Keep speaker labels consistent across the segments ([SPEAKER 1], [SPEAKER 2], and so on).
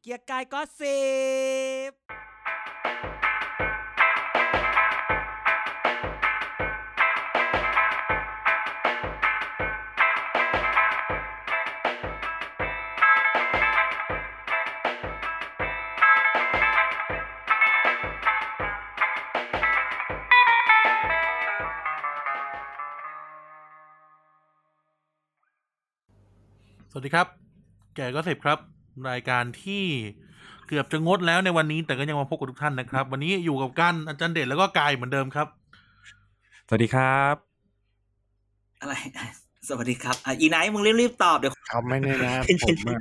[SPEAKER 1] เกียร์กายก็สิบ
[SPEAKER 2] สวัสดีครับ แก่ก็สิบครับ รายการที่เกือบจะงดแล้วในวันนี้แต่ก็ยังมาพบกับทุกท่านนะครับ วันนี้อยู่กับกันอาจารย์เดชแล้วก็กายเหมือนเดิมครับ
[SPEAKER 3] สวัสดีครับ
[SPEAKER 4] อะไร สวัสดีครับอ่ะอีไนท์มึงรีบๆตอบเดี๋ยว
[SPEAKER 5] เขา ไม่แนะนำผมอะ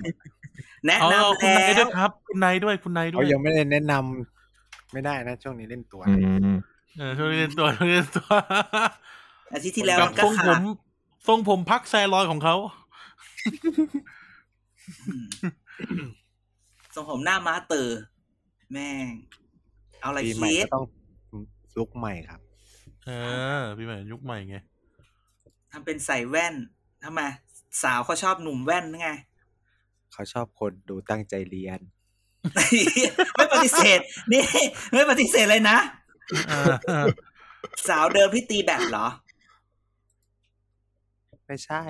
[SPEAKER 4] แนะ
[SPEAKER 2] เอา
[SPEAKER 4] นำแล
[SPEAKER 2] เอาคุณนา
[SPEAKER 4] ้
[SPEAKER 2] ยด้ว
[SPEAKER 4] วย
[SPEAKER 2] ครับ คุณนายด้วยคุณนายด้ว
[SPEAKER 5] เขา
[SPEAKER 2] ย
[SPEAKER 5] ยังไม่ได้แนะนำไม่ได้นะ ช่วงนี้เล่นตัว
[SPEAKER 3] อืม
[SPEAKER 2] เออช่วยเรียนตัวช่วยเรียนตัว
[SPEAKER 4] อาทิตย์ที่แล้ว
[SPEAKER 2] กับ
[SPEAKER 4] มันก็
[SPEAKER 2] ทรงผ
[SPEAKER 4] ขาด
[SPEAKER 2] มทรงผมพักแซลอยของเขา
[SPEAKER 4] อืมทรงผมหน้าม้าเตอร์แม่ง เอาอะไร
[SPEAKER 5] ปีใหม่
[SPEAKER 4] คิด
[SPEAKER 5] ก็ต้องลุกใหม่ครับ
[SPEAKER 2] เออพี่ใหม่ยุคใหม่ไง
[SPEAKER 4] ทำเป็นใส่แว่นทำไมสาวเขาชอบหนุ่มแว่นนี่ไง
[SPEAKER 5] เขาชอบคนดูตั้งใจเรียน
[SPEAKER 4] ไม่ปฏิเสธ นี่ ไม่ปฏิเสธเลยนะ
[SPEAKER 2] เออเออ
[SPEAKER 4] สาวเดิมที่ตีแบตเหรอ
[SPEAKER 5] ไม่ใช่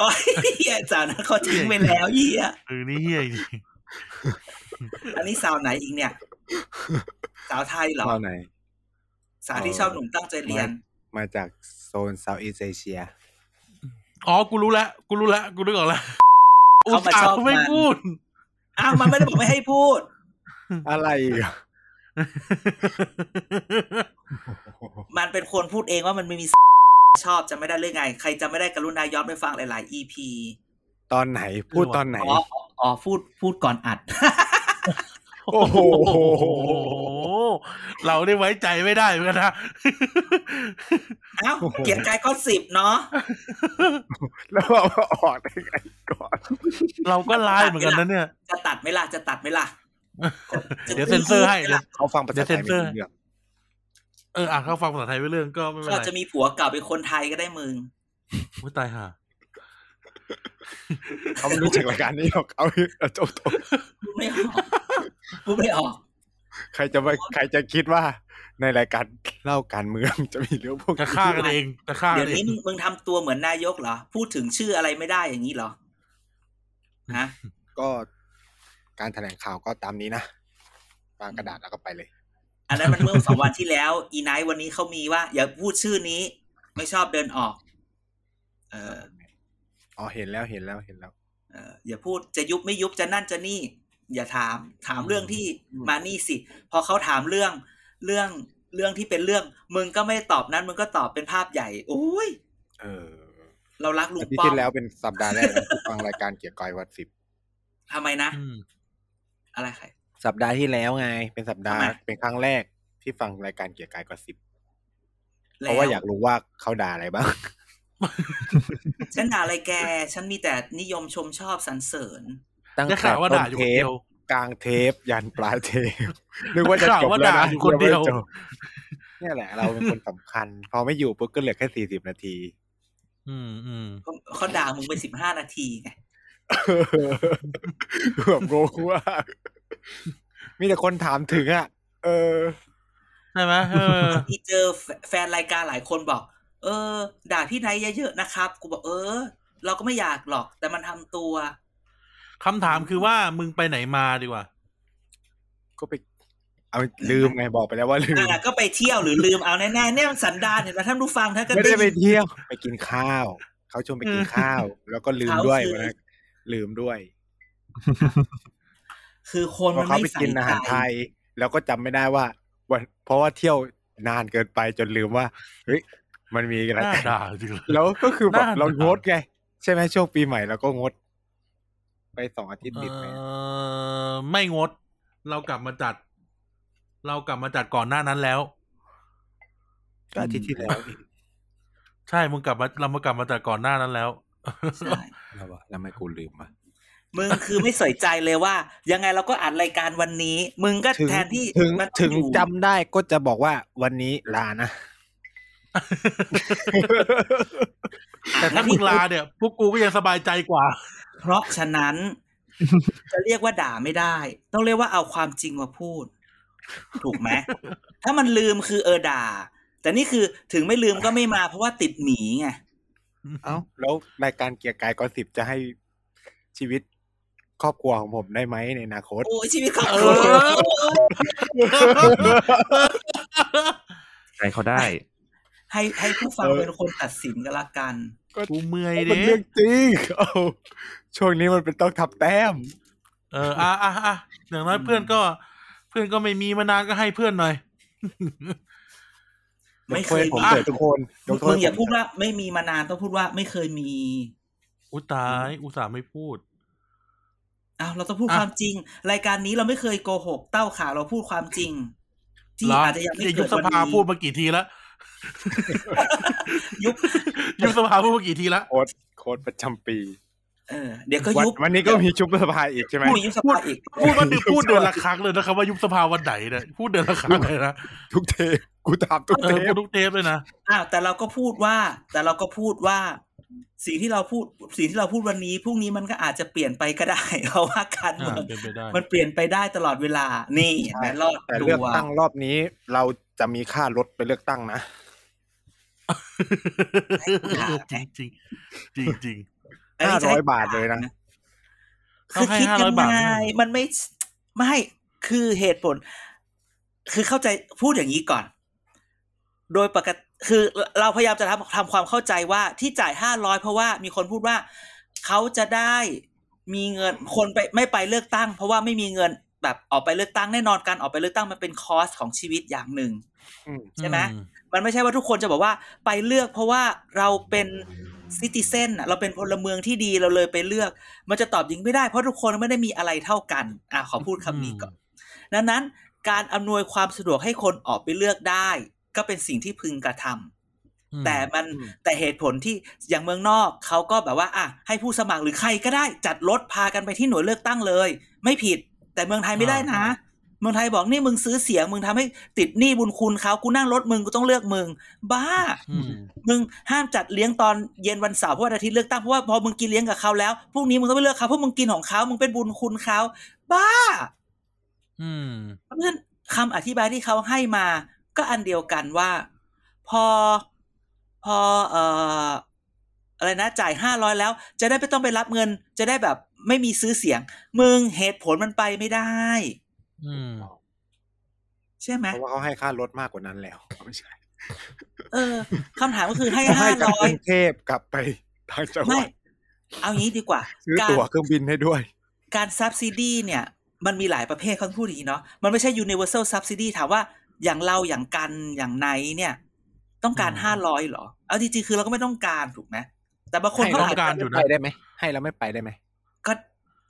[SPEAKER 4] โอ้ยเหี้ยสาวนั้นเขาทิ้งไปแล้วเหี้ย
[SPEAKER 2] คือนี่เฮียจริง
[SPEAKER 4] อันนี้สาวไหนอีกเนี่ย สาวไทยเหรอ
[SPEAKER 5] ตอนไหน
[SPEAKER 4] สาวที่ชอบหนุ่มตั้งใจเรียน
[SPEAKER 5] มาจากโซนเซาท์อีสเอเชีย
[SPEAKER 2] อ๋อกูรู้แล้วกูรู้แล้วกูนึกออกแล้วอุต
[SPEAKER 4] เขามา
[SPEAKER 2] ส่า
[SPEAKER 4] ชอบ
[SPEAKER 2] ห์ไม่
[SPEAKER 4] มัน
[SPEAKER 2] พูด
[SPEAKER 4] อ้าวมันไม่ได้บอกไม่ให้พูด
[SPEAKER 5] อะไรอีกอะ
[SPEAKER 4] มันเป็นคนพูดเองว่ามันไม่มี ชอบจะไม่ได้เรื่องไง ใครจะไม่ได้กรุณาย้อนไปฟังหลาย ๆ EP
[SPEAKER 5] ตอนไหนพูดตอนไหน
[SPEAKER 4] อ๋ออ๋อพูดพูดก่อนอัด
[SPEAKER 5] โอ้โห
[SPEAKER 2] เราได้ไว้ใจไม่ได้เหมือนกันนะ
[SPEAKER 4] เอ้าเกียรติกายก็สิบเนาะ
[SPEAKER 5] แล้วเราออกได้ไงก่อน
[SPEAKER 2] เราก็ไลน์เหมือนกันนะเนี่ย
[SPEAKER 4] จะตัดไหมล่ะจะตัดไหมล่ะ
[SPEAKER 2] เดี๋ยวเซ็นเซอร์ให้เดี๋ยว
[SPEAKER 5] เขาฟังภาษาไทย
[SPEAKER 2] เดี๋ยวเซ็นเซ
[SPEAKER 5] ไม่
[SPEAKER 2] อร์
[SPEAKER 5] รู้เรื่อง
[SPEAKER 2] เอออ่ะเขาฟังภาษาไทยไปเรื่องก็ไม่เป็น
[SPEAKER 4] ก็
[SPEAKER 2] ไร
[SPEAKER 4] จะมีผัวเก่าเป็นคนไทยก็ได้มึง
[SPEAKER 2] อุ๊ยตายห่า
[SPEAKER 5] เขาไม่รู้จักรายการนี้หรอกเอาเอาจบตรง
[SPEAKER 4] พูดไม่ ออกพูดไม่ออก
[SPEAKER 5] ใครจะไปใครจะคิดว่า ในรายการเล่าการเมืองจะมีเรื่องพวก
[SPEAKER 2] จะ
[SPEAKER 5] นี้
[SPEAKER 2] ฆ่ากันเองจะฆ่า
[SPEAKER 4] เดี๋
[SPEAKER 2] กั
[SPEAKER 4] ยวน
[SPEAKER 2] เอ
[SPEAKER 4] นี้
[SPEAKER 2] ง
[SPEAKER 4] มึงมึงทำตัวเหมือนนายกเหรอ พูดถึงชื่ออะไรไม่ได้อย่างนี้เหรอฮะ
[SPEAKER 5] ก็ การแถลงข่าวก็ตามนี้นะวางกระดาษแล้วก็ไปเลย
[SPEAKER 4] อันนั้นมันเมื่อสองวันที่แล้ว อีไนท์วันนี้เขามีว่า อย่าพูดชื่อนี้ ไม่ชอบเดินออก เออ
[SPEAKER 5] อ๋อเห็นแล้วเห็นแล้วเห็นแล้ว
[SPEAKER 4] เอ่ออย่าพูดจะยุบไม่ยุบจะนั่นจะนี่ อย่าถามถามเรื่องที่
[SPEAKER 5] อืม
[SPEAKER 4] มานี่สิ พอเขาถามเรื่องเรื่องเรื่องที่เป็นเรื่อง มึงก็ไม่ได้ตอบนั้น มึงก็ตอบเป็นภาพใหญ่โอ้ย
[SPEAKER 5] เออ
[SPEAKER 4] เรารักลุง
[SPEAKER 5] อาทิตย์
[SPEAKER 4] ป้อ
[SPEAKER 5] ที่
[SPEAKER 4] ม
[SPEAKER 5] แล้วเป็นสัปดาห์แรกนะ ที่ฟังรายการเกียร์กอยวัดสิบ
[SPEAKER 4] ทำไมนะ
[SPEAKER 2] อืม
[SPEAKER 4] อะไรใคร
[SPEAKER 5] สัปดาห์ที่แล้วไง เป็นสัปดา
[SPEAKER 4] ทำ
[SPEAKER 5] ห์
[SPEAKER 4] ไม
[SPEAKER 5] เป็นครั้งแรกที่ฟังรายการเกียร์กอยวัดสิบเพ
[SPEAKER 4] แล้
[SPEAKER 5] ราะว่าอยากรู้ว่าเขาด่าอะไรบ้าง
[SPEAKER 4] ฉันด่าอะไรแก ฉันมีแต่นิยมชมชอบสรรเสริญ
[SPEAKER 5] ตั้ง
[SPEAKER 2] ได้
[SPEAKER 5] แต่
[SPEAKER 2] ข่าวว่า
[SPEAKER 5] ต้
[SPEAKER 2] ด่าน อยู่
[SPEAKER 5] เท
[SPEAKER 2] คน
[SPEAKER 5] ป
[SPEAKER 2] เดียว
[SPEAKER 5] กลางเทปยันปลายเทป นึกว่าจะ
[SPEAKER 2] ได้ข่าว
[SPEAKER 5] จบ
[SPEAKER 2] ว่า
[SPEAKER 5] แล้ว
[SPEAKER 2] ด่า
[SPEAKER 5] นะ
[SPEAKER 2] อยู่คนเดียว
[SPEAKER 5] งไม่จบ เนี่ยแหละ เราเป็นคนสำคัญ พอไม่อยู่ปุ๊บก็เหลือแค่สี่สิบนาที
[SPEAKER 2] อืมอืม
[SPEAKER 4] เขาเขาด่ามึงไปสิบห้านาทีไง
[SPEAKER 5] เกือบงงว่า มีแต่คนถามถึงอ่ะ เออ
[SPEAKER 2] ใช่ไหมเออ
[SPEAKER 4] ที่เจอแฟแฟนรายการหลายคนบอก เออ ด่าพี่ไนท์เยอะๆนะครับ กูบอกเออ เราก็ไม่อยากหรอก แต่มันทำตัว
[SPEAKER 2] คำถามคือว่ามึงไปไหนมาดีกว่า
[SPEAKER 5] ก็ไป เอาลืมไงบอกไปแล้วว่าลืม
[SPEAKER 4] อ่ะก็ไปเที่ยวหรือลืมเอาแน่ๆเนี่ยมันสันดานเห็นไหมท่านผู้ฟังท่านก็
[SPEAKER 5] ไม่ได้ไป
[SPEAKER 4] ยิน
[SPEAKER 5] เที่ยวไปกินข้าว เขาชวนไปกินข้าว แล้วก็ลืมด้วย
[SPEAKER 4] เขาคือ
[SPEAKER 5] วันนั้นลืมด้วย
[SPEAKER 4] คือคน
[SPEAKER 5] เพ
[SPEAKER 4] มั
[SPEAKER 5] ราะ
[SPEAKER 4] น
[SPEAKER 5] เขา
[SPEAKER 4] ไม่
[SPEAKER 5] ไป
[SPEAKER 4] ใส่
[SPEAKER 5] กินอาหาร
[SPEAKER 4] ใจ
[SPEAKER 5] ไทย แล้วก็จำไม่ได้ว่าวันเพราะว่าเที่ยวนานเกินไปจนลืมว่าเฮ้ยมันมีอะไร
[SPEAKER 2] น่าด่าจริงเลย
[SPEAKER 5] แล้วก็คือแบบ
[SPEAKER 2] น่า
[SPEAKER 5] เรางดไง ใช่ไหมช่วงปีใหม่เราก็งด ไปสองอาทิตย์ติดไหม
[SPEAKER 2] เอ่อไม่งด เรากลับมาจัด เรากลับมาจัดก่อนหน้านั้นแล้ว
[SPEAKER 5] ก็อาทิตย์ที่แล้วอีก
[SPEAKER 2] ใช่มึงกลับมาเรามากลับมาจัดก่อนหน้านั้นแล้ว
[SPEAKER 4] ใช่
[SPEAKER 5] แล้ววะแล้วทำไม่กูลืมอ่ะ
[SPEAKER 4] มึงคือไม่ใส่ใจเลยว่า ยังไงเราก็อัดรายการวันนี้ มึงก็
[SPEAKER 5] ถึง
[SPEAKER 4] แทนที่
[SPEAKER 5] ถึง
[SPEAKER 4] มัน
[SPEAKER 5] ถึง
[SPEAKER 4] อยู่
[SPEAKER 5] จำได้ก็จะบอกว่าวันนี้ลานะ
[SPEAKER 2] แต่ถ้ามึงลาเนี่ยพวกกูก็ยังสบายใจกว่า
[SPEAKER 4] เพราะฉะนั้น จะเรียกว่าด่าไม่ได้ ต้องเรียกว่าเอาความจริงมาพูด ถูกไหม ถ้ามันลืมคือเออด่า แต่นี่คือถึงไม่ลืมก็ไม่มาเพราะว่าติดหมีไง
[SPEAKER 5] เอ้าแล้วรายการเกียร์กายก็สิบจะให้ชีวิตครอบครัวของผมได้ไหมในอนาคต
[SPEAKER 4] โอ้ยชีวิตเขา
[SPEAKER 2] เออ
[SPEAKER 3] ใจเขาได้
[SPEAKER 4] ให้ให้ผู้ฟัง
[SPEAKER 5] เออ
[SPEAKER 4] เป็นคนตัดสินกันละกัน
[SPEAKER 2] กูเมื่อย
[SPEAKER 5] มัน
[SPEAKER 2] เด้
[SPEAKER 5] เรื่องจริง เอ้าช่วงนี้มันเป็นต้องทับแต้ม
[SPEAKER 2] เอออ่ะอ่ะอ่ะอย่างน้อยเพื่อนก็ เพื่อนก็ไม่มีมานานก็ให้เพื่อนหน่อย
[SPEAKER 4] ไม่เคย
[SPEAKER 5] ผม
[SPEAKER 4] มี
[SPEAKER 5] เกิดทุกคนยกโทษ
[SPEAKER 4] มึงอย่า
[SPEAKER 5] ผม
[SPEAKER 4] พูดว่าไม่มีมานานต้องพูดว่าไม่เคยมี
[SPEAKER 2] อุ้ยตายอุตส่าห์ไม่พูด
[SPEAKER 4] อ้าวเราต้องพูด
[SPEAKER 2] อ่ะ
[SPEAKER 4] ความจริง รายการนี้เราไม่เคยโกหกเต้าข่าวเราพูดความจริงที่
[SPEAKER 2] เหรอ
[SPEAKER 4] อาจจะยังไม่
[SPEAKER 2] เนี่ย
[SPEAKER 4] เกิ
[SPEAKER 2] ยุบ
[SPEAKER 4] ด
[SPEAKER 2] ส
[SPEAKER 4] วัน
[SPEAKER 2] ภาพู
[SPEAKER 4] นี้
[SPEAKER 2] ดมากี่ทีแล้ว
[SPEAKER 4] ยุบ
[SPEAKER 2] ยุบสภาพูดมากี่ทีแล้ว
[SPEAKER 5] โค้ดโค้ดประจำปี
[SPEAKER 4] เออเดี๋ยวก็
[SPEAKER 5] วัน
[SPEAKER 4] ยุบ
[SPEAKER 5] วันนี้ก็มีชุบสภาอีกใช่ไหม
[SPEAKER 4] พูดยุบสภาอีก
[SPEAKER 2] พูดว่าเดือนพูดเดือนละครั้งเลยนะครับว่ายุบสภาวันไหนเนี่ยพูดเดือนละครั้งเลยนะ
[SPEAKER 5] ทุกเทปกูตามทุก
[SPEAKER 2] เอ
[SPEAKER 5] เท
[SPEAKER 2] อพู
[SPEAKER 5] ป
[SPEAKER 2] ดทุกเทปเลยนะ
[SPEAKER 4] อ้าวแต่เราก็พูดว่า แต่เราก็พูดว่า สิ่งที่เราพูดสิ่งที่เราพูดวันนี้พรุ่งนี้มันก็อาจจะเปลี่ยนไปก็ได้ เพราะว่าการเมื
[SPEAKER 2] อ่า
[SPEAKER 4] อง
[SPEAKER 2] เป็นไปได้
[SPEAKER 4] มันเปลี่ยนไปได้ตลอดเวลา นี่เห็นไหมรอด
[SPEAKER 5] แต่
[SPEAKER 4] ตั
[SPEAKER 5] เลือก
[SPEAKER 4] ว
[SPEAKER 5] ตั้งรอบนี้ เราจะมีค่ารถไปเลือกตั้งนะ
[SPEAKER 2] จริงจริงจริงจริง
[SPEAKER 4] นนี้
[SPEAKER 5] ห้า
[SPEAKER 4] จะ
[SPEAKER 5] ร้
[SPEAKER 4] ให้
[SPEAKER 5] อยบาทเลยนะ
[SPEAKER 4] คือคิด
[SPEAKER 2] เขาให้
[SPEAKER 4] ยัง
[SPEAKER 2] 500บาท
[SPEAKER 4] ไง
[SPEAKER 2] ไม่ได้
[SPEAKER 4] มันไม่ไม่คือเหตุผล คือเข้าใจพูดอย่างนี้ก่อน โดยปกติคือเราพยายามจะทำทำความเข้าใจว่าที่จ่ายห้าร้อยเพราะว่ามีคนพูดว่าเขาจะได้มีเงินคนไปไม่ไปเลือกตั้ง เพราะว่าไม่มีเงินแบบออกไปเลือกตั้งแน่นอนการออกไปเลือกตั้งมันเป็นคอสของชีวิตอย่างหนึ่ง
[SPEAKER 5] อืม
[SPEAKER 4] ใช่ไหม
[SPEAKER 2] อื
[SPEAKER 4] มันไม่ใช่ว่าทุกคนจะบอกว่าไปเลือกเพราะว่าเราเป็นซิติเซนเราเป็นพลเมืองที่ดีเราเลยไปเลือก มันจะตอบยิงไม่ได้เพราะทุกคนไม่ได้มีอะไรเท่ากัน อ่ะขอพูดคำนี้ก่อนดังนั้นการอำนวยความสะดวกให้คนออกไปเลือกได้ ก็เป็นสิ่งที่พึงกระทำ
[SPEAKER 2] อืม
[SPEAKER 4] แต่มัน
[SPEAKER 5] อืม
[SPEAKER 4] แต่เหตุผลที่อย่างเมืองนอกเขาก็แบบว่าอ่ะให้ผู้สมัครหรือใครก็ได้จัดรถพากันไปที่หน่วยเลือกตั้งเลย ไม่ผิด แต่เมืองไทยไม่ได้นะ เมืองไทยบอกนี่มึงซื้อเสียงมึงทำให้ติดหนี้บุญคุณเขากูนั่งรถมึงกูต้องเลือกมึง บ้า
[SPEAKER 2] อืม
[SPEAKER 4] มึงห้ามจัดเลี้ยงตอนเย็นวันเสาร์เพราะวันอาทิตย์เลือกตั้งเพราะว่าพอมึงกินเลี้ยงกับเขาแล้วพรุ่งนี้มึงต้องไปเลือกเขาเพราะมึงกินของเขามึงเป็นบุญคุณเขาบ้า
[SPEAKER 2] อืม
[SPEAKER 4] เพราะฉะนั้นคำอธิบายที่เขาให้มาก็อันเดียวกันว่า พอพอเอ่ออะไรนะจ่ายห้าร้อยแล้ว จะได้ไม่ต้องไปรับเงิน จะได้แบบไม่มีซื้อเสียง มึงเหตุผลมันไปไม่ได้
[SPEAKER 2] อืม
[SPEAKER 4] ใช่ไหม
[SPEAKER 5] เพราะว่าเขาให้ค่ารถมากกว่านั้นแล้วไม่ใช่
[SPEAKER 4] เออคำถามก็คือให้
[SPEAKER 5] ให้
[SPEAKER 4] ห้าก
[SPEAKER 5] ลับ
[SPEAKER 4] ร้อก ย
[SPEAKER 5] รุงเทพกลับไปทางจังห
[SPEAKER 4] ไม่
[SPEAKER 5] วัด
[SPEAKER 4] เอางี้ดีกว่า
[SPEAKER 5] ซื้อตั๋วเครื่องบินให้ด้วย
[SPEAKER 4] การซับซิดีเนี่ยมันมีหลายประเภทเขาพูดอย่างนี้เนาะมันไม่ใช่ universal subsidy ถามว่าอย่างเราอย่างกันอย่างไนเนี่ย ต้องการห้าร้อยหรอ เอาจริงๆคือเราก็ไม่ต้องการถูกไหมแต่บางคน
[SPEAKER 5] ให้
[SPEAKER 4] เขา
[SPEAKER 2] ต้อง
[SPEAKER 4] อาจ
[SPEAKER 2] การอยู่นะ
[SPEAKER 5] ไปได้ไหมให้แล้วไม่ไปได้ไหม
[SPEAKER 4] ก็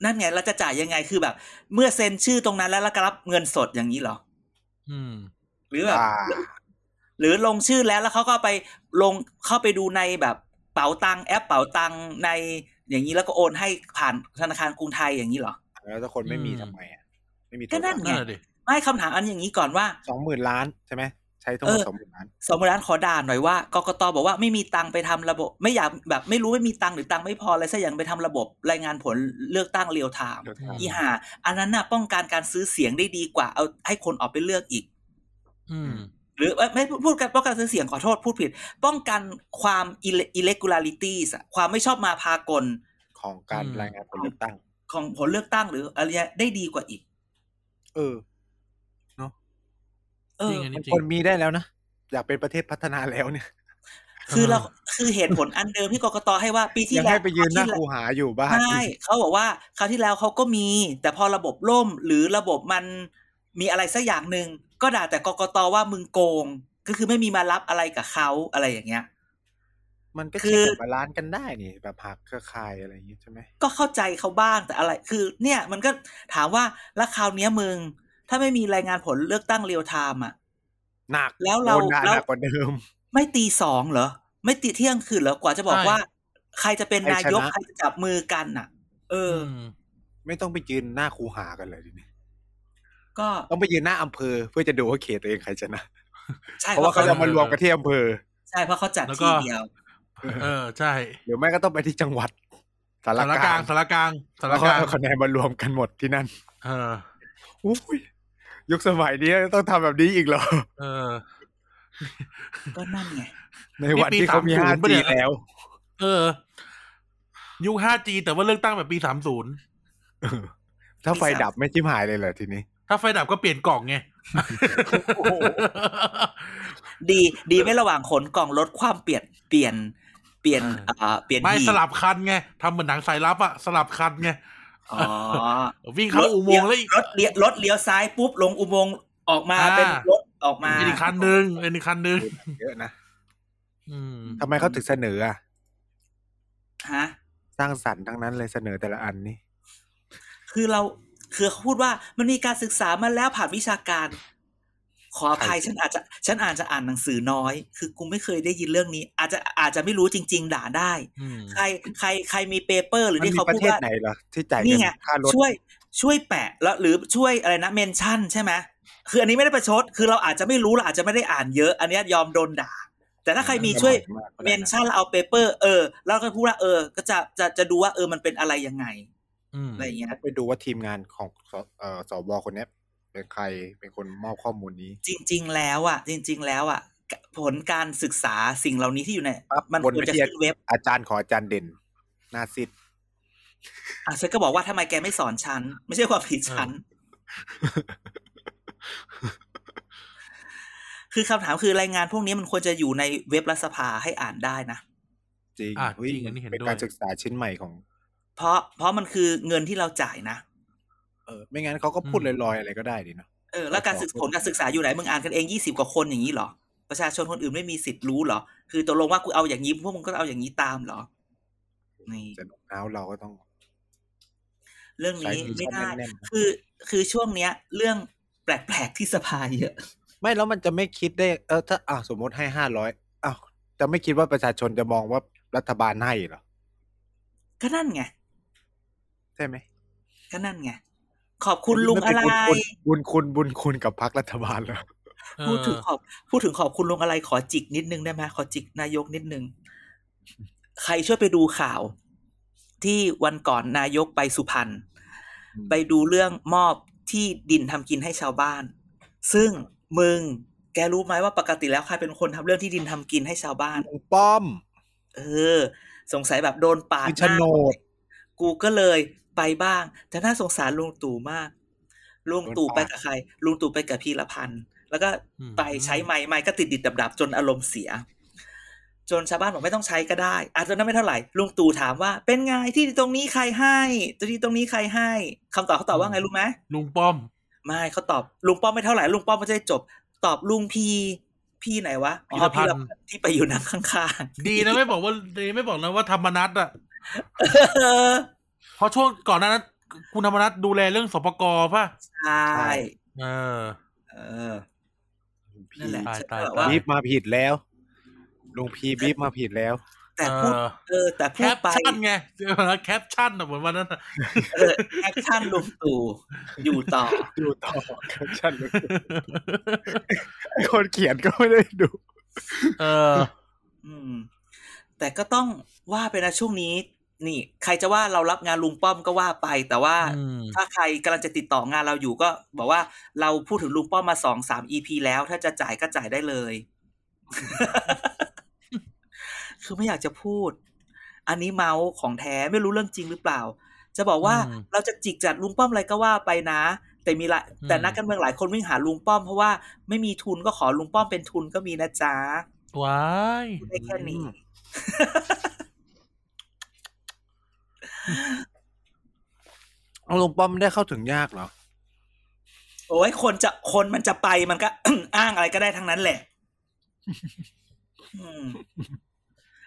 [SPEAKER 4] นั่นไงเราจะจ่ายยังไงคือแบบ เมื่อเซ็นชื่อตรงนั้นแล้วแล้วก็รับเงินสดอย่างนี้เหรอ
[SPEAKER 2] อืม
[SPEAKER 4] หรือแบบ
[SPEAKER 5] อ่า
[SPEAKER 4] หรือลงชื่อแล้วแล้วเขาก็ไปลงเข้าไปดูในแบบเป๋าตังแอปเป๋าตังในอย่างนี้แล้วก็โอนให้ผ่านธนาคารกรุงไทยอย่างนี้เหรอ
[SPEAKER 5] แล้วถ้าคนไม่มีทำไมอ่ะไม่มี
[SPEAKER 4] ก็นั่นไง
[SPEAKER 2] นั่นแหละดิ
[SPEAKER 4] ไม่คำถามอันอย่างนี้ก่อนว่า
[SPEAKER 5] สองหมื่นล้านใช่ไหมใช้ทั้งหมด
[SPEAKER 4] เออ
[SPEAKER 5] สองหมื่นล้าน
[SPEAKER 4] สมร้านขอด่าหน่อยว่ากกตบอกว่าไม่มีตังค์ไปทำระบบ ไม่อยากแบบไม่รู้ไม่มีตังค์หรือตังค์ไม่พออะไรสักอย่างไปทำระบบ รายงานผลเลือกตั้งเรียลไทม์อีห่าอันนั้นน่ะป้องกันการซื้อเสียงได้ดีกว่าเอาให้คนออกไปเลือกอีก
[SPEAKER 2] อืม
[SPEAKER 4] หรือเอ้ยไม่พูดกันป้องกันซื้อเสียงขอโทษพูดผิด ป้องกันความอิเล็ก u l a r i t i e s อะความไม่ชอบมาพากล
[SPEAKER 5] ของการรายงานผลเลือกตั้ง
[SPEAKER 4] ของผลเลือกตั้งหรืออะไรเงี้ยได้ดีกว่าอีก
[SPEAKER 5] เออ
[SPEAKER 4] เอ
[SPEAKER 2] จริ
[SPEAKER 4] อ
[SPEAKER 2] งอัน
[SPEAKER 5] มั
[SPEAKER 2] นี้
[SPEAKER 5] น
[SPEAKER 2] จริ
[SPEAKER 5] คน
[SPEAKER 2] ง
[SPEAKER 5] มีได้แล้วนะ อยากเป็นประเทศพัฒนาแล้วเนี่ย
[SPEAKER 4] คือเรา
[SPEAKER 2] อ่า
[SPEAKER 4] คือเหตุผลอันเดิมที่กกตให้ว่าปีที่
[SPEAKER 5] ยัง
[SPEAKER 4] แล้ว
[SPEAKER 5] ให้ไปยืนหน้าคูหาอยู่บ้าน
[SPEAKER 4] ใช่เขาบอกว่าคราวที่แล้วเขาก็มี แต่พอระบบล่มหรือระบบมันมีอะไรสักอย่างหนึ่งก็ด่าแต่กกตว่ามึงโกง ก็คือไม่มีมารับอะไรกับเขาอะไรอย่างเงี้ย
[SPEAKER 5] มันก็
[SPEAKER 4] คื
[SPEAKER 5] เชื่
[SPEAKER 4] อ
[SPEAKER 5] อมบาลานซ์กันได้นี่แบบหักเครือข่ายอะไรอย่างงี้ใช่ไหม
[SPEAKER 4] ก็เข้าใจเขาบ้างแต่อะไร คือ เนี่ยมันก็ถามว่าแล้วคราวเนี้ยมึง ถ้าไม่มีรายงานผลเลือกตั้งเรียลไทม์อ่ะ
[SPEAKER 5] หนัก
[SPEAKER 4] แล้วเรา
[SPEAKER 5] โดนด่
[SPEAKER 4] แล้ว
[SPEAKER 5] หนักกว่าเดิม
[SPEAKER 4] ไม่ตีสองเหรอ ไม่ตีเที่ยงคืนเหรอกว่าจะบอกว่า ใครจะเป็นนายก
[SPEAKER 5] ใค
[SPEAKER 4] ใค
[SPEAKER 5] รช
[SPEAKER 4] รจะ
[SPEAKER 5] นะ
[SPEAKER 4] จับมือกันอ่ะ เอออ
[SPEAKER 2] ม
[SPEAKER 5] ไม่ต้องไปยืนหน้าคูหากันเลยทีนี้
[SPEAKER 4] ก็
[SPEAKER 5] ต้องไปยืนหน้าอำเภอเพื่อจะดูว่าเขตตัวเองใครชนะ
[SPEAKER 4] ใช่
[SPEAKER 5] เพราะว่าเขาจะมารวมกันที่อำเภอ
[SPEAKER 4] ใช่เพราะเขาจัดที่เดียว
[SPEAKER 2] เออใช่
[SPEAKER 5] หรือไม่ก็ต้องไปที่จังหวัด สาร
[SPEAKER 2] สารก
[SPEAKER 5] ก
[SPEAKER 2] ลา
[SPEAKER 5] ลาง ง
[SPEAKER 2] สารกลางสาร
[SPEAKER 5] แล้ว
[SPEAKER 2] ก
[SPEAKER 5] ก็
[SPEAKER 2] ลาง
[SPEAKER 5] เอาคะแนนมารวมกันหมดที่นั่น
[SPEAKER 2] เออ
[SPEAKER 5] อุ้ยยุคสมัยนี้ต้องทำแบบนี้อีก เหรอ
[SPEAKER 2] เออ
[SPEAKER 4] ก็นั่นไง
[SPEAKER 5] ในวันที่เขามี
[SPEAKER 2] นี่ปี
[SPEAKER 5] 5G
[SPEAKER 2] 30
[SPEAKER 5] แล้ว
[SPEAKER 2] เออ ยุค 5G แต่ว่าเลือกตั้งแบบปี 30
[SPEAKER 5] ถ้าไฟ
[SPEAKER 4] ปี30
[SPEAKER 5] ดับไม่ชิมหายเลยเหรอทีนี้
[SPEAKER 2] ถ้าไฟดับก็เปลี่ยนกล่องไง
[SPEAKER 4] ดี ดีไม่ระหว่างขนกล่องลดความเปลี่ยนเปลี่ยนเปลี่ยน
[SPEAKER 2] อ่า
[SPEAKER 4] อ่าเปลี่ย น
[SPEAKER 2] ไม่
[SPEAKER 4] หีบ
[SPEAKER 2] สลับคันไงทำเหมือนหนังสายลับอะสลับคันไง
[SPEAKER 4] อ๋อ
[SPEAKER 2] วิ่งเข้าอุโมงค์แล้วอีก
[SPEAKER 4] รถเลี้ยวรถเลี้ยวซ้ายปุ๊บลงอุโมงค์ออกมา
[SPEAKER 2] อ่า
[SPEAKER 4] เป็นรถออกมา
[SPEAKER 2] อีกคันหนึ่งเป็นอีกคันหนึ่ง
[SPEAKER 5] เยอะนะ
[SPEAKER 2] อืม
[SPEAKER 5] ทำไมเขาถึงเสนออะ
[SPEAKER 4] ฮะ
[SPEAKER 5] สร้างสรรค์ทั้งนั้นเลยเสนอแต่ละอันนี่
[SPEAKER 4] คือเราคือเขาพูดว่ามันมีการศึกษามาแล้วผ่านวิชาการ ขออภัยฉันอาจจะฉันอาจจะอ่านหนังสือน้อย คือกูไม่เคยได้ยินเรื่องนี้ อาจจะอาจจะไม่รู้จริง ๆ ด่าได้
[SPEAKER 2] อืม
[SPEAKER 4] ใครใครใครมีเปเปอร์ หรือ
[SPEAKER 5] มัน
[SPEAKER 4] ที่
[SPEAKER 5] มี
[SPEAKER 4] เขา
[SPEAKER 5] ประ
[SPEAKER 4] พูด
[SPEAKER 5] เทศ
[SPEAKER 4] ว่า
[SPEAKER 5] ไหนเหรอที่จ่าย
[SPEAKER 4] นี่
[SPEAKER 5] เงิน
[SPEAKER 4] ไง
[SPEAKER 5] ค่ารถ
[SPEAKER 4] ช่วยช่วยแปะแล้วหรือช่วยอะไรนะเมนชั่นใช่ไหมคืออันนี้ไม่ได้ประชด คือเราอาจจะไม่รู้เราอาจจะไม่ได้อ่านเยอะ อันเนี้ยยอมโดนด่า แต่ถ้าใครมีช่วยเมนชั่นแล้วเอาเปเปอร์เออแล้วก็พูดว่าเออ ก็จะจะจะดูว่าเออมันเป็นอะไรยังไง
[SPEAKER 2] อืม
[SPEAKER 4] อะไรอย่างเงี้ย
[SPEAKER 5] ไปดูว่าทีมงานของสเอ่อสบคนเนี้ยเป็นใครเป็นคนมอบข้อมูลนี้
[SPEAKER 4] จริง ๆ แล้วอ่ะ จริง ๆ แล้วอ่ะ ผลการศึกษาสิ่งเหล่านี้ที่อยู่ใน
[SPEAKER 5] ปั๊บ
[SPEAKER 4] มัน
[SPEAKER 5] บน
[SPEAKER 4] ควร
[SPEAKER 5] ไป
[SPEAKER 4] จะ
[SPEAKER 5] ที่
[SPEAKER 4] ขึ้นเว็บ
[SPEAKER 5] อาจารย์ของอาจารย์เด่นหน้าซิด
[SPEAKER 4] อ่ะฉันก็บอกว่าทำไมแกไม่สอนฉัน ไม่ใช่ความผิด ฉัน คือคำถามคือรายงานพวกนี้มันควรจะอยู่ในเว็บรัฐสภาให้อ่านได้นะ
[SPEAKER 5] จริง
[SPEAKER 2] อ่ะ
[SPEAKER 5] เฮ้ย
[SPEAKER 2] จริงอันนี้เห็น
[SPEAKER 5] เป็น
[SPEAKER 2] ด้วย
[SPEAKER 5] การศึกษาชิ้นใหม่ของ
[SPEAKER 4] เพราะเพราะมันคือเงินที่เราจ่ายนะ
[SPEAKER 5] เออไม่งั้นเขาก็พูด
[SPEAKER 2] อืม
[SPEAKER 5] ลอยๆอะไรก็ได้ดิเนาะ
[SPEAKER 4] เออแล้วการศึก
[SPEAKER 5] ขอบคุ
[SPEAKER 4] ผล
[SPEAKER 5] ณ
[SPEAKER 4] การศึกษาอยู่ไหนมึงอ่านกันเองยี่สิบกว่าคนอย่างนี้เหรอ ประชาชนคนอื่นไม่มีสิทธิ์รู้เหรอ คือตกลงว่ากูเอาอย่างนี้พวกมึงก็เอาอย่างนี้ตามเหรอนี่
[SPEAKER 5] จะโน้มน้าวเราก็ต้อง
[SPEAKER 4] เรื่อง
[SPEAKER 5] ใช้
[SPEAKER 4] นี้
[SPEAKER 5] มือ
[SPEAKER 4] ไม่
[SPEAKER 5] ชั้น
[SPEAKER 4] ได้
[SPEAKER 5] แน่นๆ
[SPEAKER 4] คือคือช่วงเนี้ย เรื่องแปลกๆที่สภาเยอะ
[SPEAKER 5] ไม่แล้วมันจะไม่คิดได้เออถ้าอ่ะสมมติให้ห้าร้อยอ้าวจะไม่คิดว่าประชาชนจะมองว่ารัฐบาลให้เหรอ
[SPEAKER 4] ก็นั่นไง
[SPEAKER 5] ใช่ไหม
[SPEAKER 4] ก็นั่นไง ขอบคุณลุงอะไร
[SPEAKER 5] มันเป็นบุญคุณบุญคุณบุญคุณกับพรรครัฐบาลเหรอ
[SPEAKER 2] เอ
[SPEAKER 4] พูด
[SPEAKER 2] อ
[SPEAKER 4] ถึงขอบพูดถึงขอบคุณลุงอะไรขอจิกนิดนึงได้ไหมขอจิกนายกนิด นึง ใครช่วยไปดูข่าว ที่วันก่อนนายกไปสุพรรณไปดูเรื่องมอบที่ดินทำกินให้ชาวบ้าน ซึ่งมึง แกรู้ไหมว่าปกติแล้วใครเป็นคนทำเรื่องที่ดินทำกินให้ชาวบ้าน
[SPEAKER 5] ลุงป้อม
[SPEAKER 4] เออ สงสัยแบบโดนปาด
[SPEAKER 5] คื
[SPEAKER 4] ห
[SPEAKER 5] อ
[SPEAKER 4] น้า
[SPEAKER 5] โฉนด
[SPEAKER 4] กูก็เลยไปบ้าง แต่น่าสงสารลุงตู่มาก ลุงตู่ไปกับใคร ลุงตู่ไปกับพีรพันธ์ แล้วก็ไปใช้ไม้ไม้ก็ติดดิดดับดับๆจนอารมณ์เสีย จนชาวบ้านบอกไม่ต้องใช้ก็ได้อาจจะนั้นไม่เท่าไหร่ ลุงตู่ถามว่าเป็นไงที่ตรงนี้ใครให้ที่ตรงนี้ใครให้คำตอบเขาตอบว่าไงรู้ไหม
[SPEAKER 2] ลุงป้อม
[SPEAKER 4] ไม่เขาตอบลุงป้อมไม่เท่าไหร่ลุงป้อมไม่ได้จบ ตอบลุงพีพี่ไหนวะอ๋อ
[SPEAKER 2] พีรพันธ์
[SPEAKER 4] ที่ไปอยู่นั่งข้างๆ
[SPEAKER 2] ดีนะไม่บอกว่าดีไม่บอกนะว่าธรรมนัตอะ
[SPEAKER 4] เออ
[SPEAKER 2] เพราะช่วงก่อนหน้านั้นคุณธรรมนัตดูแลเรื่องสปกป่ะ
[SPEAKER 4] ใช่
[SPEAKER 2] เออ
[SPEAKER 4] เออ นั่นแหละ
[SPEAKER 2] ตาย
[SPEAKER 4] ฉัน
[SPEAKER 2] ตาย
[SPEAKER 4] ก็แบบว่า
[SPEAKER 5] บีบมาผิดแล้วลุงพีบีบมาผิดแล้ว
[SPEAKER 4] แต่พูด
[SPEAKER 2] เออ
[SPEAKER 4] เออ แต่
[SPEAKER 2] แค
[SPEAKER 4] พูด
[SPEAKER 2] ป
[SPEAKER 4] ไป
[SPEAKER 2] ชั่นไงแคปชั่นอะเหมือนวันนั้นอะ
[SPEAKER 4] เออแอคชั่นลุงตู่อยู่ต่อ
[SPEAKER 5] ดูต่อครับฉันคนเขียนก็ไม่ได้ดู
[SPEAKER 2] เออ
[SPEAKER 4] อืม แต่ก็ต้องว่าไปนะช่วงนี้ นี่ ใครจะว่าเรารับงานลุงป้อมก็ว่าไป แต่ว่า
[SPEAKER 2] อืม
[SPEAKER 4] ถ้าใครกำลังจะติดต่องานเราอยู่ก็ บอกว่าเราพูดถึงลุงป้อมมาสองสามอีพีแล้ว ถ้าจะจ่ายก็จ่ายได้เลย คือไม่อยากจะพูด อันนี้เมาส์ของแท้ไม่รู้เรื่องจริงหรือเปล่า จะบอกว่า
[SPEAKER 2] อืม
[SPEAKER 4] เราจะจิกจัดลุงป้อมอะไรก็ว่าไปนะ แต่มีละ
[SPEAKER 2] อืม
[SPEAKER 4] แต่นักการเมืองหลายคนวิ่งหาลุงป้อมเพราะว่าไม่มีทุนก็ขอลุงป้อมเป็นทุนก็มีนะจ๊ะ
[SPEAKER 2] ว้าย
[SPEAKER 4] พูดได้แค่นี้
[SPEAKER 5] เอาลุงป้อมได้เข้าถึงยากเหรอ
[SPEAKER 4] โอ้ยคนจะคนมันจะไปมันก็ อ้างอะไรก็ได้ทั้งนั้นแหละ อืม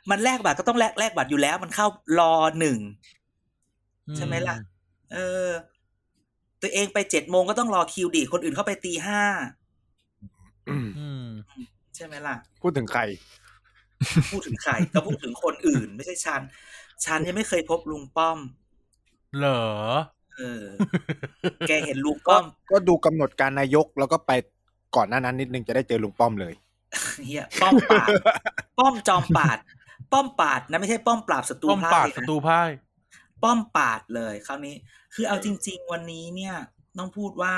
[SPEAKER 4] มันแลกบัตรก็ต้องแลกแลกบัตรอยู่แล้ว มันเข้ารอหนึ่ง ใช่ไหมล่ะ เออ ตัวเองไปเจ็ดโมงก็ต้องรอคิวดิคนอื่นเข้าไปตีห้า
[SPEAKER 5] อืม
[SPEAKER 2] อืม
[SPEAKER 4] ใช่ไหมล่ะ
[SPEAKER 5] พูดถึงใคร
[SPEAKER 4] พูดถึงใคร ก็พูดถึงคนอื่น ไม่ใช่ฉันฉันยังไม่เคยพบลุงป้อม
[SPEAKER 2] เหรอ
[SPEAKER 4] เออ แกเห็นลุงป้อม
[SPEAKER 5] ก็ดูกำหนดการนายกแล้วก็ไปก่อนหน้านั้นนิดนึงจะได้เจอลุงป้อมเลย
[SPEAKER 4] เฮียป้อมปาด ป้อมจอมปาด ป้อมปาดนะไม่ใช่ป้อมปราบศัตรู
[SPEAKER 2] ป้อม
[SPEAKER 4] พ่
[SPEAKER 2] ปราย กศั
[SPEAKER 4] นะ
[SPEAKER 2] ตรูพ่าย
[SPEAKER 4] ป้อมปราดเลยคราวนี้ คือเอาจริง ๆ วันนี้เนี่ยต้องพูดว่า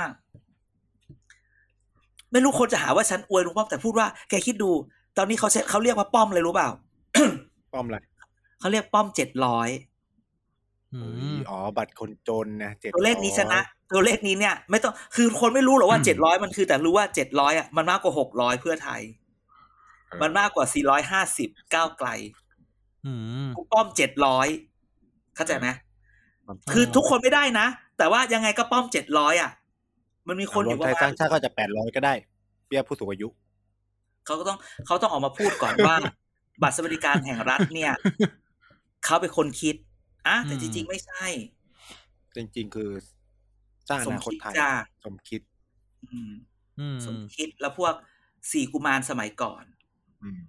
[SPEAKER 4] ไม่รู้คนจะหาว่าฉันอวยลุงป้อมแต่พูดว่าแกคิดดู ตอนนี้เขาใช้เขาเรียกว่าป้อมเลยรู้เปล่า
[SPEAKER 5] ป้อมอะไร
[SPEAKER 4] เขาเรียกป้อมเจ็ดร้อย
[SPEAKER 2] อืม
[SPEAKER 5] อ๋อบัตรคนจนนะเจ็ด
[SPEAKER 4] ตัวเลขนี้ชนะ ตัวเลขนี้เนี่ย ไม่ต้องคือคนไม่รู้หรอกว่า
[SPEAKER 2] อืม
[SPEAKER 4] เจ็ดร้อยมันคือแต่รู้ว่าเจ็ดร้อยอ่ะมันมากกว่าหกร้อยเพื่อไทย มันมากกว่าสี่ร้อยห้าสิบก้าวไกล
[SPEAKER 2] อืม
[SPEAKER 4] กู ป้อมเจ็ดร้อยเข้าใจไหม
[SPEAKER 2] อ
[SPEAKER 4] คือทุกคนไม่ได้นะ แต่ว่ายังไงก็ป้อมเจ็ดร้อยอ่ะ มันมี
[SPEAKER 5] ค
[SPEAKER 4] คน
[SPEAKER 5] น
[SPEAKER 4] อ
[SPEAKER 5] อยู่ ยู่
[SPEAKER 4] ประ
[SPEAKER 5] ไทย
[SPEAKER 4] มา
[SPEAKER 5] สร้าง
[SPEAKER 4] ณ
[SPEAKER 5] ชาติก็จะแปดร้อยก็ได้เบี้ยผู้สูงอายุ
[SPEAKER 4] เขาก็ต้องเขาต้องออกมาพูดก่อน ว่า บัตรสวัสดิการแห่งรัฐเนี่ยเขาเป็นคนคิดอ่ะแต่จริง ๆ ไม่ใช่
[SPEAKER 5] จริง ๆ คือสร้างอ
[SPEAKER 4] สม
[SPEAKER 5] นาคต
[SPEAKER 4] คิด
[SPEAKER 5] ไทย
[SPEAKER 4] จ้า
[SPEAKER 5] สมคิด
[SPEAKER 4] อืม
[SPEAKER 2] อืม
[SPEAKER 4] สมคิดแล้วพวกสี่กุมารสมัยก่อน
[SPEAKER 5] อืม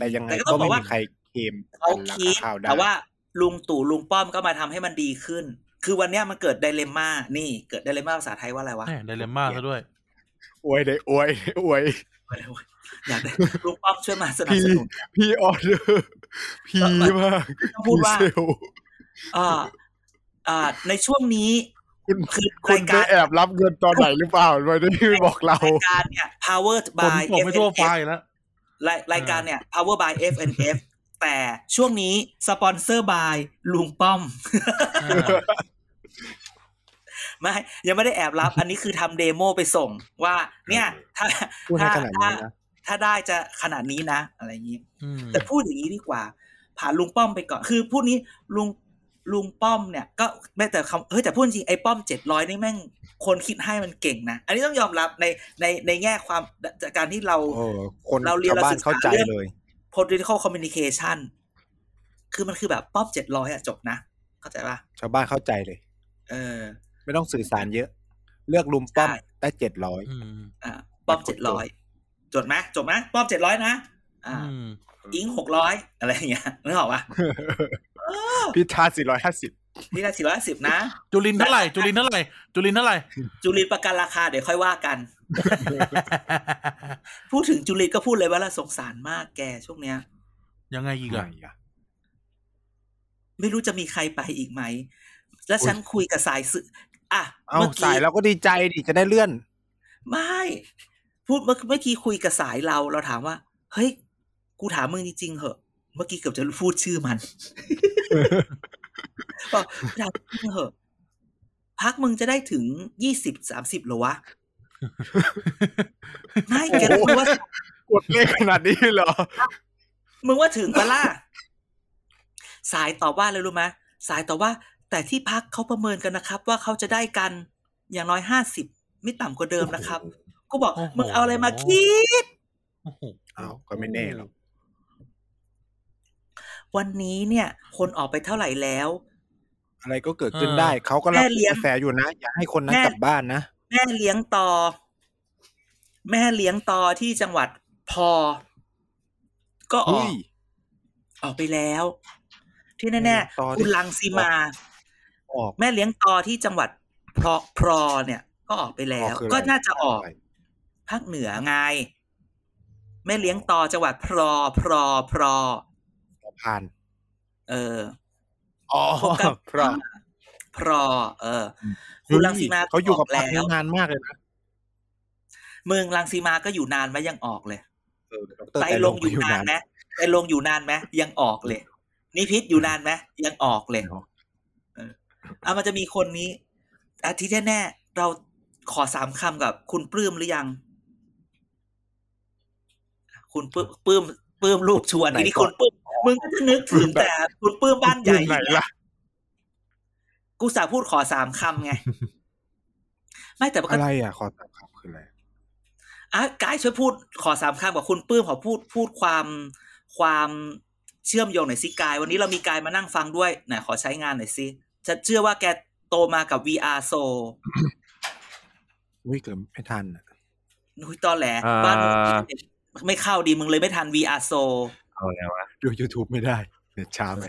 [SPEAKER 5] แต่ยังไง
[SPEAKER 4] แต่ก็ต้
[SPEAKER 5] ก็
[SPEAKER 4] องบ
[SPEAKER 5] ไม่
[SPEAKER 4] อกว่า
[SPEAKER 5] มีใครเคลม
[SPEAKER 4] เขา
[SPEAKER 5] รา
[SPEAKER 4] คิ
[SPEAKER 5] คา
[SPEAKER 4] ด
[SPEAKER 5] ข้าวได้
[SPEAKER 4] แต่ว่าลุงตู่ลุงป้อมก็มาทำให้มันดีขึ้น คือวันเนี้ยมันเกิดไดเลมม่านี่เกิดไดเลมม่าภาษาไทยว่าอะไรวะ
[SPEAKER 2] แหม่ไดเลมม่าซะด้วย
[SPEAKER 5] อวยเลยอวย อวย
[SPEAKER 4] อยาก ได้ลุงป้อมช่วยมาสนับสนุน
[SPEAKER 5] พี่ออเดอ ร์พี่มาก
[SPEAKER 4] ต้องพู
[SPEAKER 5] พี่
[SPEAKER 4] ดว่า
[SPEAKER 5] เซลล
[SPEAKER 4] อ่าอ่าในช่วงนี้
[SPEAKER 5] คุณ
[SPEAKER 4] คือ
[SPEAKER 5] คุ
[SPEAKER 4] รา
[SPEAKER 5] ณ
[SPEAKER 4] ย
[SPEAKER 5] ไป
[SPEAKER 4] การ
[SPEAKER 5] แอบรับเงินตอนไหนหรือเปล่าไม่ได้บอกเรา
[SPEAKER 4] รายการเนี่ย power
[SPEAKER 2] คน
[SPEAKER 4] by
[SPEAKER 2] ตกไม่ทั่ว
[SPEAKER 4] FNF
[SPEAKER 2] ฟ้าอีกแล้ว
[SPEAKER 4] รายรายการเนี่ย power by FNF แต่ช่วงนี้สปอนเซอร์ by ลุงป้อม ไม่ยังไม่ได้แอบ รับ อันนี้คือทำเดโมไปส่งว่า เนี่ยถ้า
[SPEAKER 5] พูดให้
[SPEAKER 4] ถ้า
[SPEAKER 5] ขนาดนี้
[SPEAKER 4] ถ้า
[SPEAKER 5] นะ
[SPEAKER 4] ถ้าได้จะขนาดนี้นะ อะไรอย่างนี้
[SPEAKER 2] อืม
[SPEAKER 4] แต่พูดอย่างนี้ดีกว่า ผ่านลุงป้อมไปก่อน คือพูดนี้ลุงลุงป้อมเนี่ย ก็แม้แต่คำเฮ้ยแต่พูดจริงไอ้ป้อมเจ็ดร้อยนี่แม่งคนคิดให้มันเก่งนะ อันนี้ต้องยอมรับในในในแง่ความจากการที่เรา
[SPEAKER 5] โอ้คน
[SPEAKER 4] เราเรียน
[SPEAKER 5] ชาวบ้า
[SPEAKER 4] เราศึ
[SPEAKER 5] น
[SPEAKER 4] กษา
[SPEAKER 5] เข้าใจเลย
[SPEAKER 4] political communication คือมันคือแบบป้อมเจ็ดร้อยอะจบนะ เข้าใจป่ะ
[SPEAKER 5] ชาวบ้านเข้าใจเลย
[SPEAKER 4] เออ
[SPEAKER 5] ไม่ต้องสื่อสารเยอะ เลือกลุมป้อม
[SPEAKER 4] ใช่
[SPEAKER 5] ได้เจ็ดร้อย
[SPEAKER 2] อืม
[SPEAKER 4] อ่ะป้อมเจ็ดร้อยจบไหมจบไหมป้อมเจ็ดร้อยนะอ่า
[SPEAKER 2] อืม
[SPEAKER 4] อิงหกร้อยอะไรอย่างเงี้ยนึกออกปะ
[SPEAKER 5] พิธาสี่ร้อยห้าสิบ
[SPEAKER 4] นี่ละสี่ร้อยสิบนะ
[SPEAKER 2] จุลินเท่าไหร่ จุลินเท่าไหร่ จุลินเท่าไหร่
[SPEAKER 4] จุลินประกันราคาเดี๋ยวค่อยว่ากัน พูดถึงจุลินก็พูดเลยว่าเราสงสารมากแกช่วงเนี้ย
[SPEAKER 2] ยังไงอีกอะ
[SPEAKER 4] ไม่รู้จะมีใครไปอีกไหม แล้วฉันคุยกับสายสื่ออ่ะ
[SPEAKER 5] เอา
[SPEAKER 4] มื่อกี้
[SPEAKER 5] สายเราก็ดีใจดิจะได้เลื่อน
[SPEAKER 4] ไม่ พูดเมื่อเมื่อกี้คุยกับสายเราเราถามว่า เฮ้ย กูถามมึงจริงๆเหอะ เมื่อกี้เกือบจะพูดชื่อ มัน บอกกูถามมึงเหอะพักมึงจะได้ถึงยี่สิบสามสิบหรอ วะ ไม่แกต้องรู้ว่า
[SPEAKER 5] กดเลขขนาดนี้เหรอ
[SPEAKER 4] มึงว่าถึงปะล่ะ สายตอบว่าเลยรู้ไหมสายตอบว่า แต่ที่พักเขาประเมินกันนะครับ ว่าเขาจะได้กันอย่างน้อยห้าสิบไม่ต่ำกว่าเดิมนะครับ กูบอก มึงเอาอะไรมาคิด
[SPEAKER 2] โอ้โห
[SPEAKER 5] อ้าวก็ไม่แน่หรอก
[SPEAKER 4] วันนี้เนี่ย คนออกไปเท่าไหร่แล้ว
[SPEAKER 5] อะไรก็เกิดขึ้น
[SPEAKER 2] เออ
[SPEAKER 5] ได้ เขาก็รับ
[SPEAKER 4] แม่เลี้ยง
[SPEAKER 5] กระแสอยู่นะ อย่าให้คนนั้น
[SPEAKER 4] แม่
[SPEAKER 5] กลับบ้านนะ
[SPEAKER 4] แม่เลี้ยงต่อ แม่เลี้ยงต่อที่จังหวัดพอ ก็ออ
[SPEAKER 5] เฮ้
[SPEAKER 4] ก
[SPEAKER 5] ย
[SPEAKER 4] ออกไปแล้ว ที่
[SPEAKER 5] แม่เลี้
[SPEAKER 4] แน่
[SPEAKER 5] ยงต่อ
[SPEAKER 4] ๆ
[SPEAKER 5] ที่
[SPEAKER 4] คุณลังสีมา
[SPEAKER 5] ออก
[SPEAKER 4] แม่เลี้ยงตอที่จังหวัดพรอพรอเนี่ย ก็ออกไปแล้ว
[SPEAKER 5] พรอคืออะไร
[SPEAKER 4] ก็น่าจะออกภาคเหนือไง แม่เลี้ยงตอจังหวัดพรอพรอพรอ
[SPEAKER 5] ผ่าน
[SPEAKER 4] เออ
[SPEAKER 5] อ๋อ
[SPEAKER 4] พวกกับ
[SPEAKER 5] พระ
[SPEAKER 4] พรอ เออ คุณรังสีมา
[SPEAKER 5] เขาอยู่กับ
[SPEAKER 4] แล้
[SPEAKER 5] พรรค
[SPEAKER 4] วน
[SPEAKER 5] นี้านมากเลยนะ
[SPEAKER 4] เมืองรังสีมาก็อยู่นานไหมยังออกเลย
[SPEAKER 5] เออดร
[SPEAKER 4] ไตรลงค์อยู่นานไหมไตรลงค์อยู่นานไหมยังออกเลยนิพิษอยู่นานไหมยังออกเลย อ่ะมันจะมีคนนี้อาทิตย์แน่ๆเราขอสามคำกับคุณปลื้มหรือยัง คุณปลื้มปลื้มปลื้มลูกชวนอันนี้คุณปลื้มมึงก็จะนึกถึงแต่คุณปลื้มบ้านใหญ่
[SPEAKER 5] ไหนล่ะ
[SPEAKER 4] กูสาพูดขอสามคำไง ไม่แต่ปก
[SPEAKER 5] อะไร
[SPEAKER 4] ติ
[SPEAKER 5] อ่ะขอตามคำคืออะไร
[SPEAKER 4] อ่ะกายช่วยพูดขอสามคำกับคุณปลื้มขอพูดพูดความความเชื่อมโยงหน่อยสิกาย วันนี้เรามีกายมานั่งฟังด้วยไหนขอใช้งานหน่อยสิฉันเชื่อว่าแกโตมากับ VR Soul
[SPEAKER 5] อุ้ยเกิดไม่ทันอะ
[SPEAKER 4] นุ้ยตอแหล
[SPEAKER 3] อ่า
[SPEAKER 4] บ้านมึงไม่เข้าดีมึงเลยไม่ทัน VR s o
[SPEAKER 3] เอาแล้ววะ
[SPEAKER 5] ดู YouTube ไม่ได้เน็ตช้าไป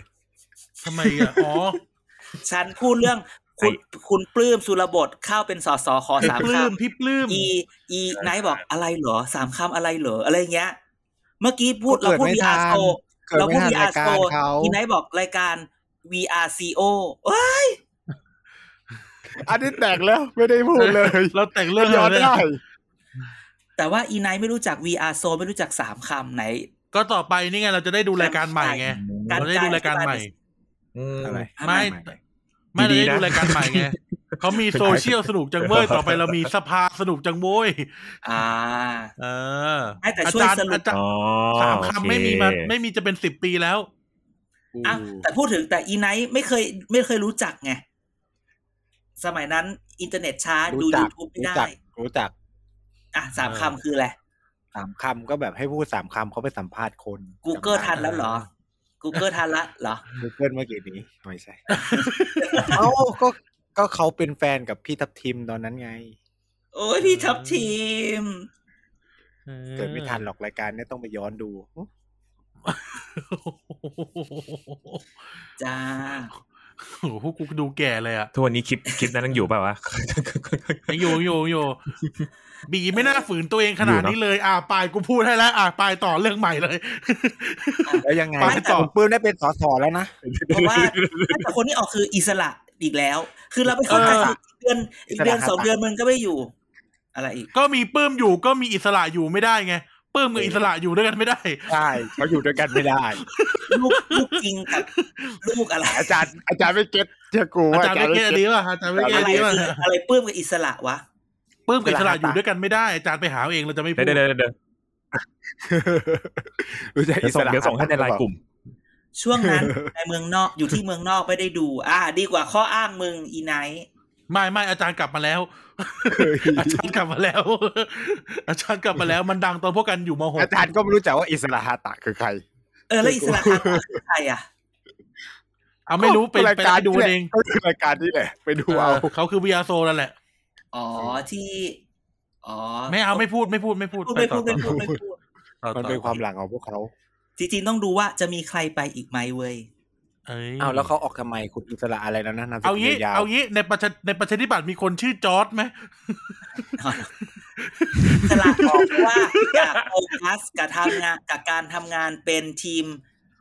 [SPEAKER 2] ทำไมอ่ะ อ๋อ
[SPEAKER 4] ฉันพูดเรื่องคุณคุณปลื้มสุรบทเข้าเป็นสสขอ
[SPEAKER 2] พี่
[SPEAKER 4] สาม
[SPEAKER 2] ปลื้ม
[SPEAKER 4] คำ
[SPEAKER 2] พี่ปลื้ม
[SPEAKER 4] อีอีไนท์บอกอะไรเหรอสามคำอะไรเหรออะไรเงี้ย เมื่อกี้พูดเรา
[SPEAKER 5] กิ
[SPEAKER 4] พูด
[SPEAKER 5] ไม่
[SPEAKER 4] VR
[SPEAKER 5] ทัน
[SPEAKER 4] s o
[SPEAKER 5] เกิด
[SPEAKER 4] เรา
[SPEAKER 5] ไม่
[SPEAKER 4] พูด VR
[SPEAKER 5] ทันราย
[SPEAKER 4] s
[SPEAKER 5] การ
[SPEAKER 4] o
[SPEAKER 5] เขา
[SPEAKER 4] อีไนท์บอกรายการ VRCO เอ้ย
[SPEAKER 5] อันนี้แต่งแล้วไม่ได้พูดเลย
[SPEAKER 2] เราแต่งเรื่อง
[SPEAKER 5] ย้อ
[SPEAKER 2] เรา
[SPEAKER 5] น
[SPEAKER 2] เนี่ย
[SPEAKER 5] ได้
[SPEAKER 4] แต่ว่าอีไนท์ไม่รู้จัก VR Zone ไม่รู้จักสามคำไหน
[SPEAKER 2] ก็ต่อไปนี่ไงเราจะได้ดูรายการใหม่ไง
[SPEAKER 4] การ
[SPEAKER 2] เราได้ดูรายการใหม่
[SPEAKER 6] อืม
[SPEAKER 5] อะไร
[SPEAKER 2] ไม่ไม่
[SPEAKER 3] ดี
[SPEAKER 2] ได้
[SPEAKER 3] ๆนะ
[SPEAKER 2] ดูรายการใหม่ไงเขามีโซเชียลสนุกจังเว้ยต่อไปเรามีสภาสนุกจังโว้ย
[SPEAKER 4] อ่า
[SPEAKER 2] เออ
[SPEAKER 4] ไม่แต่ช่วย
[SPEAKER 2] อาจาร
[SPEAKER 4] สรุป
[SPEAKER 2] อาจาร
[SPEAKER 3] อ๋อ
[SPEAKER 2] สามคำไม่มีมา
[SPEAKER 3] โอเค
[SPEAKER 2] ไม่มีจะเป็นสิบปีแล้ว
[SPEAKER 4] อ่ะแต่พูดถึงแต่อีไนท์ไม่เคยไม่เคยรู้จักไง สมัยนั้นอินเทอร์เน็ตช้าดู
[SPEAKER 5] รู้จัก
[SPEAKER 4] YouTube ไม่
[SPEAKER 5] รู้
[SPEAKER 4] ได้
[SPEAKER 5] จักรู้จัก
[SPEAKER 4] อ่ะสามคำคืออะไร
[SPEAKER 5] สามคำก็แบบให้พูดสามคำเขาไปสัมภาษณ์คน
[SPEAKER 4] Google ทันแล้วเหรอ Google ทันละเหรอ
[SPEAKER 5] กูเกิลเมื่อกี้นี้ไม่ใช่ เอ้าก็ก็เขาเป็นแฟนกับพี่ทับทิมตอนนั้นไง
[SPEAKER 4] โอ้ยพี่ทับทีม
[SPEAKER 5] เกิดไม่ทันหรอกรายการเนี้ต้องไปย้อนดู
[SPEAKER 4] จ้า
[SPEAKER 2] โอ้โหพวกกูดูแก่เลยอ่ะ
[SPEAKER 3] ทุกวันนี้คลิปคลิปนั้นยังอยู่เปล่าวะ
[SPEAKER 2] ยังอยู่ยังอยู่ยังอยู่บีไม่น่าฝืนตัวเองขนาดนี้เลย อ่าปายกูพูดให้แล้ว อ่าปายต่อเรื่องใหม่เลย
[SPEAKER 5] แล้วยังไง
[SPEAKER 2] ไปต่อ
[SPEAKER 5] ผมปลื้มได้เป็นสอสอแล้วนะ
[SPEAKER 4] เพราะว่าแต่คนที่ออกคืออิสระอีกแล้ว คือเราไปเข้าใจ
[SPEAKER 5] เอ
[SPEAKER 4] อีก
[SPEAKER 5] อ
[SPEAKER 4] เดือนอีกเดือน
[SPEAKER 5] อิสระ
[SPEAKER 4] สองเดือนมันก็ไม่อยู่ อะไรอีก
[SPEAKER 2] ก็มีปื้มอยู่ก็มีอิสระอยู่ไม่ได้ไงปื้มกับอิสระอยู่ด้วยกันไม่ได้
[SPEAKER 5] ใช่เขาอยู่ด้วยกันไม่ได้
[SPEAKER 4] ลูกลูกจริงกับลูกอะไร
[SPEAKER 5] อาจารย์ อาจารย์ไม่เก็ตเชื่อกูว่า
[SPEAKER 2] อา
[SPEAKER 5] อา
[SPEAKER 2] จารย์
[SPEAKER 5] จารย์
[SPEAKER 2] ไม่
[SPEAKER 5] ไม่
[SPEAKER 2] เก็ตอัน
[SPEAKER 5] เก็ต
[SPEAKER 2] นี้ป่ะอาจารย์ไม่เก็ตอันนี้
[SPEAKER 4] อะไร
[SPEAKER 2] ป่ะ
[SPEAKER 4] คืออะไรปลื้มกับอิสระวะ
[SPEAKER 2] ปื้มกับอิสระ
[SPEAKER 5] เวลา
[SPEAKER 2] อยู่ด้วยกันไม่ได้อาจารย์ไปหาเอาเองเราจะไม่
[SPEAKER 3] เดี๋
[SPEAKER 2] พู
[SPEAKER 3] ยว
[SPEAKER 2] ด
[SPEAKER 3] เดี๋ยวเดี๋ยว
[SPEAKER 5] รู้จัก
[SPEAKER 3] เดี๋ย
[SPEAKER 5] อิ
[SPEAKER 3] ว
[SPEAKER 5] ส
[SPEAKER 3] ส่ง
[SPEAKER 5] ระ
[SPEAKER 3] เดี๋ยวส่งให้ในไลน์กลุ่ม
[SPEAKER 4] ช่วงนั้น ในเมืองนอกอยู่ที่เมืองนอกไม่ได้ดู อ่า ดีกว่าข้ออ้างมึงอีไนท์
[SPEAKER 2] ไม่ไม่อาจารย์กลับมาแล้ว
[SPEAKER 5] เฮ้ย
[SPEAKER 2] อาจารย์กลับมาแล้ว อาจารย์กลับมาแล้วมันดังตอนพวกกันอยู่มหก
[SPEAKER 5] อาจารย์ก็ไม่รู้จักว่าอิสระฮาตะคือใคร
[SPEAKER 4] เออแล้วอิสระคาตาคือใครอ่ะ
[SPEAKER 2] เอาไม่รู้ไป
[SPEAKER 5] ก็ราย
[SPEAKER 2] ไป
[SPEAKER 5] การ
[SPEAKER 2] ดู
[SPEAKER 5] นี่แหละ
[SPEAKER 2] เอง
[SPEAKER 5] ก็คือรายการนี่แหละ ไปดูเอา
[SPEAKER 2] เออเขาคือวิยาโซนั่นแหละ
[SPEAKER 4] อ๋อที่ อ๋อ
[SPEAKER 2] ไม่เอาไม่พูดไม่พูดไม่พูด
[SPEAKER 4] พูด
[SPEAKER 2] ไป
[SPEAKER 4] ไม่
[SPEAKER 2] ต่
[SPEAKER 4] พู
[SPEAKER 2] อ
[SPEAKER 4] ดไม่พูดไม่พูด
[SPEAKER 2] ต่อต่อ
[SPEAKER 5] มันเป็นความหลังของพวกเขา
[SPEAKER 4] จริงๆต้องดูว่าจะมีใครไปอีกไหมเว้ย
[SPEAKER 2] เอ้ย
[SPEAKER 5] เอาแล้วเขาออกทำไมคุณอิสระอะไรแล้วนะนามส
[SPEAKER 2] เอา
[SPEAKER 5] กุล
[SPEAKER 2] งี้
[SPEAKER 5] ยาว
[SPEAKER 2] เอางี้ในประชาในประชาธิปัตย์มีคนชื่อจอร์ดไหม
[SPEAKER 4] สลากบอกว่าอยากโฟกัสกับทำงานกับการทำงานเป็นทีม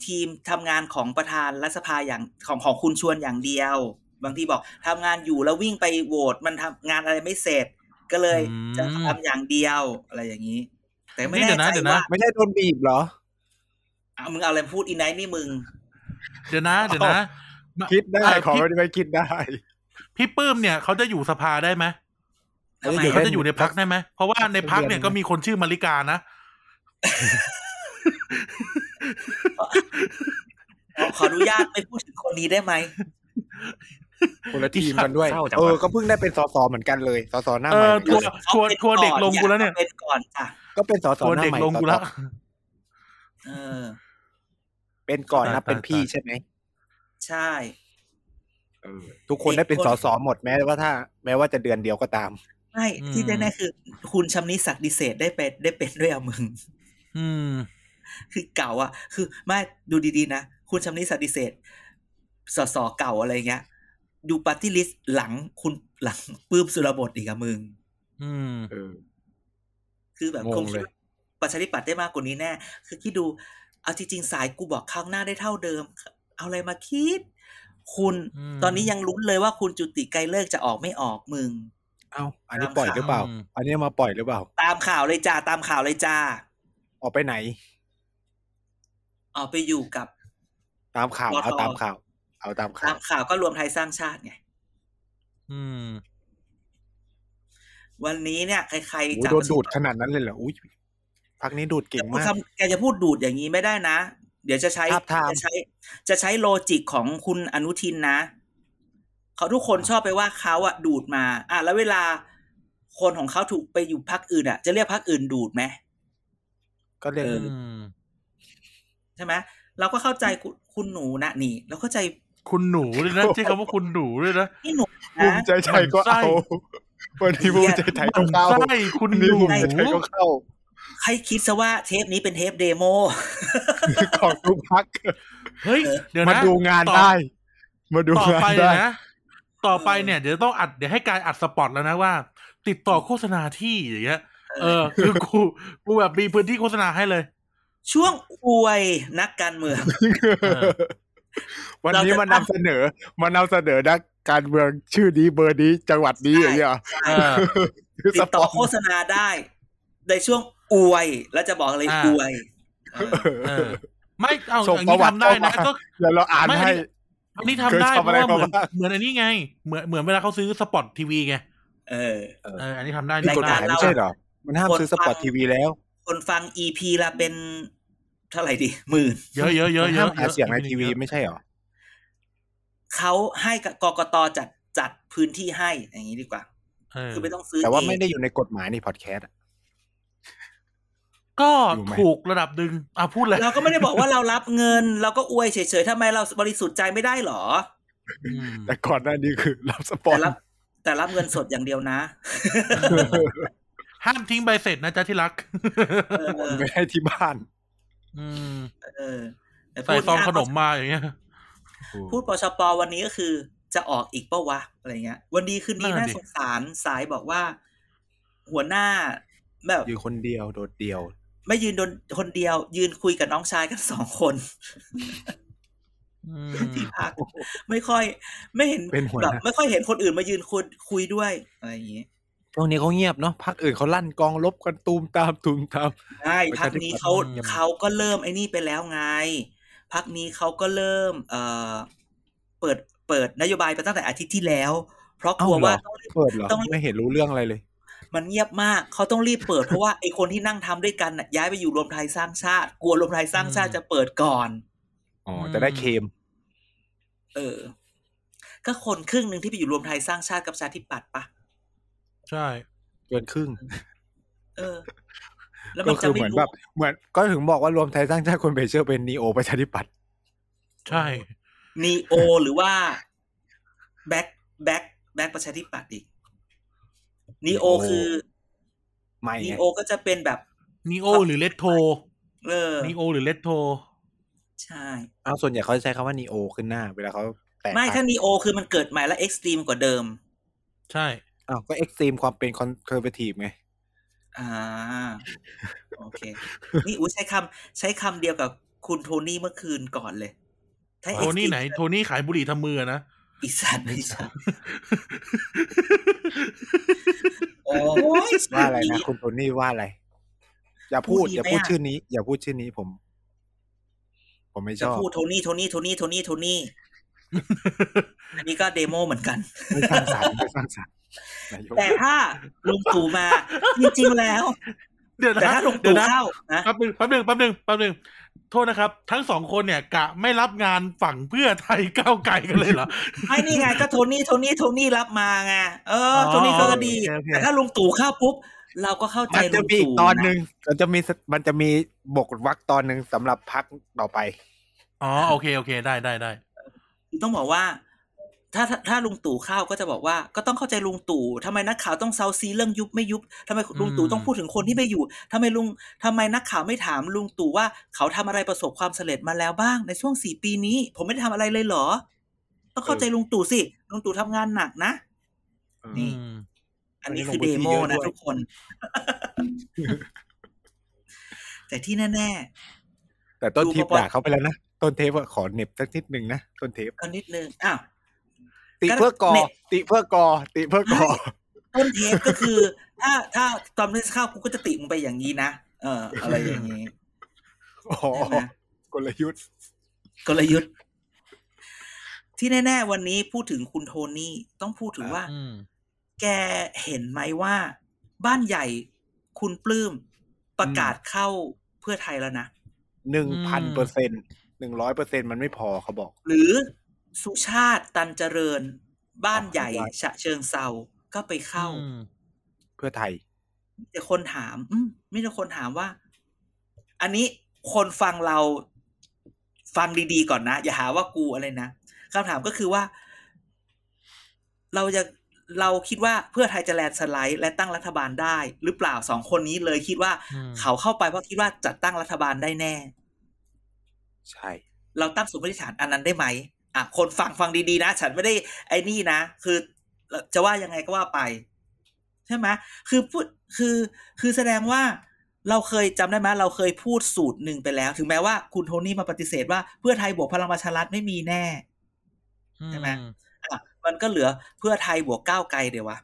[SPEAKER 4] ทีมทำงานของประธานรัฐสภาอย่างของของคุณชวนอย่างเดียว บางทีบอกทำงานอยู่แล้ววิ่งไปโหวตมันทำงานอะไรไม่เสร็จ ก็เลยจะทำอย่างเดียวอะไรอย่างนี้ แต่ไม่
[SPEAKER 2] นี่
[SPEAKER 4] แน่
[SPEAKER 2] เดี๋ยวนะ
[SPEAKER 4] ใจ
[SPEAKER 2] เดี๋ยวนะ
[SPEAKER 4] ว่า
[SPEAKER 5] ไม่ใช่โดนบีบเหรอ
[SPEAKER 4] เอามึงเอาอะไรพูดอีไนท์นี่มึง
[SPEAKER 2] เดี๋ยวนะเดี๋ยวนะ
[SPEAKER 5] คิดได้
[SPEAKER 2] เอ่อ
[SPEAKER 5] ขอ
[SPEAKER 2] พี่
[SPEAKER 5] ไม่ได้คิดได้
[SPEAKER 2] พี่ปื้มเนี่ยเขาจะอยู่สภาได้ไหม
[SPEAKER 4] ทำไม
[SPEAKER 2] เขาจะอยู่ในพักได้ไหมเพราะว่าในพักเนี่ยก็มีคนชื่อมาริกานะ
[SPEAKER 4] ขอขออนุญาตไม่พูดถึงคนนี้ได้ไหม
[SPEAKER 5] คนละทีมกันด้วย
[SPEAKER 3] เศร้าจังวะ
[SPEAKER 5] เออก็เพิ่งได้เป็นสสเหมือนกันเลยสสหน้า
[SPEAKER 2] เอ
[SPEAKER 5] ใหม่
[SPEAKER 2] อ
[SPEAKER 5] เหมือน
[SPEAKER 2] ทั
[SPEAKER 5] กั
[SPEAKER 2] วน ร์ทัวร์ทัวร์เด็กลงกูแล้วเนี่ย
[SPEAKER 4] อาเป็นก่อนจ้ะ
[SPEAKER 5] ก็เป็นสส
[SPEAKER 2] ทัวร์
[SPEAKER 5] หน้า
[SPEAKER 2] เด็ก
[SPEAKER 5] ใหม่
[SPEAKER 2] ลงกูแล้ว
[SPEAKER 4] เออ
[SPEAKER 5] เป็นก่อนนะ
[SPEAKER 2] ตายตาย
[SPEAKER 5] เป็นพี่ใช่ไหม
[SPEAKER 4] ใช่
[SPEAKER 5] ทุกคนได้เป็น
[SPEAKER 4] เด็ก
[SPEAKER 5] ส
[SPEAKER 4] คน
[SPEAKER 5] สหมดแม้ว่าถ้า แม้ว่าจะเดือนเดียวก็ตาม
[SPEAKER 4] ไม่
[SPEAKER 2] อืม
[SPEAKER 4] ที่แน่ๆคือ คุณชำนิศักดิเศษได้เป็นได้เป็นด้วยอ่ะมึง
[SPEAKER 2] อืม
[SPEAKER 4] คือเก่าอ่ะ คือไม่ดูดีๆนะ คุณชำนิศักดิเศษสสเก่าอะไรเงี้ย ดูปาร์ตี้ลิสต์หลังคุณหลังปื้มสุรบดอีกอะมึง
[SPEAKER 2] อืม
[SPEAKER 5] เออ
[SPEAKER 4] คือแบบ
[SPEAKER 5] งง
[SPEAKER 4] คงคิด
[SPEAKER 5] เลย
[SPEAKER 4] ว่าประชาธิปัตย์ได้มากกว่านี้แน่ คือคิดดู เอาจริงๆสายกูบอกข้างหน้าได้เท่าเดิม เอาอะไรมาคิด คุณ
[SPEAKER 2] อืม
[SPEAKER 4] ตอนนี้ยังลุ้นเลยว่าคุณจุติไกรเลิกษ์จะออกไม่ออกมึง
[SPEAKER 5] เอ้าอันนี้ปล่อยหรือเปล่า
[SPEAKER 2] อืม
[SPEAKER 5] อันนี้มาปล่อยหรือเปล่า
[SPEAKER 4] ตามข่าวเลยจ้าตามข่าวเลยจ้า
[SPEAKER 5] ออกไปไหน
[SPEAKER 4] ออกไปอยู่กับ
[SPEAKER 5] ตามข่าว
[SPEAKER 4] รอ
[SPEAKER 5] เอา
[SPEAKER 4] รอ
[SPEAKER 5] ตามข่าว เอาตามข่า
[SPEAKER 4] ตาว มข่าวก็รวมไทยสร้างชาติไง
[SPEAKER 2] อืม
[SPEAKER 4] วันนี้เนี่ยใคร
[SPEAKER 5] อุ๊
[SPEAKER 4] ๆ
[SPEAKER 5] ย
[SPEAKER 4] จะ
[SPEAKER 5] โดนดูดขนาดนั้นเลยเหรออุ้ยพักนี้ดูดเก่ง
[SPEAKER 4] พูด
[SPEAKER 5] มาก
[SPEAKER 4] คำแกจะพูดดูดอย่างนี้ไม่ได้นะ เดี๋ยวจะใช้
[SPEAKER 5] ทาบทาม
[SPEAKER 4] จะใช้ จะใช้โลจิกของคุณอนุทินนะ เขาทุกคนชอบไปว่าเขาอะดูดมา อ่ะแล้วเวลาคนของเขาถูกไปอยู่พักอื่นอะจะเรียกพักอื่นดูดไหม
[SPEAKER 5] ก็เรื่อง
[SPEAKER 2] อืม
[SPEAKER 4] ใช่ไหมเราก็เข้าใจคุณคุณหนูนะนี่เราเข้าใจ
[SPEAKER 2] คุณหนูเลยนะใช้คำว่าคุณหนูเลยนะ
[SPEAKER 4] พี่หนู
[SPEAKER 5] ภู
[SPEAKER 4] นะ
[SPEAKER 5] มิใจไทยก็เอาวันนี้ภูมิใจไทยก็เข้า
[SPEAKER 2] ใช่คุณ
[SPEAKER 5] วัน
[SPEAKER 2] ห
[SPEAKER 5] นี้
[SPEAKER 2] นู
[SPEAKER 5] ภูมิใจไทยก็เข้า
[SPEAKER 4] ให้คิดซะว่าเทปนี้เป็นเทปเดโม
[SPEAKER 5] ของทุกพัก
[SPEAKER 2] เฮ้ย เดี๋ยว
[SPEAKER 5] มา
[SPEAKER 2] นะ
[SPEAKER 5] ดูงาน
[SPEAKER 2] ต่อ
[SPEAKER 5] ได้ มาดู
[SPEAKER 2] ต่อง
[SPEAKER 5] าน
[SPEAKER 2] ไป
[SPEAKER 5] ได้
[SPEAKER 2] นะ ต่อไปเนี่ยเดี๋ยวต้องอัดเดี๋ยวให้การอัดสปอตแล้วนะว่า ติดต่อโฆษณาที่อย่างเงี้ย เออ คือกูกูแบบมีพื้นที่โฆษณาให้เลย
[SPEAKER 4] ช่วงอวยนักการเมือง
[SPEAKER 2] เออ
[SPEAKER 5] วันนี้มันนำเสนอ มันนำเสนอนักการเมืองชื่อนี้เบอร์นี้จังหวัดนี้อย่างเงี้ยเหรอ
[SPEAKER 2] เออ
[SPEAKER 5] คือ
[SPEAKER 4] ติ
[SPEAKER 5] ส
[SPEAKER 4] ด
[SPEAKER 5] ป
[SPEAKER 4] ต่อ
[SPEAKER 5] อน
[SPEAKER 4] โฆษณาได้ ในช่วงอวย แล้วจะบอกอะไร
[SPEAKER 2] อ่า
[SPEAKER 4] อวยเออ
[SPEAKER 2] เออ ไม่เอาอ
[SPEAKER 5] ส่ง
[SPEAKER 2] ย่างนี้
[SPEAKER 5] ประวัติ
[SPEAKER 2] ทำได้นะ
[SPEAKER 5] เข้ามา
[SPEAKER 2] ก็
[SPEAKER 5] เดี๋ยวเราอ่าน
[SPEAKER 2] ไม่
[SPEAKER 5] ให้
[SPEAKER 2] อันนี้
[SPEAKER 5] เค
[SPEAKER 2] ทำ
[SPEAKER 5] ย
[SPEAKER 2] ได้
[SPEAKER 5] ทำ
[SPEAKER 2] เพ
[SPEAKER 5] อะไร
[SPEAKER 2] ราะว่าเหมือน
[SPEAKER 5] มาบ้าง
[SPEAKER 2] เหมือนอันนี้ไง เหมือนเหมือนเวลาเขาซื้อสปอตทีวีไง
[SPEAKER 4] เออ
[SPEAKER 2] เอออันนี้ทำได้
[SPEAKER 5] มี
[SPEAKER 2] นี่
[SPEAKER 5] กฎหมาย
[SPEAKER 2] ได้
[SPEAKER 5] ไม่ใช่เหรอ มันห้ามซื้อสปอตทีวีแล้ว
[SPEAKER 4] คนฟังอีพีละเป็นเท่าไหร่ดีหมื่น
[SPEAKER 2] เยอะเยอะเยอะ
[SPEAKER 5] มัน
[SPEAKER 2] เย
[SPEAKER 5] ห้าม
[SPEAKER 2] อะ
[SPEAKER 5] หาเสียงในทีวีไม่ใช่เหรอ
[SPEAKER 4] เขาให้กับกกตจัดจัดพื้นที่ให้อย่างนี้ดีกว่า
[SPEAKER 2] เออ
[SPEAKER 4] คือไม่ต้องซื้อ
[SPEAKER 5] แต่ว่า
[SPEAKER 4] เอง
[SPEAKER 5] ไม่ได้อยู่ ในกฎหมายในพอดแคสต์อะ
[SPEAKER 2] ก็
[SPEAKER 5] อยู่ไหม
[SPEAKER 2] ถูกระดับหนึ่งอ่ะพูดเลย
[SPEAKER 4] เราก็ไม่ได้บอกว่าเรารับเงิน เราก็อวยเฉยๆทำไมเราบริสุทธิ์ใจไม่ได้หรอ
[SPEAKER 2] อืม
[SPEAKER 5] แต่ก่อนหน้านี้คือรับสปอ
[SPEAKER 4] แต่
[SPEAKER 5] น
[SPEAKER 4] รับแต่รับเงินสดอย่างเดียวนะ
[SPEAKER 2] ห้ามทิ้งใบเสร็จนะจ๊ะที่รัก
[SPEAKER 4] เออ
[SPEAKER 5] ไม่ให้ที่บ้าน
[SPEAKER 2] อืม
[SPEAKER 4] เออแต่พู
[SPEAKER 2] ใส่
[SPEAKER 4] ด
[SPEAKER 2] ซองขนมมาอย่างเงี้ย
[SPEAKER 4] พูดปชปวันนี้ก็คือจะออกอีกปะวะอะไรเงี้ย วันดีคืนดี
[SPEAKER 2] นั่
[SPEAKER 4] น่าน
[SPEAKER 2] ดิ
[SPEAKER 4] สงสารสายบอกว่า หัวหน้าแบบ
[SPEAKER 5] อยู่คนเดียวโดดเดียว
[SPEAKER 4] ไม่ยืนโดนคนเดียว ยืนคุยกับน้องชายกันสองคน
[SPEAKER 2] อืม
[SPEAKER 4] ที่พักไม่ค่อย ไม่เห็น
[SPEAKER 5] เป็นหัวห
[SPEAKER 4] แบ
[SPEAKER 5] น้า
[SPEAKER 4] บไม่ค่อยเห็นคนอื่นมายืนคุยคุยด้วยอะไรอย่างงี้
[SPEAKER 5] ช่วงนี้เขาเงียบเนาะพักอื่นเขาลั่นกองลบกันตูมตามตูมตาม
[SPEAKER 4] ใช่
[SPEAKER 5] ประ
[SPEAKER 4] พั
[SPEAKER 5] ชาก ธิปัตย์
[SPEAKER 4] นี้เขา
[SPEAKER 2] อืม
[SPEAKER 4] เขาก็เริ่มไอ้นี่ไปแล้วไงพักนี้เขาก็เริ่ม เอ่อเปิดเปิดนโยบายไปตั้งแต่อาทิตย์ที่แล้ว เพราะกลัว
[SPEAKER 5] เอ้าเหรอ
[SPEAKER 4] ว่าต้องรีบ
[SPEAKER 5] เปิดเหรอ
[SPEAKER 4] ต้อง
[SPEAKER 5] ไม่เห็นรู้เรื่องอะไรเลย
[SPEAKER 4] มันเงียบมาก เขาต้องรีบเปิดเพราะว่าไอ้คนที่นั่งทำด้วยกันน่ะย้ายไปอยู่รวมไทยสร้างชาติ กลัวรวมไทยสร้างชาติจะเปิดก่อน
[SPEAKER 5] อ๋อ จะได้เคม
[SPEAKER 4] เออ ก็คนครึ่งหนึ่งที่ไปอยู่รวมไทยสร้างชาติกับประชาธิปัตย์ปะ
[SPEAKER 2] ใช่
[SPEAKER 5] เกินครึ่ง
[SPEAKER 4] เออ แล้วมั
[SPEAKER 5] ก็
[SPEAKER 4] น
[SPEAKER 5] คื
[SPEAKER 4] จะ
[SPEAKER 5] อ
[SPEAKER 4] ไม่
[SPEAKER 5] เหมือน
[SPEAKER 4] รู้
[SPEAKER 5] แบบเหมือนก็ถึงบอกว่ารวมไทยสร้างชาติคนเบเชอร์เป็นนีโอประชาธิปัตย์
[SPEAKER 2] ใช่
[SPEAKER 4] นีโอหรือว่าแบ็คแบ็คแบ็คประชาธิปัตย์อีกนีโอคือ
[SPEAKER 5] ไม่
[SPEAKER 4] นี
[SPEAKER 5] ไง
[SPEAKER 4] โอก็จะเป็นแบบ
[SPEAKER 2] นีโอหรือเลตโท
[SPEAKER 4] เออ
[SPEAKER 2] นีโอหรือเลตโท
[SPEAKER 4] ใช่
[SPEAKER 5] เอาส่วนใหญ่เขาจะใช้คำว่านีโอขึ้นหน้า เวลาเขาแตก
[SPEAKER 4] ไม่
[SPEAKER 5] พั
[SPEAKER 4] ถ้าก นีโอคือมันเกิดใหม่และเอ็กซ์ตรีมกว่าเดิม
[SPEAKER 2] ใช่
[SPEAKER 5] อ้าวก็เอ็กซ์ตรีมความเป็นคอนเ e อร์เวทีฟไง
[SPEAKER 4] อ่า โอเค นี่อุ้ยใช้คำใช้คำเดียวกับคุณโทนี่เมื่อคืนก่อนเลยถ้า
[SPEAKER 2] โท
[SPEAKER 4] extreme
[SPEAKER 2] นี่ไหน โทนี่ขายบุหรี่ทำมือนะ
[SPEAKER 4] อีสัตว์ไม่ใช่โอ้ย
[SPEAKER 5] ว่าอะไร นะ คุณโทนี่ว่าอะไร อย่าพูด
[SPEAKER 4] พูดดี
[SPEAKER 5] อย่า
[SPEAKER 4] ไหม
[SPEAKER 5] พูด
[SPEAKER 4] อะ
[SPEAKER 5] ชื่อนี้ อย่าพูดชื่อนี้ผม ผมไม่ช
[SPEAKER 4] จะ
[SPEAKER 5] อบ
[SPEAKER 4] พูดโทนี่โทนี่โทนี่โทนี่โทนี่ อันนี้ก็เดโมเหมือนกัน
[SPEAKER 5] ไม่สร้างสรรค์ไม่สร้างสรรค์นายก
[SPEAKER 4] แต่ถ้าลุงตู่มา จริงๆแล้ว
[SPEAKER 2] เดี๋ยว
[SPEAKER 4] แต่
[SPEAKER 2] นะ
[SPEAKER 4] ถ้าลุง
[SPEAKER 2] เดี๋ย
[SPEAKER 4] ตู่
[SPEAKER 2] วนะ
[SPEAKER 4] เข้านะ
[SPEAKER 2] แป๊บหนึงแป๊บหนึงแป๊บหนึงแป๊บหนึงโทษนะครับ ทั้งสองคนเนี่ยกะไม่รับงานฝั่งเพื่อไทยก้าวไกลกัน เลยเหรอ
[SPEAKER 4] ไอ้นี่ไงก็โทนี่โทนี่โทนี่รับมาไงเออ
[SPEAKER 2] อ๋อ
[SPEAKER 4] โทนี่เขาก็ดี
[SPEAKER 2] โอเคโอเค
[SPEAKER 4] แต่ถ้าลุงตู่เข้าปุ๊บ เราก็เข้าใจ
[SPEAKER 5] มัน
[SPEAKER 4] ลุ
[SPEAKER 5] จะ
[SPEAKER 4] ง
[SPEAKER 5] มีอีก
[SPEAKER 4] ตู่
[SPEAKER 5] ตอนหนึ่
[SPEAKER 4] นะ
[SPEAKER 5] งมันจะมีสมันจะมีบกวักตอนหนึ่งสำหรับพักต่อไป
[SPEAKER 2] อ๋อโอเคโอเคได้ได้ได้
[SPEAKER 4] ต้องบอกว่า ถ้าถ้าถ้าลุงตู่เข้าก็จะบอกว่า ก็ต้องเข้าใจลุงตู่ทำไมนักข่าวต้องเซาซีเรื่องยุบไม่ยุบทำไมลุงตู่ต้องพูดถึงคนที่ไม่อยู่ทำไมลุงทำไมนักข่าวไม่ถามลุงตู่ว่าเขาทำอะไรประสบความสำเร็จมาแล้วบ้างในช่วงสี่ปีนี้ ผมไม่ได้ทำอะไรเลยเหรอ ต้องเข้าใจลุงตู่สิลุงตู่ทำงานหนักนะ นี่
[SPEAKER 2] อืม
[SPEAKER 4] อันนี้
[SPEAKER 5] อันนี้
[SPEAKER 4] คือเด
[SPEAKER 5] ลงพื้นที่
[SPEAKER 4] โม
[SPEAKER 5] เยอะด้
[SPEAKER 4] นะ
[SPEAKER 5] วย
[SPEAKER 4] ทุกคน แต่ที่แน่
[SPEAKER 5] แต่ต้นเทปด่าเขาไปแล้วนะ ต้นเทปอะขอเหน็บสักนิดหนึ่งนะ ต้นเทป
[SPEAKER 4] ๆก็นิดนึงอ้าว
[SPEAKER 5] ติเพื่อกอ
[SPEAKER 4] เนี่ย
[SPEAKER 5] ติเพื่อกอ ติเพื่อกอ
[SPEAKER 4] ต้นเทปก็คือ ถ้าถ้าตอนเล่นข้าวกูก็จะติมึงไปอย่างนี้นะเออ อะไรอย่างนี้
[SPEAKER 5] อ๋อ
[SPEAKER 4] ใช่ไหม
[SPEAKER 5] กลยุทธ์
[SPEAKER 4] กลยุทธ์ ที่แน่ ๆ วันนี้พูดถึงคุณโทนี่ต้องพูดถึงว่า
[SPEAKER 2] อืม
[SPEAKER 4] แกเห็นไหมว่า บ้านใหญ่คุณปลื้มประกาศเข้าเพื่อไทยแล้วนะ
[SPEAKER 5] หนึ่งพันเปอร์เซ็นหนึ่งร้อยเปอร์เซ็นมันไม่พอเขาบอก
[SPEAKER 4] หรือสุชาติตันเจริญ บ้าน
[SPEAKER 5] อ๋อ
[SPEAKER 4] ใหญ่
[SPEAKER 5] บ้าน
[SPEAKER 4] ฉะเชิงเซาก็ไปเข้า
[SPEAKER 2] อืม
[SPEAKER 5] เพื่อไทย
[SPEAKER 4] แต่คนถาม อืมไมแต่ได้คนถามว่า อันนี้คนฟังเราฟังดีๆก่อนนะ อย่าหาว่ากูอะไรนะคำถามก็คือว่า เราจะเราคิดว่าเพื่อไทยจะแลนด์สไลด์และตั้งรัฐบาลได้ หรือเปล่าสองคนนี้เลยคิดว่า
[SPEAKER 2] อืม
[SPEAKER 4] เขาเข้าไปเพราะคิดว่าจัดตั้งรัฐบาลได้แน่
[SPEAKER 5] ใช่
[SPEAKER 4] เราตั้งสมมติฐานอันนั้นได้ไหมอ่ะคนฟังฟังดีๆนะ ฉันไม่ได้ไอ้นี่นะ คือจะว่ายังไงก็ว่าไป ใช่ไหมคือพูดคือคือแสดงว่า เราเคยจำได้ไหมเราเคยพูดสูตรหนึ่งไปแล้ว ถึงแม้ว่าคุณโทนี่มาปฏิเสธว่าเพื่อไทยบวกพลังประชารัฐไม่มีแน่ ใช่ไหม
[SPEAKER 2] อื
[SPEAKER 4] อ่ะมันก็เหลือเพื่อไทยบวกก้าวไกลเดี๋ยววะ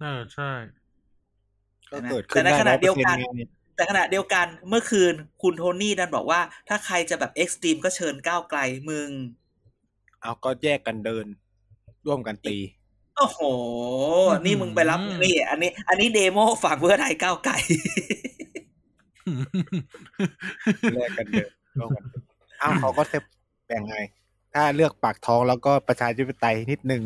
[SPEAKER 2] เออใช่
[SPEAKER 5] ก็เกิด
[SPEAKER 4] แต่
[SPEAKER 5] ขึ้น
[SPEAKER 4] ในข
[SPEAKER 5] ได้
[SPEAKER 4] ณะ
[SPEAKER 5] ร้อย
[SPEAKER 4] เดี
[SPEAKER 5] เป
[SPEAKER 4] ยว
[SPEAKER 5] อร์เซ็น
[SPEAKER 4] กั
[SPEAKER 5] ต์
[SPEAKER 4] น
[SPEAKER 5] ไง
[SPEAKER 4] แต่ขณะเดียวกันเมื่อคืนคุณโทนี่ดันบอกว่า ถ้าใครจะแบบเอ็กซ์ตรีมก็เชิญก้าวไกลมึง
[SPEAKER 5] เอาก็แยกกันเดิน ร่วมกันตี
[SPEAKER 4] โอ้โห นี่มึงไปรับนี่อันนี้ อันนี้เดโมฝากเพื่อไทยก้าวไกล
[SPEAKER 5] แลกกันเดินร่วมกันเดินอ้าวเขาก็จะแบ่งไง ถ้าเลือกปากท้องแล้วก็ประชาธิปไตยนิดนึง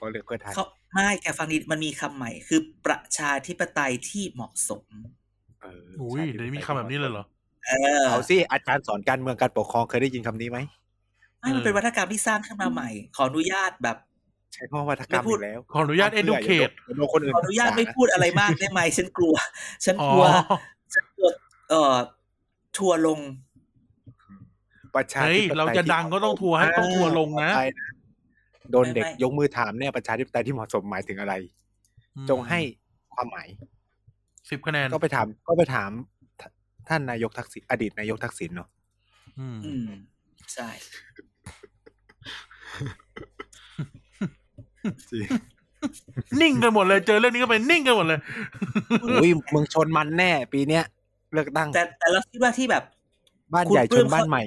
[SPEAKER 5] ก็เลือกเพื่อไทย
[SPEAKER 4] เขาไม่แกฟังดีมันมีคำใหม่คือประชาธิปไตยที่เหมาะสม
[SPEAKER 5] เออ
[SPEAKER 2] อุ้ยเดี๋ยวนี้มีคำแบบนี้เลยเหรอ
[SPEAKER 4] เออ
[SPEAKER 5] เอาสิอาจารย์สอนการเมืองการปกครองเคยได้ยินคำนี้ไหม
[SPEAKER 4] ไม่มันเป็นวัฒกรรมที่สร้างขึ้นมาใหม่ ขออนุญาตแบบ
[SPEAKER 5] ใช้คำว่าวัฒกรรม
[SPEAKER 4] ไม่พู
[SPEAKER 5] อี
[SPEAKER 4] ด
[SPEAKER 5] กแล้ว
[SPEAKER 2] ขออนุญาต educate
[SPEAKER 5] เดี๋ยวโดนคนอื่
[SPEAKER 4] ข
[SPEAKER 5] น
[SPEAKER 4] ออนุญาตไม่พูดอะไรมากได้ไหมฉันกลัว ฉัน
[SPEAKER 2] อ๋อก
[SPEAKER 4] ลัวฉันกลัวเอ่อทัวร์ลง
[SPEAKER 5] ประชา
[SPEAKER 2] เฮ้ย
[SPEAKER 5] ธิปไตย
[SPEAKER 2] เราจะดังก็ต้องทัวร์ให้ต้องทัวร์ลงนะ
[SPEAKER 5] ใช่นะโดนเด็ก
[SPEAKER 4] ไม่ไม่
[SPEAKER 5] ยกมือถามเนี่ยประชาธิปไตยที่เหมาะสมหมายถึงอะไร จงให้ความหมาย
[SPEAKER 2] สิบคะแนน
[SPEAKER 5] ก็ไปถามก็ไปถามทท่านนายกทักษิณอดีตนายกทักษิณ เนาะ
[SPEAKER 2] อืม
[SPEAKER 4] อืม ใช่
[SPEAKER 2] นิ่งกันหมดเลยเจอเรื่องนี้ก็ไปนิ่งกันหมดเลย
[SPEAKER 5] อุ้ยเมืองชนมันแน่ ปีเนี้ยเลือกตั้ง
[SPEAKER 4] แต่แต่เราคิดว่าที่แบบ
[SPEAKER 5] บ้านใหญ่
[SPEAKER 4] คุณป
[SPEAKER 5] ช
[SPEAKER 4] ลื้
[SPEAKER 5] น
[SPEAKER 4] ม
[SPEAKER 5] บ้านใหม่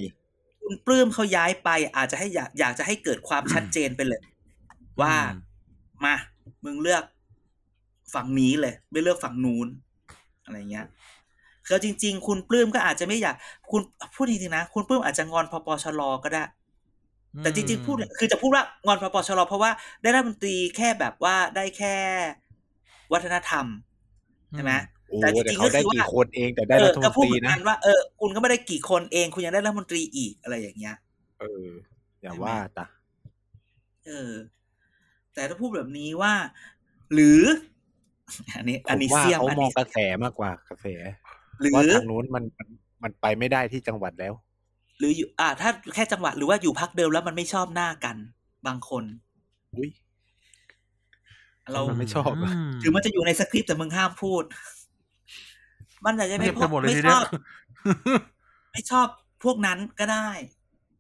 [SPEAKER 4] คุณปลื้มเขาย้ายไป อาจจะให้อยากอยากจะให้เกิดความชัดเจนไปเลย ว่า
[SPEAKER 2] อืม
[SPEAKER 4] มา มึงเลือกฝั่งนี้เลย ไม่เลือกฝั่งนู้นอะไรเงี้ยคือจริง ๆ คุณปลื้มก็อาจจะไม่อยาก คุณพูดจริงๆนะ คุณปลื้มอาจจะงอนพปชรก็ได้ แต่จริง ๆ พูดเนี่ยคือจะพูดว่างอนพปชรเพราะว่าได้รัฐมนตรีแค่แบบว่าได้แค่วัฒนธรรมใช่ไหม
[SPEAKER 5] โอ้
[SPEAKER 4] แต่จริงๆ
[SPEAKER 5] แต่เขาได้
[SPEAKER 4] ก็คือว่า
[SPEAKER 5] กี่คนเองแต่ได้
[SPEAKER 4] เอ
[SPEAKER 5] รั
[SPEAKER 4] อ
[SPEAKER 5] ฐม
[SPEAKER 4] ก็
[SPEAKER 5] น
[SPEAKER 4] พู
[SPEAKER 5] ต
[SPEAKER 4] ด
[SPEAKER 5] รี
[SPEAKER 4] เหมือน
[SPEAKER 5] นะ
[SPEAKER 4] กันว่าเออคุณก็ไม่ได้กี่คนเอง คุณยังได้รัฐมนตรีอีกอะไรอย่างเงี้ย
[SPEAKER 5] เออ อย่าว่าแต่
[SPEAKER 4] เออ แต่ถ้าพูดแบบนี้ว่า หรือ อันนี้
[SPEAKER 5] ผ
[SPEAKER 4] อัน
[SPEAKER 5] ม
[SPEAKER 4] นี้
[SPEAKER 5] ว่า
[SPEAKER 4] เสียม
[SPEAKER 5] เขา
[SPEAKER 4] อัน
[SPEAKER 5] มอง
[SPEAKER 4] นี้
[SPEAKER 5] กระแสมากกว่ากระแส
[SPEAKER 4] หรือ
[SPEAKER 5] ว่าทางนู้นมันมันมันไปไม่ได้ที่จังหวัดแล้ว
[SPEAKER 4] หรืออยู่ อ่า ถ้าแค่จังหวะหรือว่าอยู่พักเดิมแล้วมันไม่ชอบหน้ากัน บางคน
[SPEAKER 5] อุ้ย
[SPEAKER 4] เรา
[SPEAKER 5] มันไม่ชอบอะ
[SPEAKER 4] ถึงมันจะอยู่ในสคริปต์แต่มึงห้ามพูด มันอาจจะไม่
[SPEAKER 2] เงียบกันหมดเลย
[SPEAKER 4] ไม่
[SPEAKER 2] ที
[SPEAKER 4] ช
[SPEAKER 2] เดีย
[SPEAKER 4] อ
[SPEAKER 2] ว
[SPEAKER 4] บ ไม่ชอบพวกนั้นก็ได้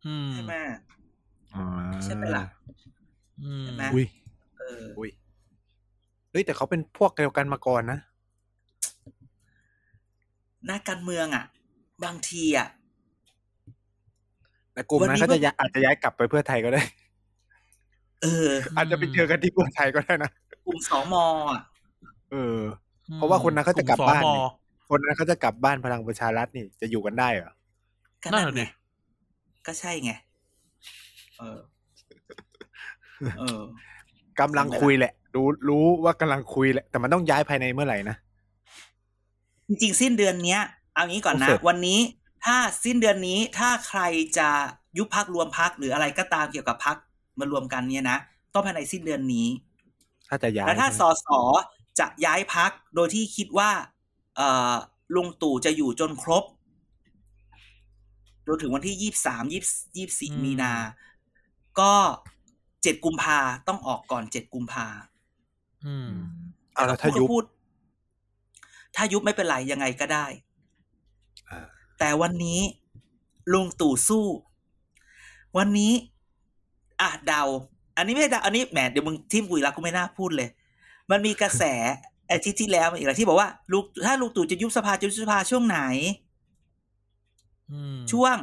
[SPEAKER 2] อืม
[SPEAKER 4] ใช่ไหม
[SPEAKER 5] อ่า
[SPEAKER 4] ใช่ไหมล่ะ
[SPEAKER 2] อืม
[SPEAKER 4] เห็นไหม
[SPEAKER 5] อุ้ย
[SPEAKER 4] เออ
[SPEAKER 5] อุ้ยเฮ้ยแต่เขาเป็นพวกเดียวกันมาก่อนนะ
[SPEAKER 4] หน้าการเมืองอ่ะ บางทีอ่ะ
[SPEAKER 5] แต่กลุ่ม
[SPEAKER 4] วัน
[SPEAKER 5] นั้
[SPEAKER 4] นี้
[SPEAKER 5] นเขา
[SPEAKER 4] ก็
[SPEAKER 5] จะย้ายอาจจะย้ายกลับไปเพื่อไทยก็ได้
[SPEAKER 4] เออ
[SPEAKER 5] อาจจะไปเจอกันที่เพื่อไทยก็ได้นะ
[SPEAKER 4] กลุ่มสองมอ่ะ
[SPEAKER 5] เออ เพราะว่าคนนั้นเขาจะกลับบ้าน
[SPEAKER 2] ม
[SPEAKER 5] นี่ คนนั้นเขาจะกลับบ้านพลังประชารัฐนี่จะอยู่กันได้เหรอ
[SPEAKER 4] ก็
[SPEAKER 2] นั่น
[SPEAKER 4] นั่น
[SPEAKER 2] แหละ
[SPEAKER 4] ไง
[SPEAKER 2] ดิ
[SPEAKER 4] ก็ใช่ไง เออ เออ
[SPEAKER 5] กำลังคุยแหละ รู้รู้ว่ากำลังคุยแหละ แต่มันต้องย้ายภายในเมื่อไหร่นะ
[SPEAKER 4] จริงๆ สิ้นเดือนเนี้ย เอางี้ก่อนนะ
[SPEAKER 5] โอเค
[SPEAKER 4] วันนี้ ถ้าสิ้นเดือนนี้ถ้าใครจะยุบพักรวมพักหรืออะไรก็ตามเกี่ยวกับพักมารวมกันเนี่ยนะต้องภายในสิ้นเดือนนี้
[SPEAKER 5] ถ้าจะย้าย
[SPEAKER 4] แล้วถ้าสสจะย้ายพักโดยที่คิดว่า เออลุงตู่จะอยู่จนครบจนถึงวันที่ยี่สามยี่ยี่สี่มีนา ก็เจ็ดกุมภาต้องออกก่อนเจ็ดกุมภา
[SPEAKER 2] อืม
[SPEAKER 5] เอาแล้วถ้ายุบ
[SPEAKER 4] พูด ถ้ายุบไม่เป็นไรยังไงก็ได้
[SPEAKER 5] เออ
[SPEAKER 4] แต่วันนี้ลุงตู่สู้ วันนี้ อ่ะเดา อันนี้ไม่ได้เดาอันนี้แหมเดี๋ยวมึงทิมกุยละกูไม่น่าพูดเลย มันมีกระแส อาทิตย์ที่แล้วอีกแล้วที่บอกว่าลุงถ้าลุงตู่จะยุบสภาจะยุบสภาช่วงไหน
[SPEAKER 2] อืม
[SPEAKER 4] ช่วง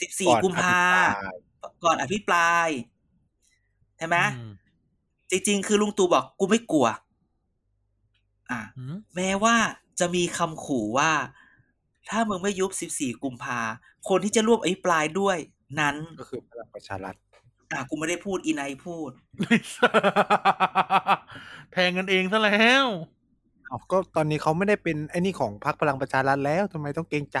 [SPEAKER 4] สิบสี่
[SPEAKER 5] อน
[SPEAKER 4] กุมภา
[SPEAKER 5] อภิปรย
[SPEAKER 4] ก่อนอภิปรายใช่ไหม
[SPEAKER 2] อืม
[SPEAKER 4] จริงๆ คือลุงตู่บอกกูไม่กลัว อ่ะ
[SPEAKER 2] อืม
[SPEAKER 4] แม้ว่าจะมีคำขู่ว่า ถ้ามึงไม่ยุบ 14 กุมภาคนที่จะร่วมอภิปรายด้วย นั้น
[SPEAKER 5] ก็คือพลังประชารัฐ
[SPEAKER 4] อ่ะกูไม่ได้พูดอีไนายพูด
[SPEAKER 2] แทงกันเองซะแล้ว
[SPEAKER 5] เอาก็ตอนนี้เขาไม่ได้เป็นไอ้นี่ของพรรคพลังประชารัฐแล้วทำไมต้องเกรงใจ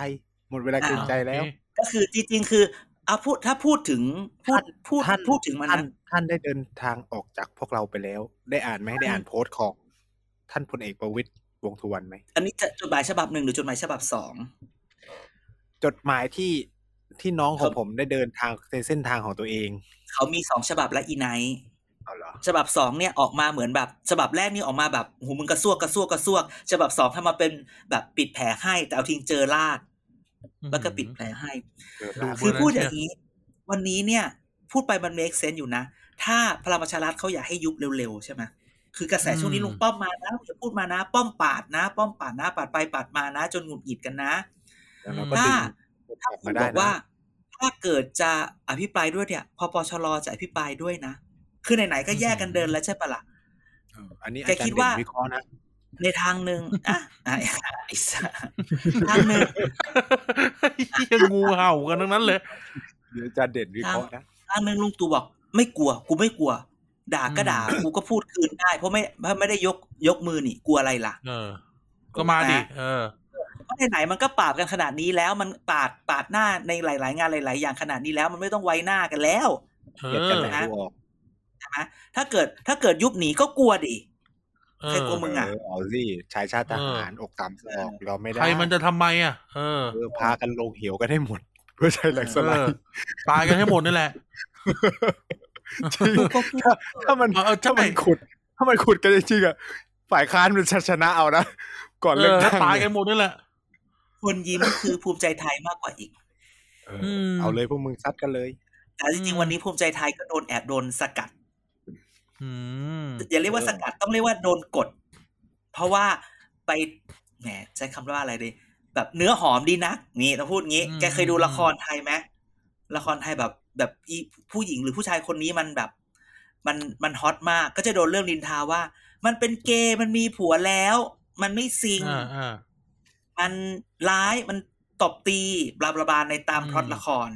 [SPEAKER 5] หมดเวลาเกรงใจแล้ว
[SPEAKER 4] ก็คือจริงๆ คืออ่ะพูดถ้าพูดถึงพูดพูด
[SPEAKER 5] ท่าน
[SPEAKER 4] พูดถึงมัน
[SPEAKER 5] ท่าน
[SPEAKER 4] นะ
[SPEAKER 5] ท่านได้เดินทางออกจากพวกเราไปแล้ว ได้อ่านไหมได้อ่านโพสต์ของ ท่านพลเอกประวิตยวงษ์สุวรรณไหม
[SPEAKER 4] อันนี้จะจดหมายฉบับหนึ่งหรือจดหมายฉบับสอง
[SPEAKER 5] จดหมายที่ที่น้องขอ
[SPEAKER 4] ค
[SPEAKER 5] ง
[SPEAKER 4] รับ
[SPEAKER 5] ผมได้เดินทางในเส้นทางของตัวเอง
[SPEAKER 4] เขามีสองฉบับและอีไนท์
[SPEAKER 5] เอาเหรอ
[SPEAKER 4] ฉบับสองเนี่ยออกมาเหมือนแบบ ฉบับแรกนี่ออกมาแบบหูมึงกระซวกกระซวกกระซวก ฉบับสองทำมาเป็นแบบปิดแผลให้ แต่เอาทิ้งเจอลาด แล้วก็ปิดแผลให้
[SPEAKER 5] เออ
[SPEAKER 2] ดู
[SPEAKER 4] คือพูดอย่างนี้ วันนี้เนี่ย พูดไปมัน make sense อยู่นะ ถ้าพลังประชารัฐเขาอยากให้ยุบเร็วๆ ใช่ไหมคือกระแสช่วงนี้
[SPEAKER 2] อืม
[SPEAKER 4] ลุงป้อมมานะอย่าพูดมานะ ป้อมปาดนะ ป้อมปาดนะปาดไปปาดมานะ จนหงุดหงิดกันนะ
[SPEAKER 5] แล้วเราก็ดึ
[SPEAKER 4] ถ้าง ถ้า
[SPEAKER 5] ออก
[SPEAKER 4] คุ
[SPEAKER 5] มา
[SPEAKER 4] ณ
[SPEAKER 5] ได้
[SPEAKER 4] บอก
[SPEAKER 5] นะ
[SPEAKER 4] ว่า ถ้าเกิดจะอภิปรายด้วยเนี่ยพอปชรจะอภิปรายด้วยนะ คือไหนๆก็แยกกันเดินแล้วใช่ปะล่ะ
[SPEAKER 5] เอออันนี้
[SPEAKER 4] แก
[SPEAKER 5] อาจาร
[SPEAKER 4] คิด
[SPEAKER 5] ย์เด่
[SPEAKER 4] ว่า
[SPEAKER 5] นวิเคราะห์นะ
[SPEAKER 4] ในทางห นึ่งอ่ะอ่ะไอ้สัสทางหนึ่ง
[SPEAKER 2] เหี้ยงูเห่ากันทั้งนั้นเลย
[SPEAKER 5] เดี๋ยวอาจารย์เด่นวิเคราะห์นะ
[SPEAKER 4] ทางหนึ่งลุงตู่บอกไม่กลัว กูไม่กลัว ด่าก็ด่า กูก็พูดคืนได้ เพราะไม่เพราะไม่ได้ยกยกมือนี่กลัวอะไรล่ะ
[SPEAKER 2] เออ ก็มาดิ เออ
[SPEAKER 4] เพราะไหนๆมันก็ปราบกันขนาดนี้แล้วมันปาดปาดหน้าในหลาย ๆ งานหลาย ๆ อย่างขนาดนี้แล้ว มันไม่ต้องไว้หน้ากันแล้ว
[SPEAKER 2] เอ
[SPEAKER 5] เกลียด
[SPEAKER 2] อ
[SPEAKER 5] กันแหละดูออก
[SPEAKER 4] ถ้าเกิดถ้าเกิดยุบหนีก็กลัวดิ
[SPEAKER 2] เอ
[SPEAKER 4] ใคร
[SPEAKER 2] อก
[SPEAKER 4] ลัวมึง อะ
[SPEAKER 5] เออเอาสิชายชาติทหารอกสามสองเราไม่ได้
[SPEAKER 2] ใครมันจะทำไมอ่ะ เออ
[SPEAKER 5] เออพากันลงเหวกันให้หมด เพื่อใช้แหลกสไล
[SPEAKER 2] เออ
[SPEAKER 5] ด์
[SPEAKER 2] ตายกันให้หมดนี่แหละ
[SPEAKER 5] จริง
[SPEAKER 4] กูก็พูด
[SPEAKER 5] ถ้ามัน
[SPEAKER 2] เออใช่
[SPEAKER 5] ถ้ามันขุด ถ้ามันขุดกันจริงๆอ่ะฝ่ายค้านมันจะชนะเอานะ ก่อน
[SPEAKER 2] เอ
[SPEAKER 5] เลือก
[SPEAKER 2] อ
[SPEAKER 5] ตั้ง
[SPEAKER 2] ตายกันหมดนี่แหละ
[SPEAKER 4] คนยิ้มคือภูมิใจไทยมากกว่าอีก
[SPEAKER 5] เออเอาเลยพวกมึงซัดกันเลย
[SPEAKER 4] แต่จริง
[SPEAKER 2] อืม
[SPEAKER 4] ๆวันนี้ภูมิใจไทยก็โดนแอบโดนสกัด
[SPEAKER 2] อืม
[SPEAKER 4] อย่าเรียกว่าสกัดต้องเรียกว่าโดนกด เพราะว่าไปแหมใช้คำว่าอะไรดี แบบเนื้อหอมดีนักนี่ต้องพูดงี้
[SPEAKER 2] อืม
[SPEAKER 4] แกเคยดูละครไทยไหมละครไทยแบบ แบบอีผู้หญิงหรือผู้ชายคนนี้มันแบบ มันมันฮอตมากก็จะโดนเรื่องดินทาว่า มันเป็นเกย์มันมีผัวแล้ว มันไม่ซิง
[SPEAKER 2] อ่าอ่า
[SPEAKER 4] มันร้ายมันตบตีบลาบลาบลาในตาม
[SPEAKER 2] อืม
[SPEAKER 4] พล็อตละคร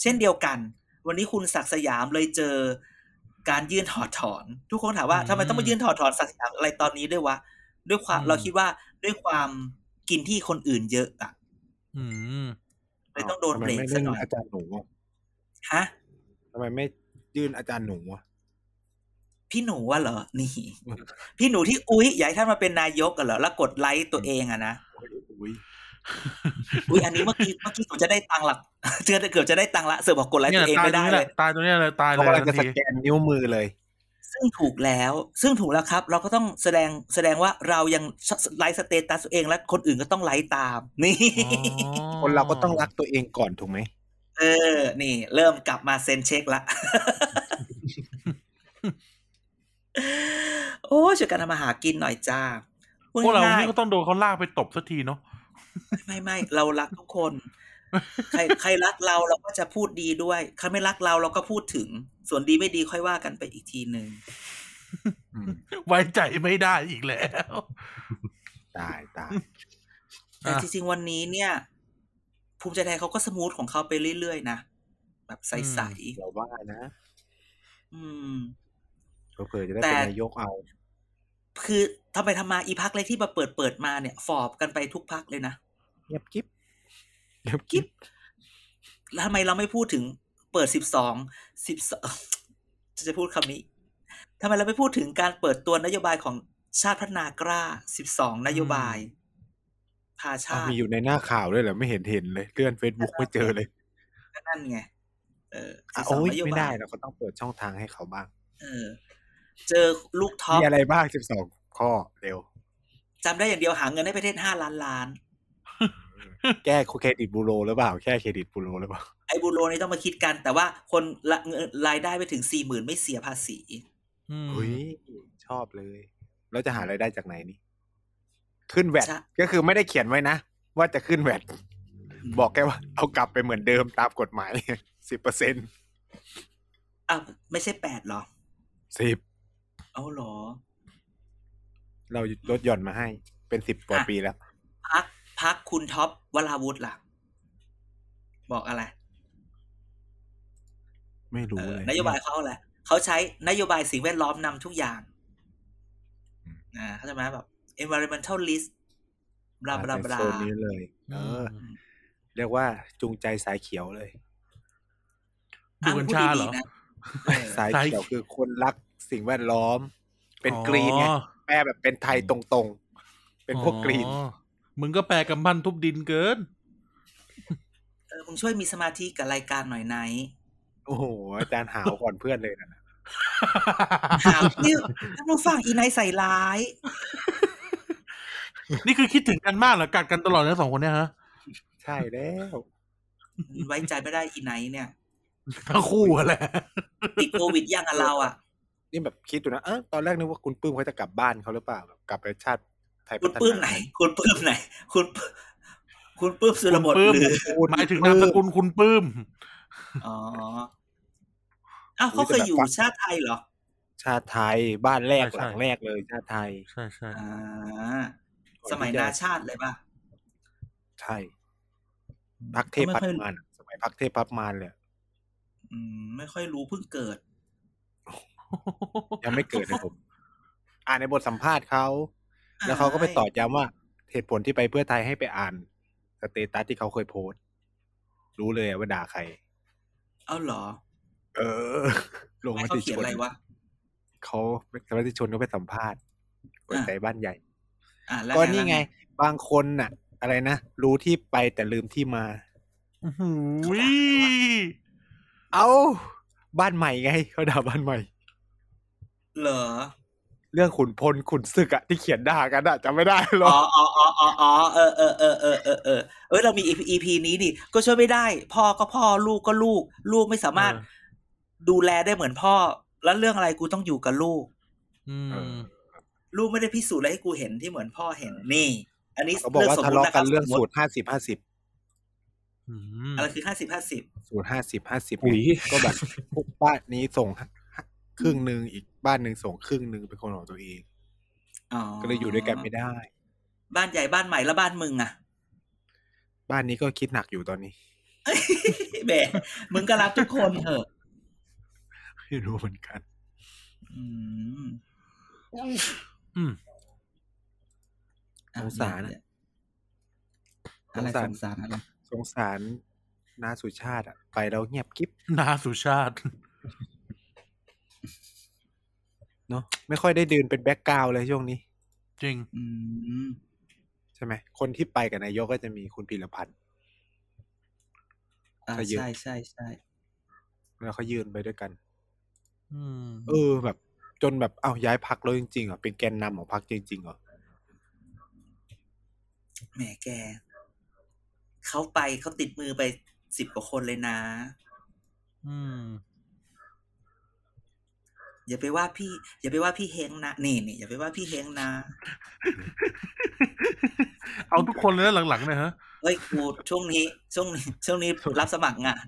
[SPEAKER 4] เช่นเดียวกัน วันนี้คุณศักดิ์สยามเลยเจอการยื่นถอดถอน ทุกคนถามว่าทำไมต้องมายื่นถอดถอนศักดิ์สยามอะไรตอนนี้ด้วยวะด้วยความเราคิดว่าด้วยความกินที่คนอื่นเยอะอะ
[SPEAKER 2] อืม
[SPEAKER 4] เลยต้องโดน
[SPEAKER 5] ทำ
[SPEAKER 4] เบ
[SPEAKER 5] ไม
[SPEAKER 4] รก
[SPEAKER 5] ไม่
[SPEAKER 4] ซะ
[SPEAKER 5] เล่น
[SPEAKER 4] หน่อย
[SPEAKER 5] อาจารย์หนูอะ
[SPEAKER 4] ฮะ
[SPEAKER 5] ทำไมไม่ยื่นอาจารย์หนูอะ
[SPEAKER 4] พี่หนูว่าเหรอนี่ พี่หนูที่อุ้ยอยากให้ท่านมาเป็นนายกกันเหรอแล้วกดไลค์ตัวเองอะนะ
[SPEAKER 5] อุ้ย
[SPEAKER 4] อุ้ยอันนี้เมื่อกี้เมื่อกี้เกือบจะได้ตังค์ละ เจอเกือบจะได้ตังค์ละเสือกบอกกดไลค์
[SPEAKER 2] เนี่ย
[SPEAKER 4] ตัวเอง
[SPEAKER 2] ตาย
[SPEAKER 4] ไม่
[SPEAKER 2] ตรงนี้
[SPEAKER 4] ได้เล
[SPEAKER 2] แหละ
[SPEAKER 4] ย
[SPEAKER 2] ตายตรงนี้เลยตายเล
[SPEAKER 5] เขา
[SPEAKER 2] ย
[SPEAKER 5] กำลัง
[SPEAKER 2] ทั
[SPEAKER 5] จะ
[SPEAKER 2] น
[SPEAKER 5] ส
[SPEAKER 2] ที
[SPEAKER 5] แกนนิ้วมือเลย
[SPEAKER 4] ซึ่งถูกแล้ว ซึ่งถูกแล้วครับ เราก็ต้องแสดงแสดงว่าเรายังไลฟ์สเตตัสตัวเองและคนอื่นก็ต้องไลฟ์ตาม นี่
[SPEAKER 2] อ๋อ
[SPEAKER 5] คนเราก็ต้องรักตัวเองก่อนถูกไหม
[SPEAKER 4] เออ นี่ เริ่มกลับมาเซ็นเช็คละ โอ้ช่วยกันทำมาหากินหน่อยจ้าพูด
[SPEAKER 2] พวกเรา
[SPEAKER 4] ง่าย
[SPEAKER 2] นี่ก็ต้องโดนเขาลากไปตบสักทีเนาะ
[SPEAKER 4] ๆไม่ไม่เรารักทุกคน ใครใครรักเราเราก็จะพูดดีด้วยใครไม่รักเราเราก็พูดถึง ส่วนดีไม่ดีค่อยว่ากันไปอีกทีหนึ่ง
[SPEAKER 2] ไว้ใจไม่ได้อีกแล้ว
[SPEAKER 5] ตายตาย
[SPEAKER 4] แต่
[SPEAKER 2] อ่ะ
[SPEAKER 4] จริงๆ วันนี้เนี่ย ภูมิใจไทยเขาก็สมูทของเขาไปเรื่อยๆ นะ แบบใส
[SPEAKER 5] เดี๋ยวว่านะ
[SPEAKER 4] ๆอืม
[SPEAKER 5] เผื่อๆจะได้
[SPEAKER 4] แต่
[SPEAKER 5] เป็นนายกเอา
[SPEAKER 4] คือทำไปทำมาอีพักเลยที่มาเปิดเปิดๆมาเนี่ย ฟอบกันไปทุกพักเลยนะ
[SPEAKER 5] เงียบกิ๊บเงียบกิ๊บ
[SPEAKER 4] แล้วทำไมเราไม่พูดถึงเปิดสิบสองสิบสอง จะพูดคำนี้ทำไมเราไม่พูดถึงการเปิดตัวนโยบายของชาติพัฒนากล้าสิบสองนโยบาย พาชา
[SPEAKER 5] อ้าว
[SPEAKER 4] ติ
[SPEAKER 5] มีอยู่ในหน้าข่าวด้วยเหรอไม่เห็นเห็นเลยเลื่อนเฟซบุ๊กไม่เจอเลย
[SPEAKER 4] ก็นั่นไงเออ
[SPEAKER 5] อ่ะ
[SPEAKER 4] 12
[SPEAKER 5] โอ้ย
[SPEAKER 4] น
[SPEAKER 5] ไม่
[SPEAKER 4] โบา
[SPEAKER 5] ได้เราก็ต้องเปิดช่องทางให้เขาบ้าง
[SPEAKER 4] เออ เจอลูกท็อป
[SPEAKER 5] มีอะไรบ้างสิบสองข้อเร็ว
[SPEAKER 4] จำได้อย่างเดียวหาเงินให้ประเทศห้าล้านล้าน
[SPEAKER 5] แก้เครดิตบูโรหรือเปล่าแก้เครดิตบูโรหรือเปล่า
[SPEAKER 4] ไอ้บูโรนี่ต้องมาคิดกัน แต่ว่าคนละเงินรายได้ไปถึงสี่หมื่นไม่เสียภาษี
[SPEAKER 2] อืม
[SPEAKER 5] เฮ้ยชอบเลย แล้วจะหารายได้จากไหนนี่ ขึ้นแวด
[SPEAKER 4] ใช่
[SPEAKER 5] ก็คือไม่ได้เขียนไว้นะ ว่าจะขึ้นแวดบอกแค่ว่าเอากลับไปเหมือนเดิมตามกฎหมาย สิบเปอร์เซ็น
[SPEAKER 4] อ้าวไม่ใช่แปดหรอ
[SPEAKER 5] สิบ
[SPEAKER 4] เอาเหรอ
[SPEAKER 5] เราลดหย่อนมาให้ เป็นสิบกว่าปีแล้ว
[SPEAKER 4] พักพักคุณท็อปวราวุธล่ะ บอกอะไร
[SPEAKER 5] ไม่รู้
[SPEAKER 4] เออ
[SPEAKER 5] เลย
[SPEAKER 4] นโยบายเขาแหละไรเขาใช้นโยบายสิ่งแวดล้อมนำทุกอย่าง
[SPEAKER 5] อืม
[SPEAKER 4] อ่าเข้าใจไหมแบบ environmental list บลาบลาบลา
[SPEAKER 5] โซนนี้เลย เออ เรียกว่าจูงใจสายเขียวเลย
[SPEAKER 2] ดูกัญชาเหรอ
[SPEAKER 4] ะ
[SPEAKER 5] สาย
[SPEAKER 2] สาย
[SPEAKER 5] เขียวคือคนรักสิ่งแวดล้อม เป็นกรีนไง
[SPEAKER 2] อ๋อ
[SPEAKER 5] แปลแบบเป็นไทยตรงๆ เป็นพวกกรีน
[SPEAKER 2] อ๋อมึงก็แปลกำมันทุบดินเกิน
[SPEAKER 4] เออมึงช่วยมีสมาธิกับรายการหน่อยไหน
[SPEAKER 5] โอ้โห อาจารย์หาวก่อนเพื่อนเลยนะ
[SPEAKER 4] ถามนี่ท่านผู้ฟังอีไนท์ใส่ร้าย
[SPEAKER 2] นี่คือคิดถึงกันมากเหรอกัดกันตลอดเลยสองคนเนี่ยฮะ
[SPEAKER 5] ใช่แล้ว
[SPEAKER 4] ไว้ใจไม่ได้อีไนท์เนี่ย
[SPEAKER 2] ทั้งคู่อะแหละ
[SPEAKER 4] ติดโควิดยังอะเราอ่ะ
[SPEAKER 5] นี่แบบคิดดูนะเออตอนแรกนึกว่าคุณปื้มเขาจะกลับบ้านเขาหรือเปล่าแบบกลับไปชาติไทย
[SPEAKER 4] คุณปลื้มไหน คุณปลื้มไหน คุณปลื้มคุณปลื้มสุรบด
[SPEAKER 2] ปื้ม
[SPEAKER 4] หรือ
[SPEAKER 2] หมายถึงนามสกุลคุณปื้ม
[SPEAKER 4] อ๋ออ้าวเขาเคยอยู่ชาติไทยเหรอ
[SPEAKER 5] ชาติไทยบ้านแรก
[SPEAKER 2] ใช่
[SPEAKER 5] หลังแรกเลยชาติไทย
[SPEAKER 2] ใช่ใช่
[SPEAKER 4] อ่าสมัยนาชาติเลยป่ะ
[SPEAKER 5] ใช่พักเทพพัฒมานสมัยพักเทพพัฒมานเลย
[SPEAKER 4] อืม ไม่ค่อยรู้เพิ่งเกิด
[SPEAKER 5] ยังไม่เกิดนะผม อ่านในบทสัมภาษณ์เขาแล้วเขาก็ไปตอบย้ำว่า เหตุผลที่ไปเพื่อไทยให้ไปอ่านสเตตัสที่เขาเคยโพสต์รู้เลยว่าด่าใคร
[SPEAKER 4] เอาเหรอ
[SPEAKER 5] เออ ลง
[SPEAKER 4] ไม่
[SPEAKER 5] ม
[SPEAKER 4] เขา
[SPEAKER 5] ติ
[SPEAKER 4] เขียน
[SPEAKER 5] ชน
[SPEAKER 4] อะไรวะ
[SPEAKER 5] เขามติชนเขาไปสัมภาษณ์เปิดใจบ้านใหญ่
[SPEAKER 4] อ่าแล้ว
[SPEAKER 5] ก็นี่ไง บางคนน่ะ อะไรนะ รู้ที่ไปแต่ลืมที่มา
[SPEAKER 2] อื้อหือ
[SPEAKER 5] เอ้า บ้านใหม่ไงเขาด่าบ้านใหม่
[SPEAKER 4] เหรอ
[SPEAKER 5] เรื่องขุนพลขุนศึกอะที่เขียนด่ากันอะจำไม่ได้หรอ
[SPEAKER 4] อ๋อก อ๋ออ๋ออ๋ออ๋อเออเออเออเออเออเออเอยเรามี EP EP นี้นี่ ก็ช่วยไม่ได้ พ่อก็พ่อลูกก็ลูก ลูกไม่สามารถดูแลได้เหมือนพ่อ แล้วเรื่องอะไรกูต้องอยู่กับลูก
[SPEAKER 2] อืม
[SPEAKER 4] ลูกไม่ได้พิสูจน์อะไรให้กูเห็นที่เหมือนพ่อเห็นนี่ อันนี้
[SPEAKER 5] เขาบอกว่าทะเลาะกันเรื่อง
[SPEAKER 4] สม
[SPEAKER 5] สู
[SPEAKER 4] มุ
[SPEAKER 5] ตรห้าสิบห้าสิบ
[SPEAKER 2] อืม
[SPEAKER 4] อะไรคือห้าสิบห้าสิบ
[SPEAKER 5] สูตรห้าสิบห้าสิบ
[SPEAKER 3] อุ๊ย
[SPEAKER 5] ก็แบบพวกบ้านนี้ส่งครึ่งหนึ่งอีกบ้านหนึ่งส่งครึ่งหนึ่งเป็นคนของตัวเอง
[SPEAKER 4] อ๋อ
[SPEAKER 5] ก็เลยอยู่ด้วยกันไม่ได้
[SPEAKER 4] บ้านใหญ่บ้านใหม่แล้วบ้านมึงอ่ะ
[SPEAKER 5] บ้านนี้ก็คิดหนักอยู่ตอนนี้
[SPEAKER 4] แหมมึงก็รับทุกคนเถอะ
[SPEAKER 5] ไม่รู้เหมือนกัน
[SPEAKER 4] อืม
[SPEAKER 2] อืม
[SPEAKER 4] อ่ะ
[SPEAKER 5] สงสารอะ
[SPEAKER 4] อะไรสงสารอะไร
[SPEAKER 5] สงสารนาสุชาติอะไปแล้วเงียบกิ๊บ
[SPEAKER 2] นาสุชาติ
[SPEAKER 5] เนาะไม่ค่อยได้เดินเป็นแบ็กกราวด์เลยช่วงนี้
[SPEAKER 2] จริง
[SPEAKER 4] อืม
[SPEAKER 5] ใช่ไหม คนที่ไปกับนายกก็จะมีคุณพีรพันธ์
[SPEAKER 4] อ่า
[SPEAKER 5] ก็เยอะ
[SPEAKER 4] ใช่ใช่ใช่
[SPEAKER 5] แล้วเขายืนไปด้วยกัน
[SPEAKER 2] อืม
[SPEAKER 5] เออแบบ จนแบบเอ้าย้ายพักเลยจริงๆเหรอเป็นแกนนำของพักจริงๆเหรอ
[SPEAKER 4] แหมแก เขาไปเขาติดมือไปสิบกว่าคนเลยนะ
[SPEAKER 2] อืม
[SPEAKER 4] อย่าไปว่าพี่ อย่าไปว่าพี่เฮงนะนี่นี่อย่าไปว่าพี่เฮงนะ
[SPEAKER 2] เอาทุกคนเลยนะหลังๆเนี่ยฮะ
[SPEAKER 4] เฮ้ยกูช่วงนี้ ช่วงนี้ ช่วงนี้รับสมัครงาน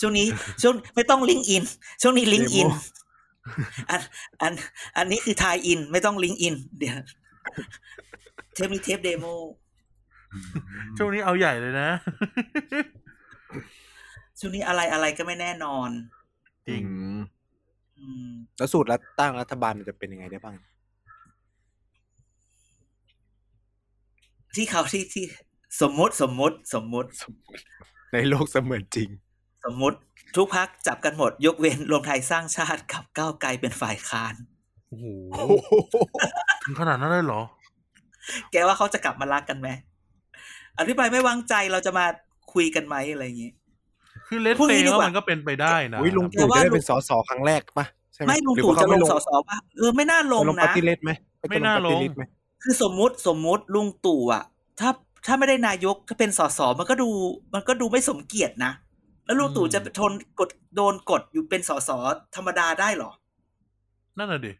[SPEAKER 4] ช่วงนี้ ช่วงไม่ต้องลิงก์อิน ช่วงนี้ลิงก์อิน อัน อัน อันนี้คือทายอิน ไม่ต้องลิงก์อิน เดี๋ยวเทปนี้เทปเดโม
[SPEAKER 2] ช่วงนี้เอาใหญ่เลยนะ
[SPEAKER 4] ช่วงนี้อะไรอะไรก็ไม่แน่นอน
[SPEAKER 2] จริง
[SPEAKER 5] อืม
[SPEAKER 4] อืม
[SPEAKER 5] แล้วสูตรรัฐตั้งรัฐบาลมันจะเป็นยังไงได้บ้าง
[SPEAKER 4] ที่เขาที่ที่สมมติสมมติสมมติ
[SPEAKER 5] ในโลกเสมือนจริง
[SPEAKER 4] สมมุติทุกพักจับกันหมด ยกเว้นรวมไทยสร้างชาติกับก้าวไกลเป็นฝ่ายค้าน
[SPEAKER 2] โอ้โห ถึงขนาดนั้นเลยเหรอ
[SPEAKER 4] แกว่าเขาจะกลับมารักกันไหมอภิปรายไม่วางใจเราจะมาคุยกันไหมอะไรอย่างงี้
[SPEAKER 2] คือเลส
[SPEAKER 4] พรุ่ง
[SPEAKER 2] เฟ
[SPEAKER 4] นี้
[SPEAKER 2] ย์
[SPEAKER 4] ดีกว่า
[SPEAKER 2] มันก็เป็นไปได้นะ
[SPEAKER 5] อุ้ยลุงตู่
[SPEAKER 4] แต่ว่า
[SPEAKER 5] จะได้เป็นสสครั้งแรกปะใช่ไหม
[SPEAKER 4] ไม่ลุง
[SPEAKER 5] หรือ
[SPEAKER 4] ตู่
[SPEAKER 5] ว่าเขา
[SPEAKER 4] จะล
[SPEAKER 5] ไม่
[SPEAKER 4] งสสป่ะเออไม่น่าลง
[SPEAKER 5] จะลงป
[SPEAKER 4] นะ
[SPEAKER 5] ฏิริษไหมเขจะปฏิริษไหม
[SPEAKER 4] คือสมมุติสมมุติลุงตู่อ่ะ ถ้าถ้าไม่ได้นายกก็เป็นสสมันก็ดู มันก็ดูไม่สมเกียรตินะแล้วลุงตู่จะทนกดโดนกดอยู่เป็นสสธรรมดาได้เหรอ
[SPEAKER 2] นั่นน่ะดิ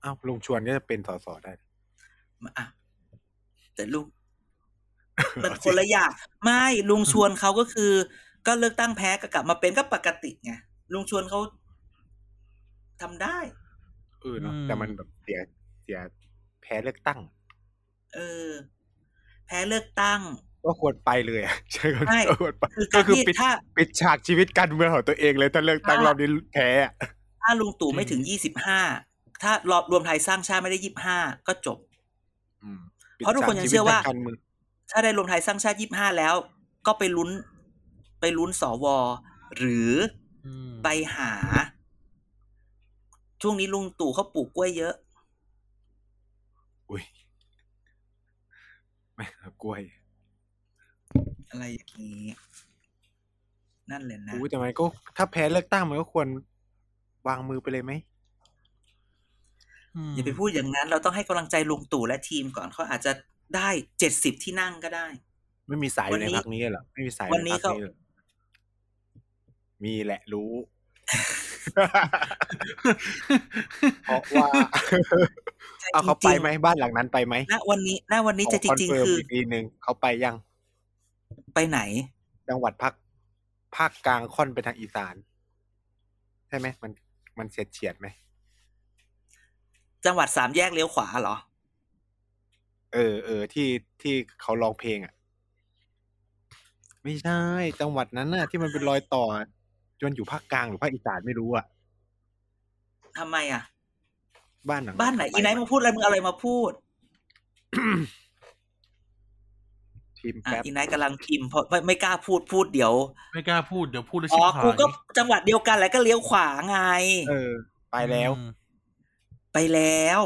[SPEAKER 5] เอ้าวลุงชวนก็จะเป็นสสได้
[SPEAKER 4] มาอ่ะแต่ลุง มันคนละอย่างไม่ลุงชวนเขาก็คือ ก็เลือกตั้งแพ้ก็กลับมาเป็นก็ปกติไงลุงชวนเขาทำได้
[SPEAKER 5] เออเนาะแต่มันแบบเสียเสียแพ้เลือกตั้ง
[SPEAKER 4] เออ แพ้เลือกตั้ง
[SPEAKER 5] ก็ควรไปเลยอะ ใช่ก็
[SPEAKER 4] ใช่
[SPEAKER 5] ควรไป
[SPEAKER 4] คือ
[SPEAKER 5] ก็
[SPEAKER 4] การ
[SPEAKER 5] คือ
[SPEAKER 4] ที่
[SPEAKER 5] ปิด
[SPEAKER 4] ถ้า
[SPEAKER 5] ปิดฉากชีวิตการเมืองของตัวเองเลยถ้าเลือกตั้ง
[SPEAKER 4] อ่ะ
[SPEAKER 5] รอบนี้แพ้อะ
[SPEAKER 4] ถ้าลุงตู่ไม่ถึงยี่สิบห้าถ้ารอบรวมไทยสร้างชาติไม่ได้ยี่บห้าก็จบ
[SPEAKER 5] อืม
[SPEAKER 4] เพราะทุกคนยังเชื่อว่า
[SPEAKER 5] ปิดฉกชีวิตทงการเมือง
[SPEAKER 4] ถ้าได้รวมไทยสร้างชาติยี่ห้าแล้ว ก็ไปลุ้น ไปลุ้นสวหรือ
[SPEAKER 2] อืม
[SPEAKER 4] ไปหา ช่วงนี้ลุงตู่เขาปลูกกล้วยเยอะ
[SPEAKER 5] อุ้ยไม่งกล้วย
[SPEAKER 4] อะไรอย่างนี้ นั่นแหละนะ
[SPEAKER 5] อู้แต่มันก็ถ้าแพ้เลือกตั้งมันก็ควรวางมือไปเลยไหม
[SPEAKER 2] ม
[SPEAKER 4] อย่าไปพูดอย่างนั้น เราต้องให้กำลังใจลุงตู่และทีมก่อนเขาอาจจะได้เจ็ดสิบที่นั่งก็ได้
[SPEAKER 5] ไม่มีสายอ
[SPEAKER 4] วั
[SPEAKER 5] ยู่
[SPEAKER 4] น
[SPEAKER 5] ใน
[SPEAKER 4] นี้
[SPEAKER 5] พักนี้เหรอไม่มีสาย
[SPEAKER 4] วันนี้
[SPEAKER 5] ใพรรค
[SPEAKER 4] ก็
[SPEAKER 5] เหรอมีแหละรู้ เพราะว่า เอาเขาไปไหมบ้านหลังนั้นไปไหม
[SPEAKER 4] ณวันนี้ณวันนี้จะจ
[SPEAKER 5] ขอ
[SPEAKER 4] ริง
[SPEAKER 5] นเฟิ
[SPEAKER 4] ๆ คือ
[SPEAKER 5] อีกทีหนึ่งเขาไปยัง
[SPEAKER 4] ไปไหน
[SPEAKER 5] จังหวัดภาคภาคกลางค่อนไปทางอีสานใช่ไหมมันมันเฉียดเฉียดๆไหม
[SPEAKER 4] จังหวัดสามแยกเลี้ยวขวาเหรอ
[SPEAKER 5] เออเออที่ที่เขาร้องเพลงอ่ะ ไม่ใช่จังหวัดนั้นน่ะ ที่มันเป็นรอยต่อจนอยู่ภาคกลางหรือภาคอีสานไม่รู้อ่ะ
[SPEAKER 4] ทำไมอ่ะ
[SPEAKER 5] บ้านหลัง
[SPEAKER 4] บ้านไหน อีไนท์
[SPEAKER 5] ป
[SPEAKER 4] มาพูดอะไรมึงเอาอะไรมาพูด
[SPEAKER 5] พิมพ์
[SPEAKER 4] อ่ะ
[SPEAKER 5] แป๊บ
[SPEAKER 4] อีไนท์กำลังพิมพ์เพราะไม่ไม่กล้าพูดพูดเดี๋ยว
[SPEAKER 2] ไม่กล้าพูดเดี๋ยวพูดแล้ว
[SPEAKER 4] อ๋
[SPEAKER 2] ชิ
[SPEAKER 4] อบ
[SPEAKER 2] หาย
[SPEAKER 4] กูก็จังหวัดเดียวกันแหละก็เลี้ยวขวาไง
[SPEAKER 5] เออ ไปแล้ว
[SPEAKER 2] อืม
[SPEAKER 4] ไปแล้ว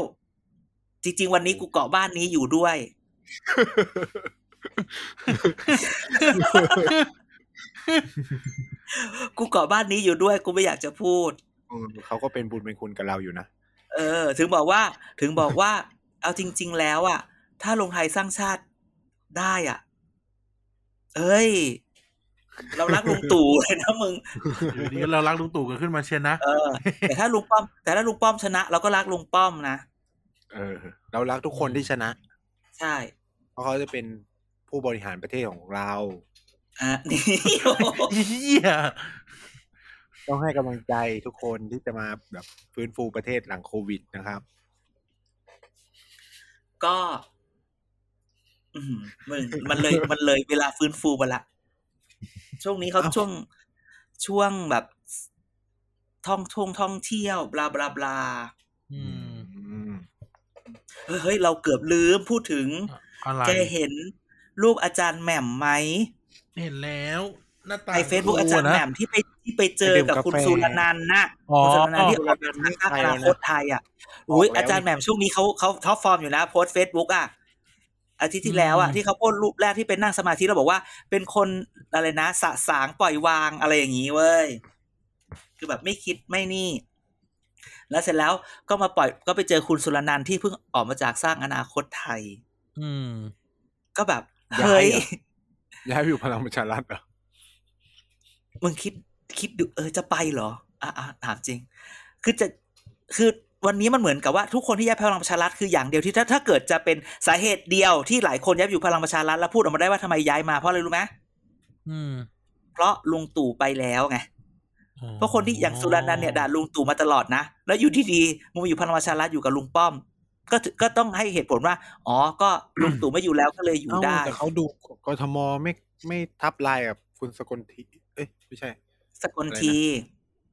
[SPEAKER 4] จริง ๆ วันนี้กูเกาะบ้านนี้อยู่ด้วย กูเกาะบ้านนี้อยู่ด้วย กูไม่อยากจะพูด
[SPEAKER 5] เออเขาก็เป็นบุญเป็นคุณกับเราอยู่นะ
[SPEAKER 4] เออ ถึงบอกว่า ถึงบอกว่า เอาจริง ๆ แล้วอ่ะ ถ้าลงไทยสร้างชาติได้อ่ะ เอ้ย เรารักลุงตู่เลยนะมึง
[SPEAKER 2] อยู่ดีเรารักลุงตู่กันขึ้นมาเชียน นะ
[SPEAKER 4] เออ แต่ถ้าลุงป้อม แต่ถ้าลุงป้อมชนะ เราก็รักลุงป้อมนะ
[SPEAKER 5] เออ เรารักทุกคนที่ชนะ
[SPEAKER 4] ใช่
[SPEAKER 5] เพราะเขาจะเป็นผู้บริหารประเทศของเรา
[SPEAKER 4] อ่ะนี่
[SPEAKER 2] เหี้ย
[SPEAKER 5] ต้องให้กำลังใจทุกคนที่จะมาแบบฟื้นฟูประเทศหลังโควิดนะครับ
[SPEAKER 4] ก็ อืมมึงมันเลยมันเลยเวลาฟื้นฟูไปละช่วงนี้เขา
[SPEAKER 5] เอ้า
[SPEAKER 4] ช่วงช่วงแบบท่องท่องท่องเที่ยว บลาบลาบลา
[SPEAKER 2] อืม
[SPEAKER 5] อืม
[SPEAKER 4] เฮ้ยเฮ้ยเราเกือบลืมพูดถึง
[SPEAKER 2] อะไร
[SPEAKER 4] แกเห็นรูปอาจารย์แหม่มไหม
[SPEAKER 2] เห็นแล้วหน้าตา
[SPEAKER 4] ในเฟซบุ๊กอาจารย์แหม่มที่ไปที่ไปเจอกับคุณสุรนันท์นะ
[SPEAKER 2] อ๋อ
[SPEAKER 4] คุณสุรนันท์ที่ออกจากพรรคอนาคตไทยอ่ะอุ้ยอาจารย์แหม่มช่วงนี้เขาเขาท็อปฟอร์มอยู่นะโพสเฟซบุ๊กอ่ะอาทิตย์ที่แล้วอ่ะที่เขาโพสต์รูปแรกที่เป็นนั่งสมาธิแล้วบอกว่า เป็นคนอะไรนะสะสางปล่อยวางอะไรอย่างนี้เว้ย คือแบบไม่คิดไม่นี่ แล้วเสร็จแล้วก็มาปล่อยก็ไปเจอคุณสุรนันท์ที่เพิ่งออกมาจากสร้างอนาคตไทย
[SPEAKER 2] อืม
[SPEAKER 4] ก็แบบเฮ้ย
[SPEAKER 5] ย้ายไปอยู่พลังประชารัฐเหรอ
[SPEAKER 4] มึงคิดคิดดูเออจะไปเหรอ อ่ะอ่ะถามจริง คือจะคือวันนี้มันเหมือนกับว่าทุกคนที่ย้ายพลังประชารัฐคืออย่างเดียวที่ถ้าถ้าเกิดจะเป็นสาเหตุเดียวที่หลายคนย้ายไปอยู่พลังประชารัฐแล้วพูดออกมาได้ว่าทำไมย้ายมาเพราะอะไรรู้ไหม
[SPEAKER 2] อืม
[SPEAKER 4] เพราะลุงตู่ไปแล้วไง
[SPEAKER 2] อ๋อ
[SPEAKER 4] เพราะคนที่อย่างสุรนันท์เนี่ยด่าลุงตู่มาตลอดนะ แล้วอยู่ดีๆมึงมาอยู่พลังประชารัฐอยู่กับลุงป้อม ก็ถือก็ต้องให้เหตุผลว่า อ๋อก็ลุงตู่ไม่อยู่แล้วก็เลยอยู่
[SPEAKER 5] เอ้า
[SPEAKER 4] ได้
[SPEAKER 5] แต่เขาดูกทมไม่ไม่ทับลายกับคุณสกลทีเอ้ยไม่ใช่
[SPEAKER 4] สกลที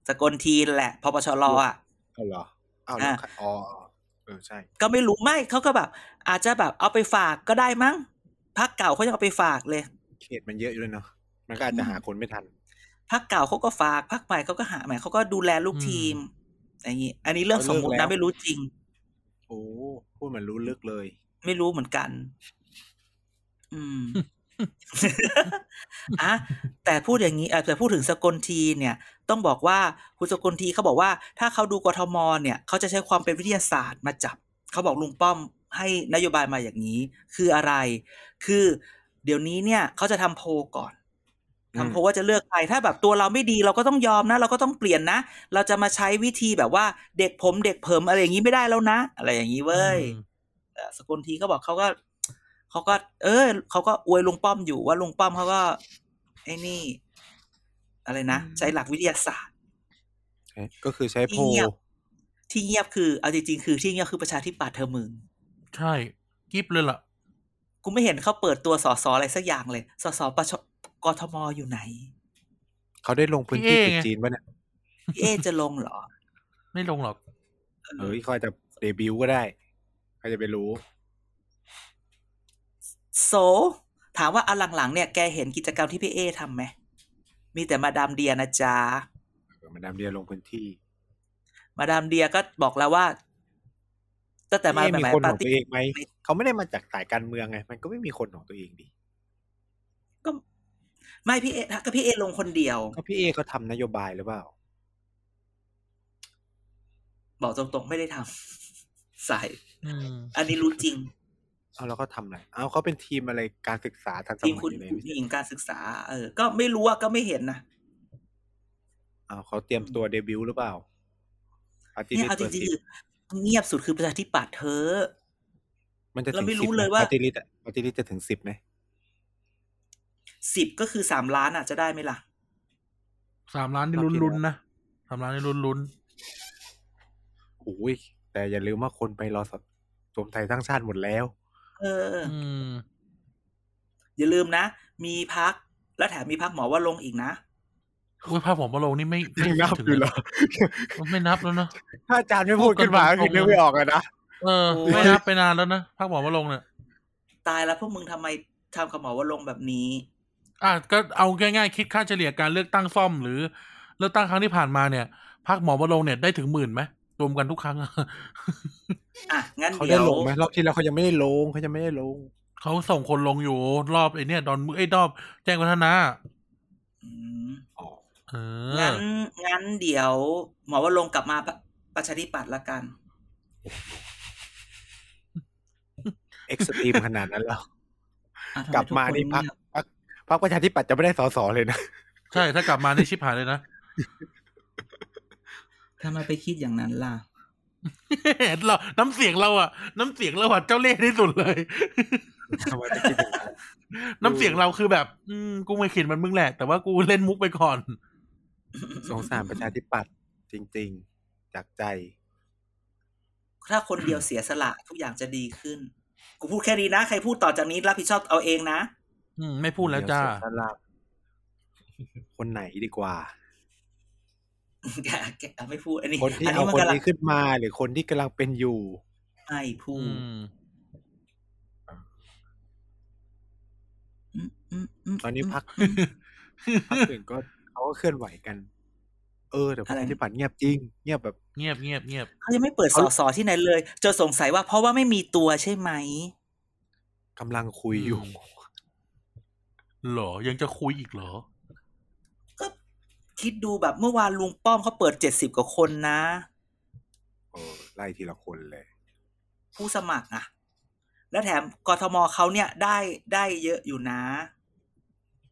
[SPEAKER 4] สกลทีแหละพปชรอ่ะ
[SPEAKER 5] เอาเหรอเอาแล้ว
[SPEAKER 4] อ่ะ
[SPEAKER 5] ใครอ๋อเออใช่
[SPEAKER 4] ก็ไม่รู้ไม่เขาก็แบบ อาจจะแบบเอาไปฝากก็ได้มั้งพักเก่าเขายังเอาไปฝากเลย
[SPEAKER 5] เขตมันเยอะอยู่เลยเนาะมันก็อาจจะหาคนไม่ทัน
[SPEAKER 4] พักเก่าเขาก็ฝากพักใหม่เขาก็หาใหม่เขาก็ดูแลลูกทีมอย่างนี้อันนี้เรื่องสมมุติ
[SPEAKER 5] เขาเลิ
[SPEAKER 4] นะ
[SPEAKER 5] กแล้ว
[SPEAKER 4] ไม่รู้จริง
[SPEAKER 5] โอ้พูดเหมือนรู้ลึกเลย
[SPEAKER 4] ไม่รู้เหมือนกัน อื ม อ่ะแต่พูดอย่างนี้เอ่อแต่พูดถึงสกลทีเนี่ย ต้องบอกว่าคุณสกลทีเขาบอกว่า ถ้าเขาดูกทมเนี่ย เขาจะใช้ความเป็นวิทยาศาสตร์มาจับ เขาบอกลุงป้อมให้นโยบายมาอย่างนี้ คืออะไร คือ เดี๋ยวนี้เนี่ย เขาจะทำโพลก่อน
[SPEAKER 5] อืม
[SPEAKER 4] ทำโพลว่าจะเลือกใครถ้าแบบตัวเราไม่ดีเราก็ต้องยอมนะ เราก็ต้องเปลี่ยนนะ เราจะมาใช้วิธีแบบว่า เด็กผมเด็กเผิมอะไรอย่างนี้ไม่ได้แล้วนะ อะไรอย่างนี้เว้ย
[SPEAKER 2] อืม
[SPEAKER 4] เอ่อสกลทีก็บอกเขาก็ เขาก็ เออเขาก็อวยลุงป้อมอยู่ว่าลุงป้อมเขาก็ไอ้นี่ อะไรนะใช้หลักวิทยาศาสตร์
[SPEAKER 5] ก็คือใช้โพล
[SPEAKER 4] เงียบ ที่เงียบคือเอาจริงๆคือที่เงียบคือประชาธิปัตย์เธอมึง
[SPEAKER 2] ใช่กิฟเลยล่ะ
[SPEAKER 4] กูไม่เห็นเขาเปิดตัวสสอะไรสักอย่างเลยสสประชกทมอยู่ไหน
[SPEAKER 5] เขาได้ลงพื้นที่
[SPEAKER 2] พี่เอ๊
[SPEAKER 5] ติด
[SPEAKER 2] ไง
[SPEAKER 5] จีนป่ะเนี่ย
[SPEAKER 4] พี่เอะจะลงเหรอ
[SPEAKER 2] ไม่ลงหรอก
[SPEAKER 5] เฮ้ยเขาอาจจะเดบิวต์ก็ได้ใครจะไปรู้
[SPEAKER 4] โซ ถามว่าอันหลังๆเนี่ยแกเห็นกิจกรรมที่พี่เอะทำไหมมีแต่มาดามเดียนะจ๊ะ
[SPEAKER 5] มาดามเดียลงพื้นที่
[SPEAKER 4] มาดามเดียก็บอกแล้วว่าตั้งแต่มา
[SPEAKER 5] เอ๊ะ
[SPEAKER 4] ให
[SPEAKER 5] มี
[SPEAKER 4] ม่
[SPEAKER 5] คน
[SPEAKER 4] ๆ
[SPEAKER 5] ข
[SPEAKER 4] ปา
[SPEAKER 5] อง
[SPEAKER 4] ร์
[SPEAKER 5] ตัว
[SPEAKER 4] ตี้
[SPEAKER 5] เองไหม เขาไม่ได้มาจากสายการเมืองไง มันก็ไม่มีคนของตัวเองดิ
[SPEAKER 4] ไม่พี่เอก็พี่เอลงคนเดียว
[SPEAKER 5] ก็พี่เอเขาทำนโยบายหรือเปล่า
[SPEAKER 4] บอกตรงๆ ไม่ได้ทำ สาย
[SPEAKER 2] อืม
[SPEAKER 4] อันนี้รู้จริง
[SPEAKER 5] เอาแล้วเขาทำอะไรเอาเขาเป็นทีมอะไรการศึกษาทางส
[SPEAKER 4] ทีม
[SPEAKER 5] มัย
[SPEAKER 4] คุณ
[SPEAKER 5] อยู่เลย
[SPEAKER 4] คุณหญิงการศึกษา เออ ก็ไม่รู้อะก็ไม่เห็นนะ
[SPEAKER 5] เอาเขาเตรียมตัวเดบิวต์หรือเปล่าอาทิตย์
[SPEAKER 4] เนี่ย
[SPEAKER 5] นี้
[SPEAKER 4] เอาจ
[SPEAKER 5] เปิด
[SPEAKER 4] ริง
[SPEAKER 5] ที
[SPEAKER 4] ๆคือเงียบสุดคือประชาธิปัตย์เธอ
[SPEAKER 5] มันจะถึ
[SPEAKER 4] เรา
[SPEAKER 5] ง
[SPEAKER 4] ไม่รู้
[SPEAKER 5] สิบไหม
[SPEAKER 4] เลยว่า
[SPEAKER 5] อาทิตย์นี้อาทิตย์นี้จะถึงสิบไหม
[SPEAKER 4] สิบก็คือสามล้านอ่ะจะได้ไหมล่ะ
[SPEAKER 2] สามล้านนี่ลุ้นๆนะสามล้านนี่ลุ้น
[SPEAKER 5] โอ้ยแต่อย่าลืมว่าคนไปรอสอบรวมไทยสร้างชาติหมดแล้ว
[SPEAKER 4] เออ
[SPEAKER 2] ๆอืม
[SPEAKER 4] อย่าลืมนะ มีพัก และแถมมีพักหมอว่าลงค์อีกนะ
[SPEAKER 2] โอ้ยภาพผมมาลงนี่ไม่ไม่
[SPEAKER 5] นับ
[SPEAKER 2] ถึง
[SPEAKER 5] อยู่เหรอ
[SPEAKER 2] ไม่นับแล้วนะ
[SPEAKER 5] ถ้าอาจารย์ไม่พูดขึ้นมา
[SPEAKER 2] พูดกันตรงๆ
[SPEAKER 5] คือนึกไม่ออกอะนะ
[SPEAKER 2] เออ
[SPEAKER 4] โอ้ย
[SPEAKER 2] ไม่นับไปนานแล้วนะภาพผมมาลงเนี่ย
[SPEAKER 4] ตายแล้วพวกมึงทำไมทำกับหมอว่าลงค์แบบนี้
[SPEAKER 2] อ่ะก็เอาง่ายๆ คิดค่าเฉลี่ยการเลือกตั้งซ่อมหรือ เลือกตั้งครั้งที่ผ่านมาเนี่ยพรรคหมอมาลงเนี่ยได้ถึงหมื่นไหมรวมกันทุกครั้งอะ
[SPEAKER 4] อ่ะ งั้น
[SPEAKER 5] เขา
[SPEAKER 4] เดี๋ย
[SPEAKER 5] ได้
[SPEAKER 4] ว
[SPEAKER 5] ลงไหมรอบที่แล้วเขายังไม่ได้ลงเขายังไม่ได้ลง
[SPEAKER 2] เขาส่งคนลงอยู่รอบไอ้เนี่ยดอนเมืองไอ้ยรอบแจ้งวัฒนะ
[SPEAKER 4] อืม
[SPEAKER 2] เออ
[SPEAKER 4] งั้นงั้นเดี๋ยว หมอว่าลงค์กลับมาประประชาธิปัตย์ละกัน
[SPEAKER 5] เอ็กซ์ตรีมขนาดนั้นแล้ว
[SPEAKER 4] อ่ะทำไ
[SPEAKER 5] กลับมานี่พัก
[SPEAKER 4] ทุคเยบ
[SPEAKER 5] พักพักประชาธิปัตย์จะไม่ได้สอสอเลยนะ
[SPEAKER 2] ใช่ถ้ากลับมาในชิบหายเลยนะ
[SPEAKER 4] ทำไมไปคิดอย่างนั้นล่ะ
[SPEAKER 2] เราน้ำเสียงเราอะน้ำเสียงเราอะเจ้าเล่ห์ที่สุดเลย น้ำเสียงเราคือแบบ อืมกูไม่เขียนเหมันมึงแหละ แต่ว่ากูเล่นมุกไปก่อน
[SPEAKER 5] สงสารประชาธิปัตย์จริง ๆ จากใจ
[SPEAKER 4] ถ้าคนเดียวเสียสละทุกอย่างจะดีขึ้น กูพูดแค่นี้นะ ใครพูดต่อจากนี้รับผิดชอบเอาเองนะ
[SPEAKER 2] อืมไม่พูดแล้วจ้า
[SPEAKER 5] เดี๋ยเสียสละคนไหนดีกว่า
[SPEAKER 4] แกแกไม่พูด อันนี้
[SPEAKER 5] คนที่
[SPEAKER 4] อัน
[SPEAKER 5] เอา
[SPEAKER 4] นี้มัน
[SPEAKER 5] คน
[SPEAKER 4] กำลัง
[SPEAKER 5] นี้ขึ้นมาหรือคนที่กำลังเป็นอยู่
[SPEAKER 4] ไม่พู
[SPEAKER 2] อื
[SPEAKER 4] ด
[SPEAKER 2] ม
[SPEAKER 4] อืมม
[SPEAKER 5] ตอนนี้
[SPEAKER 4] ม
[SPEAKER 5] พักพักอื่นก็เขาก็เคลื่อนไหวกัน เออแต่
[SPEAKER 4] อะ
[SPEAKER 5] ประ
[SPEAKER 4] ไร
[SPEAKER 5] ชาธิปัตย์เงียบจริง เงียบแบบ
[SPEAKER 2] เงียบเงียบเงียบ
[SPEAKER 4] เขายังไม่เปิดสอสอที่ไหนเลยจนสงสัยว่าเพราะว่าไม่มีตัวใช่ไหม
[SPEAKER 5] กำลังคุยอยู่
[SPEAKER 2] เหรอยังจะคุยอีกเหรอ
[SPEAKER 4] ก็คิดดูแบบเมื่อวานลุงป้อมเขาเปิดเจ็ดสิบกว่าคนนะ
[SPEAKER 5] เออ ไล่ทีละคนเลย
[SPEAKER 4] ผู้สมัครอะและแถมกทมเขาเนี่ยได้ได้เยอะอยู่นะ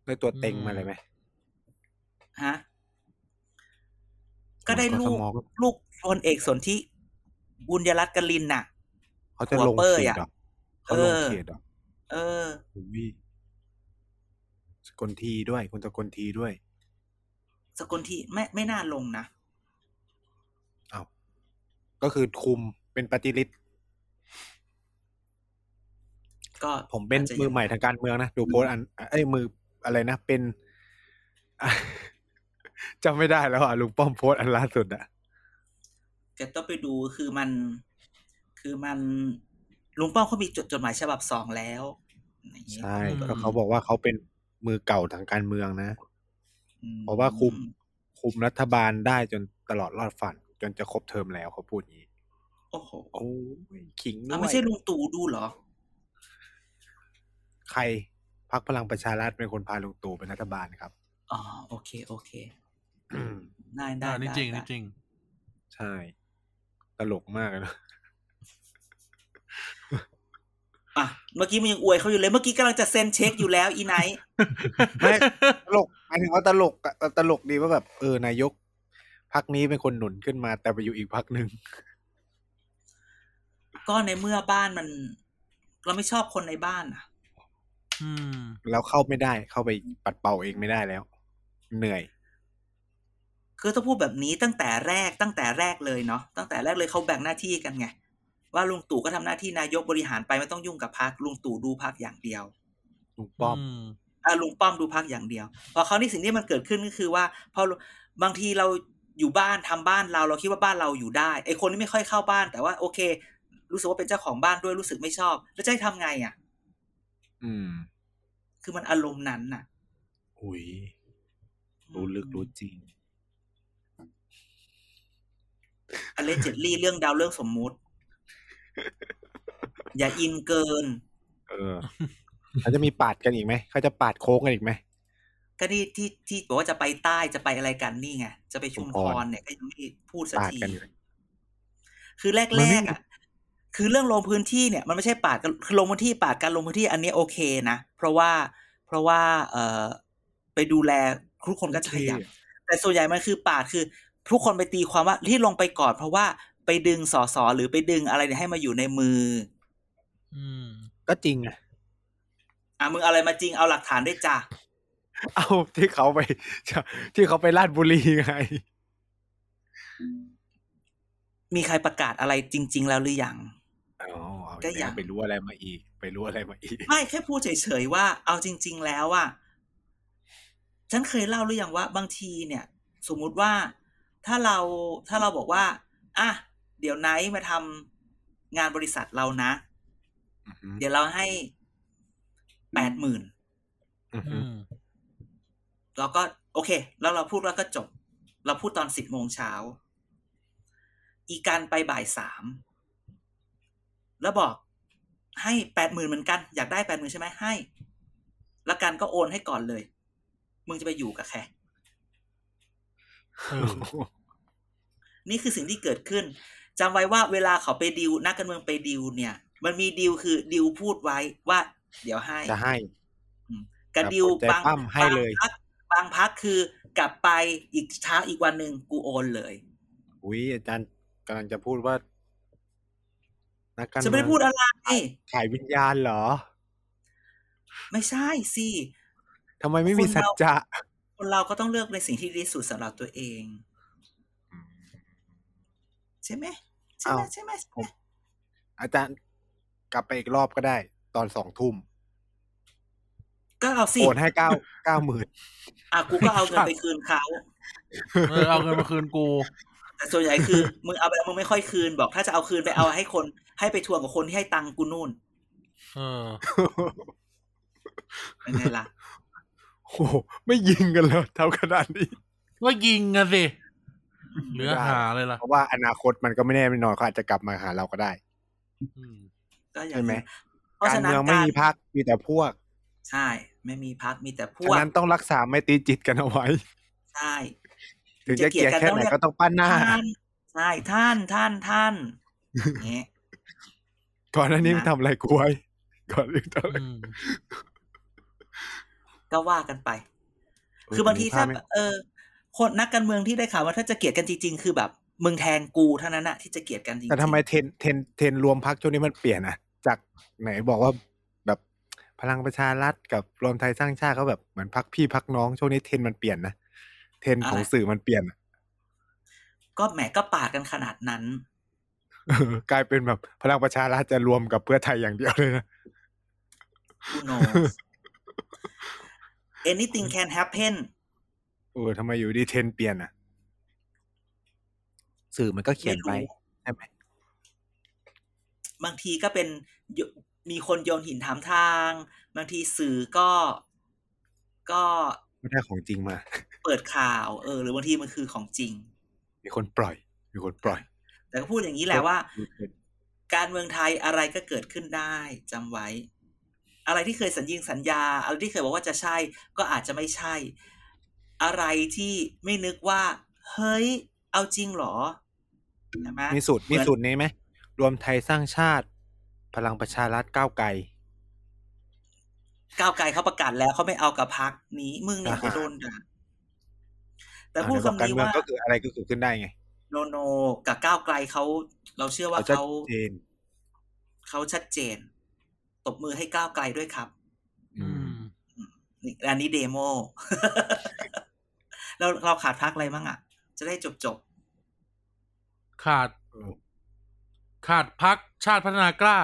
[SPEAKER 5] ได้ตัวเต็งมาเลยไหม
[SPEAKER 4] ฮะ ก็ได้
[SPEAKER 5] ท
[SPEAKER 4] ลู
[SPEAKER 5] ม
[SPEAKER 4] ก
[SPEAKER 5] ก็
[SPEAKER 4] ลูกพลเอกสนธิบุญยรัตน์กลินน่ะ
[SPEAKER 5] เขาจะลง
[SPEAKER 4] หัวเป้ย
[SPEAKER 5] เขต
[SPEAKER 4] อะ
[SPEAKER 5] เหรอเขาลง
[SPEAKER 4] เออ
[SPEAKER 5] เขตเหรอ
[SPEAKER 4] เออ
[SPEAKER 5] ผมวิสกลทีด้วยคุณสกลทีด้วย
[SPEAKER 4] สกลทีไม่ไม่น่าลงนะ
[SPEAKER 5] อ้าวก็คือคุมเป็นปฏิริษ
[SPEAKER 4] ก็
[SPEAKER 5] ผมเป็น
[SPEAKER 4] อาจจะยัง
[SPEAKER 5] มือใหม่ทางการเมืองนะดูโพสต์อันเอ้ยมืออะไรนะเป็น อ่ะจำไม่ได้แล้วอ่ะลุงป้อมโพสต์อันล่าสุดอ่ะ
[SPEAKER 4] แกต้องไปดูคือมัน คือมันลุงป้อมเขามีจดจดหมายฉบับสองแล้วอย่างเงี้ย
[SPEAKER 5] ใช่
[SPEAKER 2] อืม
[SPEAKER 5] ก็เขาบอกว่าเขาเป็นมือเก่าทางการเมืองนะ
[SPEAKER 4] อืม
[SPEAKER 5] เพราะว่าคุม คุมรัฐบาลได้จนตลอดรอดฝัน จนจะครบเทอมแล้วเขาพูดอย่างนี้
[SPEAKER 4] โอ้โห
[SPEAKER 5] โอ้ยขิงด้
[SPEAKER 4] อ้าว
[SPEAKER 5] ว
[SPEAKER 4] ไม่
[SPEAKER 5] ย
[SPEAKER 4] ใช่ลุงตู่ดูเหรอ
[SPEAKER 5] ใครพักพลังประชารัฐเป็นคนพาลุงตู่เป็นรัฐบาลครับ
[SPEAKER 4] อ๋อ โอเค โอเค ได้ได้
[SPEAKER 2] อ่านี่จริง
[SPEAKER 4] ได้
[SPEAKER 2] นี่จริง
[SPEAKER 5] ใช่ ตลกมากเลยนะ
[SPEAKER 4] อ่ะเมื่อกี้มันยังอวยเขาอยู่เลยเมื่อกี้กำลังจะเซ็นเช็คอยู่แล้วอี ไนท์
[SPEAKER 5] ไม่ ตลกหมายถึงว่าตลกอะตลกดีว่าแบบเออนายกพักนี้เป็นคนหนุนขึ้นมา แต่ไปอยู่อีกพักหนึ่ง
[SPEAKER 4] ก็ในเมื่อบ้านมัน เราไม่ชอบคนในบ้านอ่ะ
[SPEAKER 2] อืม
[SPEAKER 5] แล้วเข้าไม่ได้เข้าไปปัดเป่าเองไม่ได้แล้ว เหนื่อย
[SPEAKER 4] คือต้องพูดแบบนี้ตั้งแต่แรกตั้งแต่แรกเลยเนาะตั้งแต่แรกเลยเขาแบ่งหน้าที่กันไง ว่าลุงตู่ก็ทำหน้าที่นายกบริหารไปไม่ต้องยุ่งกับพักลุงตู่ดูพักอย่างเดียว
[SPEAKER 5] ลุงป้อม
[SPEAKER 4] อ่ะลุงป้อมดูพักอย่างเดียว พอเขาวนี่สิ่งที่มันเกิดขึ้นก็คือว่าพอบางทีเราอยู่บ้านทำบ้านเราเราคิดว่าบ้านเราอยู่ได้ไอคนที่ไม่ค่อยเข้าบ้าน แต่ว่าโอเค รู้สึกว่าเป็นเจ้าของบ้านด้วยรู้สึกไม่ชอบ แล้วจะให้ทำไงอ่ะ
[SPEAKER 5] อืม
[SPEAKER 4] คือมันอารมณ์นั้นน่ะ
[SPEAKER 5] หุยรู้ลึกรู้จริง
[SPEAKER 4] อเลเจดลี่เรื่องดาวเรื่องสมมุติ อย่าอินเกิน
[SPEAKER 5] เออ เขาจะมีปาดกันอีกไหมเขาจะปาดโค้งกันอีกไหม
[SPEAKER 4] ก็นี่ที่ที่บอกว่าจะไปใต้จะไปอะไรกันนี่ไงจะไปชุมพรเนี่ยก็ยังไม่พูดสัก
[SPEAKER 5] ปาด
[SPEAKER 4] ที
[SPEAKER 5] กันอยู่เลย
[SPEAKER 4] คือแรกๆอ่ะ คือเรื่องลงพื้นที่เนี่ย มันไม่ใช่ปาดกันคือลงพื้นที่ปาดการลงพื้นที่อันนี้โอเคนะเพราะว่าเพราะว่าเอ่อไปดูแลทุกคนก็จะขยับแต่ส่วนใหญ่มันคือปาดคือ ทุกคนไปตีความว่าที่ลงไปก่อน เพราะว่าไปดึงสอสอหรือไปดึงอะไรเนี่ยให้มาอยู่ในมือ
[SPEAKER 2] อืม
[SPEAKER 5] ก็จริงนะ
[SPEAKER 4] อ่ะมึงเอาอะไรมาจริงเอาหลักฐานได้วยจ้ะ
[SPEAKER 5] เอาที่เขาไป ที่เขาไปลาดบุรีไง
[SPEAKER 4] มีใครประกาศอะไรจริง ๆ แล้วหรือยัง
[SPEAKER 5] อ๋อเอา
[SPEAKER 4] ก็
[SPEAKER 5] อีก็อ
[SPEAKER 4] อาย
[SPEAKER 5] ยาก กไปรู้อะไรมาอีก ไปรู้อะไรมาอีก
[SPEAKER 4] ไม่แค่พูดเฉยๆว่าเอาจริง ๆ แล้วอ่ะฉันเคยเล่าหรือยังว่าบางทีเนี่ย สมมุติว่าถ้าเราถ้าเราบอกว่าอ่ะเดี๋ยวไนท์มาทำงานบริษัทเรานะ เดี๋ยวเราให้แปดหมื่น
[SPEAKER 2] อืม
[SPEAKER 4] เราก็โอเค แล้วเราพูดแล้วก็จบ เราพูดตอนสิบโมงเช้า อีการไปบ่ายสามแล้วบอกให้แปดหมื่นเหมือนกัน อยากได้แปดหมื่นใช่ไหมให้ แล้วกันก็โอนให้ก่อนเลย มึงจะไปอยู่กับแคร
[SPEAKER 2] เออ
[SPEAKER 4] นี่คือสิ่งที่เกิดขึ้นจำไว้ว่าเวลาเขาไปดิวนักการเมืองไปดิวเนี่ย มันมีดิวคือดิวพูดไว้ว่า เดี๋ยวให้
[SPEAKER 5] จะให้
[SPEAKER 4] กับดิว
[SPEAKER 5] แบบ
[SPEAKER 4] บาง
[SPEAKER 5] กดใจปั้มให้เลย
[SPEAKER 4] บางพักบางพักคือกลับไปอีกเช้าอีกวันหนึ่งกูโอนเลย
[SPEAKER 5] อุ้ยอาจารย์กำลังจะพูดว่านักการ
[SPEAKER 4] จะไม่ได้พูดอะไร
[SPEAKER 5] ขายวิญญาณเหรอ
[SPEAKER 4] ไม่ใช่สิ
[SPEAKER 5] ทำไมไม่มีสัจจะ
[SPEAKER 4] คนเราก็ต้องเลือกในสิ่งที่ดีที่สุดสำหรับตัวเอง ใช่ไหมใช่ไหมใช่ไหมใช่ไหม
[SPEAKER 5] อาจารย์กลับไปอีกรอบก็ได้ ตอนสองทุ่ม
[SPEAKER 4] ก็เอาสิ
[SPEAKER 5] โอนให้เก้าเก้าหมื่น
[SPEAKER 4] อ่ะกูก็เอาเงินไปคืนเขา
[SPEAKER 2] เออเอาเงินมาคืนกู
[SPEAKER 4] แต่ส่วนใหญ่คือ มึงเอาไปแล้วมึงไม่ค่อยคืนบอก ถ้าจะเอาคืนไปเอาให้คนให้ไปทวงกับคนที่ให้ตังค์กูนู่น
[SPEAKER 2] เออ
[SPEAKER 4] เป็นไงล่ะ
[SPEAKER 5] โอ้โหไม่ยิงกันเลยเท่าขนาดนี้
[SPEAKER 2] ก็ยิงอะสิเหลือหาเลยล่ะ
[SPEAKER 5] เพราะว่าอนาคตมันก็ไม่แน่ไม่นอนเขาอาจจะกลับมาหาเราก็ได้
[SPEAKER 2] อืม
[SPEAKER 4] ก็อย่าง
[SPEAKER 5] ใช่ไหม
[SPEAKER 4] นั้นเพราะ
[SPEAKER 5] การ
[SPEAKER 4] ฉะนั้น
[SPEAKER 5] เมืองไม่มีพักมีแต่พวก
[SPEAKER 4] ใช่ ไม่มีพักมีแต่พว
[SPEAKER 5] ฉะ
[SPEAKER 4] ก
[SPEAKER 5] นั้นต้องรักษาไม่ตีจิตกันเอาไว้
[SPEAKER 4] ใช่
[SPEAKER 5] ถึงจะเกลียดแค่ไหนก็ต้องปั้นหน้า
[SPEAKER 4] ท่านใช่ท่านท่านท่านอย่างเงี้ย
[SPEAKER 5] ก่อนหน้านี้
[SPEAKER 4] นะ
[SPEAKER 5] มึงทำอะไรกูไว้ ก่อนหรือทำอะไร
[SPEAKER 2] อืม
[SPEAKER 4] ก็ว่ากันไป คือบางทีถ้า
[SPEAKER 5] เออ
[SPEAKER 4] เออ คนนักการเมืองที่ได้ข่าวว่าถ้าจะเกลียดกันจริงๆ คือแบบ มึงแทงกูเท่านั้นนะที่จะเกลียดกันจริงๆ
[SPEAKER 5] แต่ทำไมเทรนเทรนเทรนรวมพักช่วงนี้มันเปลี่ยนอ่ะ จากไหนบอกว่าแบบพลังประชารัฐกับรวมไทยสร้างชาติเขาแบบเหมือนพักพี่พักน้องช่วงนี้เทรนมันเปลี่ยนนะเทรนของสื่อมันเปลี่ยนอะ
[SPEAKER 4] ก็แหมก็ปาดกันขนาดนั้น
[SPEAKER 5] เออกลายเป็นแบบพลังประชารัฐจะรวมกับเพื่อไทยอย่างเดียวเลยนะ
[SPEAKER 4] who knows anything can happen
[SPEAKER 5] เออทำไมอยู่ดีเทรนเปลี่ยนอ่ะ สื่อมันก็เขียนไป
[SPEAKER 4] ม่รู้
[SPEAKER 5] ใช่ไหม
[SPEAKER 4] บางทีก็เป็นโยมีคนโยนหินถามทาง บางทีสื่อก็ก็
[SPEAKER 5] ไม่ได้ของจริงมา
[SPEAKER 4] เปิดข่าว เออ หรือบางทีมันคือของจริง
[SPEAKER 5] มีคนปล่อย มีคนปล่อย
[SPEAKER 4] แต่ก็พูดอย่างนี้แหละว่า การเมืองไทยอะไรก็เกิดขึ้นได้จำไว้ อะไรที่เคยสัญญิงสัญญา อะไรที่เคยบอกว่าจะใช่ ก็อาจจะไม่ใช่ อะไรที่ไม่นึกว่า เฮ้ย เอาจริงเหรอใช่ไหม
[SPEAKER 5] มีสูตร
[SPEAKER 4] เหมื
[SPEAKER 5] มี
[SPEAKER 4] อน
[SPEAKER 5] สูตรนี้ไหมรวมไทยสร้างชาติ พลังประชารัฐก้าวไกล
[SPEAKER 4] ก้าวไกลเขาประกาศแล้วเขาไม่เอากับพักนี้ มึงเนี่ย
[SPEAKER 5] อ่า
[SPEAKER 4] กูโดนด่าแต่พูด
[SPEAKER 5] อ่ะ
[SPEAKER 4] คำ
[SPEAKER 5] ใบอก
[SPEAKER 4] นี้
[SPEAKER 5] รเมือง
[SPEAKER 4] ว่า
[SPEAKER 5] ก็คืออะไรก็เกิดขึ้นได้ไง
[SPEAKER 4] โนโนกับก้าวไกลเขาเราเชื่อว่า
[SPEAKER 5] ชัด
[SPEAKER 4] เขา
[SPEAKER 5] เจน
[SPEAKER 4] เขาชัดเจน ตบมือให้ก้าวไกลด้วยครับ
[SPEAKER 2] อืม
[SPEAKER 4] นี่อันนี้เดโม เราเราขาดพักอะไรบ้างอ่ะ จะได้จบจบ
[SPEAKER 2] ขาด ขาดพักชาติพัฒนากล้า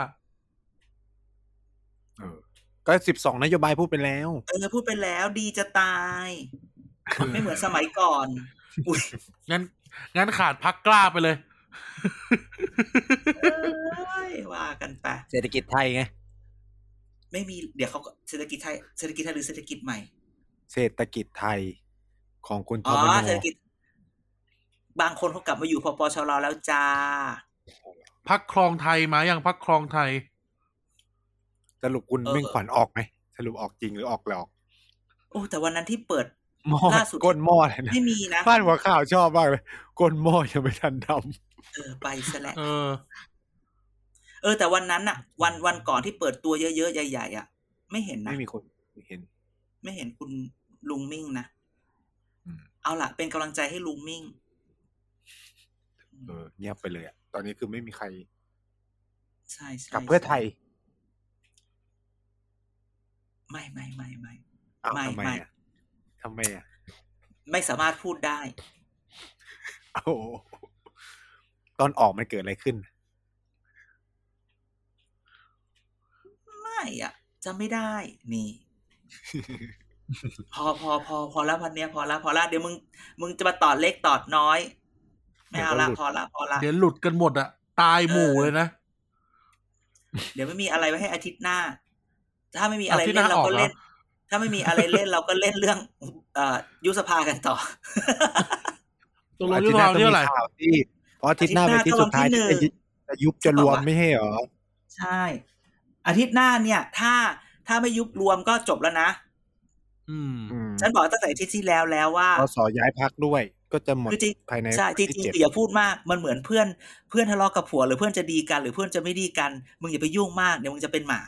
[SPEAKER 5] เออก็สิบสองนโยบายพูดไปแล้ว
[SPEAKER 4] ๆเออพูดไปแล้วดีจะตาย ไม่เหมือนสมัยก่อน อุ้ย
[SPEAKER 2] งั้น งั้นขาดพักกล้าไปเลย
[SPEAKER 4] เอ้ยว่ากันไป
[SPEAKER 5] เศรษฐกิจไทยไง
[SPEAKER 4] ไม่มีเดี๋ยวเขาก็เศรษฐกิจไทยเศรษฐกิจไทยหรือเศรษฐกิจใหม่
[SPEAKER 5] เศรษฐกิจไทยของคุณท
[SPEAKER 4] อ๋
[SPEAKER 5] อ
[SPEAKER 4] อ
[SPEAKER 5] มโน
[SPEAKER 4] เศรษฐกิจ บางคนเขากลับมาอยู่พปชรแล้วจ้า
[SPEAKER 2] พักครองไทยมาอย่างพักครองไทย
[SPEAKER 5] สรุปคุณ
[SPEAKER 4] เออ
[SPEAKER 5] มิ่งขวัญออกไหมสรุปออกจริงหรือออกหลอก
[SPEAKER 4] เ โอ้แต่วันนั้นที่เปิด
[SPEAKER 5] หม้อ
[SPEAKER 4] ล่าสุด
[SPEAKER 5] ก้นหม้อเลยนะ
[SPEAKER 4] ไม่มีนะ
[SPEAKER 5] พาดหัวข่าวชอบมากเลยก้นหม้อยังไม่ทันด
[SPEAKER 4] เออไปซะแล้ว
[SPEAKER 2] เออ
[SPEAKER 4] เออแต่วันนั้นอะวันวันก่อนที่เปิดตัวเยอะๆใหญ่ๆอะไม่เห็น
[SPEAKER 5] ำ
[SPEAKER 4] นะ
[SPEAKER 5] ไม่มีคนเห็น
[SPEAKER 4] ไม่เห็นคุณลุงมิ่งนะ
[SPEAKER 5] อืม
[SPEAKER 4] เอาล่ะ เป็นกำลังใจให้ลุงมิ่ง
[SPEAKER 5] เออเงียบไปเลยอะตอนนี้คือไม่มีใคร
[SPEAKER 4] ใช่ใช่
[SPEAKER 5] กลับเพื่อไทย
[SPEAKER 4] ไม่ไม่ไม่ไม่
[SPEAKER 5] อ้าว
[SPEAKER 4] ไม่
[SPEAKER 5] ทำไม
[SPEAKER 4] ไม่
[SPEAKER 5] อะทำไมอะ
[SPEAKER 4] ไม่สามารถพูดได้
[SPEAKER 5] โอ้โหตอนออกมันเกิดอะไรขึ้น
[SPEAKER 4] ไม่อ่ะจำไม่ได้ นี่ พอพอพอพอแล้วพันเนี้ยพอละพอละเดี๋ยวมึงมึงจะมาตอดเล็กตอดน้อย ไม่เอาละ
[SPEAKER 5] เดี๋ยวก็
[SPEAKER 4] พ
[SPEAKER 5] หลุด
[SPEAKER 4] อละพอละ
[SPEAKER 2] เดี๋ยวหลุดกันหมดอะตายหมู่เลยนะ
[SPEAKER 4] เดี๋ยวไม่มีอะไรไว้ให้อาทิตย์หน้า ถ้าไม่มีอะไร
[SPEAKER 2] อาทิตย์ห
[SPEAKER 4] เล่
[SPEAKER 2] น้าน
[SPEAKER 4] เรา
[SPEAKER 2] ออก
[SPEAKER 4] ก็
[SPEAKER 2] เหรอ
[SPEAKER 4] เล่น ถ้าไม่มีอะไรเล่นเราก็เล่นเรื่อง เอ่อยุบสภากันต่อ
[SPEAKER 2] ตกลงยุบสภาวันที่เท่าไหร่
[SPEAKER 5] อทิตย์น้าต้องมีข่าวที่อ๋ออาทิตย์หน้าเป็นอาที่สุดท้ายที่จะยุบจะยุบจะรวมไม่ใช่เหรอ
[SPEAKER 4] ใช่ อาทิตย์หน้าเนี่ย ถ้าถ้าไม่ยุบรวมก็จบแล้วนะ
[SPEAKER 2] อืม
[SPEAKER 5] อืม
[SPEAKER 4] ฉันบอกตั้งแต่อาทิตย์ที่แล้วแล้วว่า
[SPEAKER 5] พอสอย้ายพักด้วย ก็จะหมด
[SPEAKER 4] คือจริง
[SPEAKER 5] ภายใน
[SPEAKER 4] ใช่จริง
[SPEAKER 5] ที่เจ็ด
[SPEAKER 4] ๆอย่าพูดมากมันเหมือนเพื่อนเพื่อนทะเลาะกับผัวหรือเพื่อนจะดีกันหรือเพื่อนจะไม่ดีกัน มึงอย่าไปยุ่งมากเดี๋ยวมึงจะเป็นหมา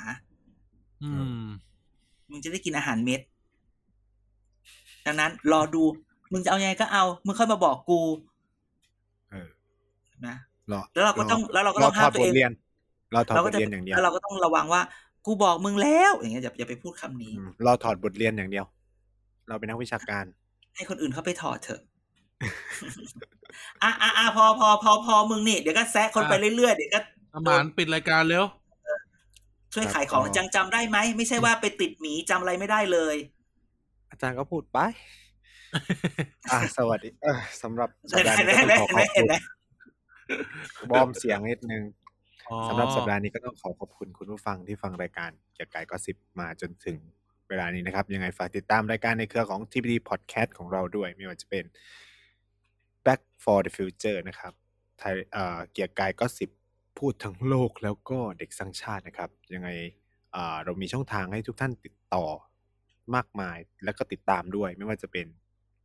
[SPEAKER 2] อืม
[SPEAKER 4] มึงจะได้กินอาหารเม็ด ดังนั้น รอดู มึงจะเอายังไงก็เอา มึงค่อยมาบอกกู
[SPEAKER 5] เออ
[SPEAKER 4] นะ
[SPEAKER 5] รอ
[SPEAKER 4] แล้วเราก็ต้องแล้วเราก็
[SPEAKER 5] ร
[SPEAKER 4] ต้
[SPEAKER 5] อ
[SPEAKER 4] อง
[SPEAKER 5] ถอ
[SPEAKER 4] ห้าม
[SPEAKER 5] ด
[SPEAKER 4] ตัว
[SPEAKER 5] บท
[SPEAKER 4] เอง
[SPEAKER 5] เรียน เราถอด
[SPEAKER 4] เรา
[SPEAKER 5] บ
[SPEAKER 4] ก็
[SPEAKER 5] ท
[SPEAKER 4] จะ
[SPEAKER 5] เรียนอย่างเดียว
[SPEAKER 4] แล้วเราก็ต้องระวังว่า กูบอกมึงแล้ว อย่างเงี้ยอย่าอย่าไปพูดคำนี้
[SPEAKER 5] อืมเราถอดบทเรียนอย่างเดียว เราเป็นนักวิชาการ
[SPEAKER 4] ให้คนอื่นเขาไปถอดเถอะ อ่ะอ่ะอ่ะพอพอพอพอมึงนี่ เดี๋ยวก็แซะคน
[SPEAKER 2] อ่ะ
[SPEAKER 4] ไปเรื่อยๆ เดี๋ยวก็
[SPEAKER 2] อาหมานปิดรายการเร็ว
[SPEAKER 4] ช่วย
[SPEAKER 5] ครับ
[SPEAKER 4] ขายของ
[SPEAKER 5] ก็
[SPEAKER 4] จังจำได้ไหม ไม่ใช่ว่าไปติดหมีจำอะไรไม่ได้เลย
[SPEAKER 5] อาจารย์ก็พูดไป อ่ะสวัสดีเอ่อสำหรับสัปดาห์
[SPEAKER 4] เห็นไหม
[SPEAKER 5] นี้
[SPEAKER 4] เห็นไหม
[SPEAKER 5] ก็
[SPEAKER 4] เห็นไหม
[SPEAKER 5] ต้องขอขอบคุณบอร์มเสียงนิดนึงสำหรับสัปดาห์นี้ก็ต้องขอขอบคุณคุณผู้ฟังที่ฟังรายการจากไก่ก็สิบมาจนถึงเวลานี้นะครับ ยังไงฝากติดตามรายการในเครือของ TPD Podcast ของเราด้วย ไม่ว่าจะเป็น Back for the Future นะครับไทยเอ่อเกียร์กายก็สิบพูดทั้งโลกแล้วก็เด็กสร้างชาตินะครับ ยังไง อ่าเรามีช่องทางให้ทุกท่านติดต่อมากมาย และก็ติดตามด้วย ไม่ว่าจะเป็น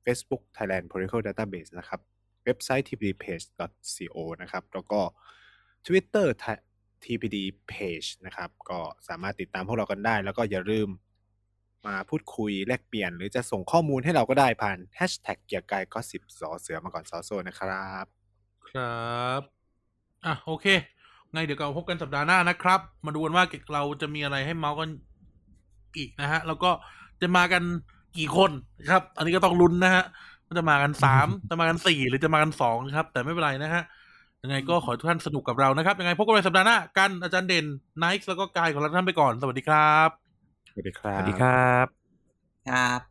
[SPEAKER 5] Facebook Thailand Political Database นะครับ เว็บไซต์ tpdpage.co นะครับ แล้วก็ Twitter Thai- tpd page นะครับ ก็สามารถติดตามพวกเรากันได้ แล้วก็อย่าลืมมาพูดคุยแลกเปลี่ยน หรือจะส่งข้อมูลให้เราก็ได้ผ่าน hashtag เกียร์กายก็สิบสอเสือมาก่อนสอโซนะครับ
[SPEAKER 2] ครับ อ่ะ โอเค ไงเดี๋ยวเราพบกันสัปดาห์หน้านะครับ มาดูกันว่าเราจะมีอะไรให้เมาส์กันอีกนะฮะ แล้วก็จะมากันกี่คนครับ อันนี้ก็ต้องลุ้นนะฮะว่าจะมากันสาม จะมากันสี่หรือจะมากันสองนะครับ แต่ไม่เป็นไรนะฮะ ยังไงก็ขอให้ทุกท่านสนุกกับเรานะครับ ยังไงพบกันในสัปดาห์หน้ากันอาจารย์เด่นไนท์แล้วก็กายของเราท่านไปก่อน สวัสดีครับ
[SPEAKER 5] สวัสดีครับ
[SPEAKER 3] สวัสดีครับ
[SPEAKER 4] ครับ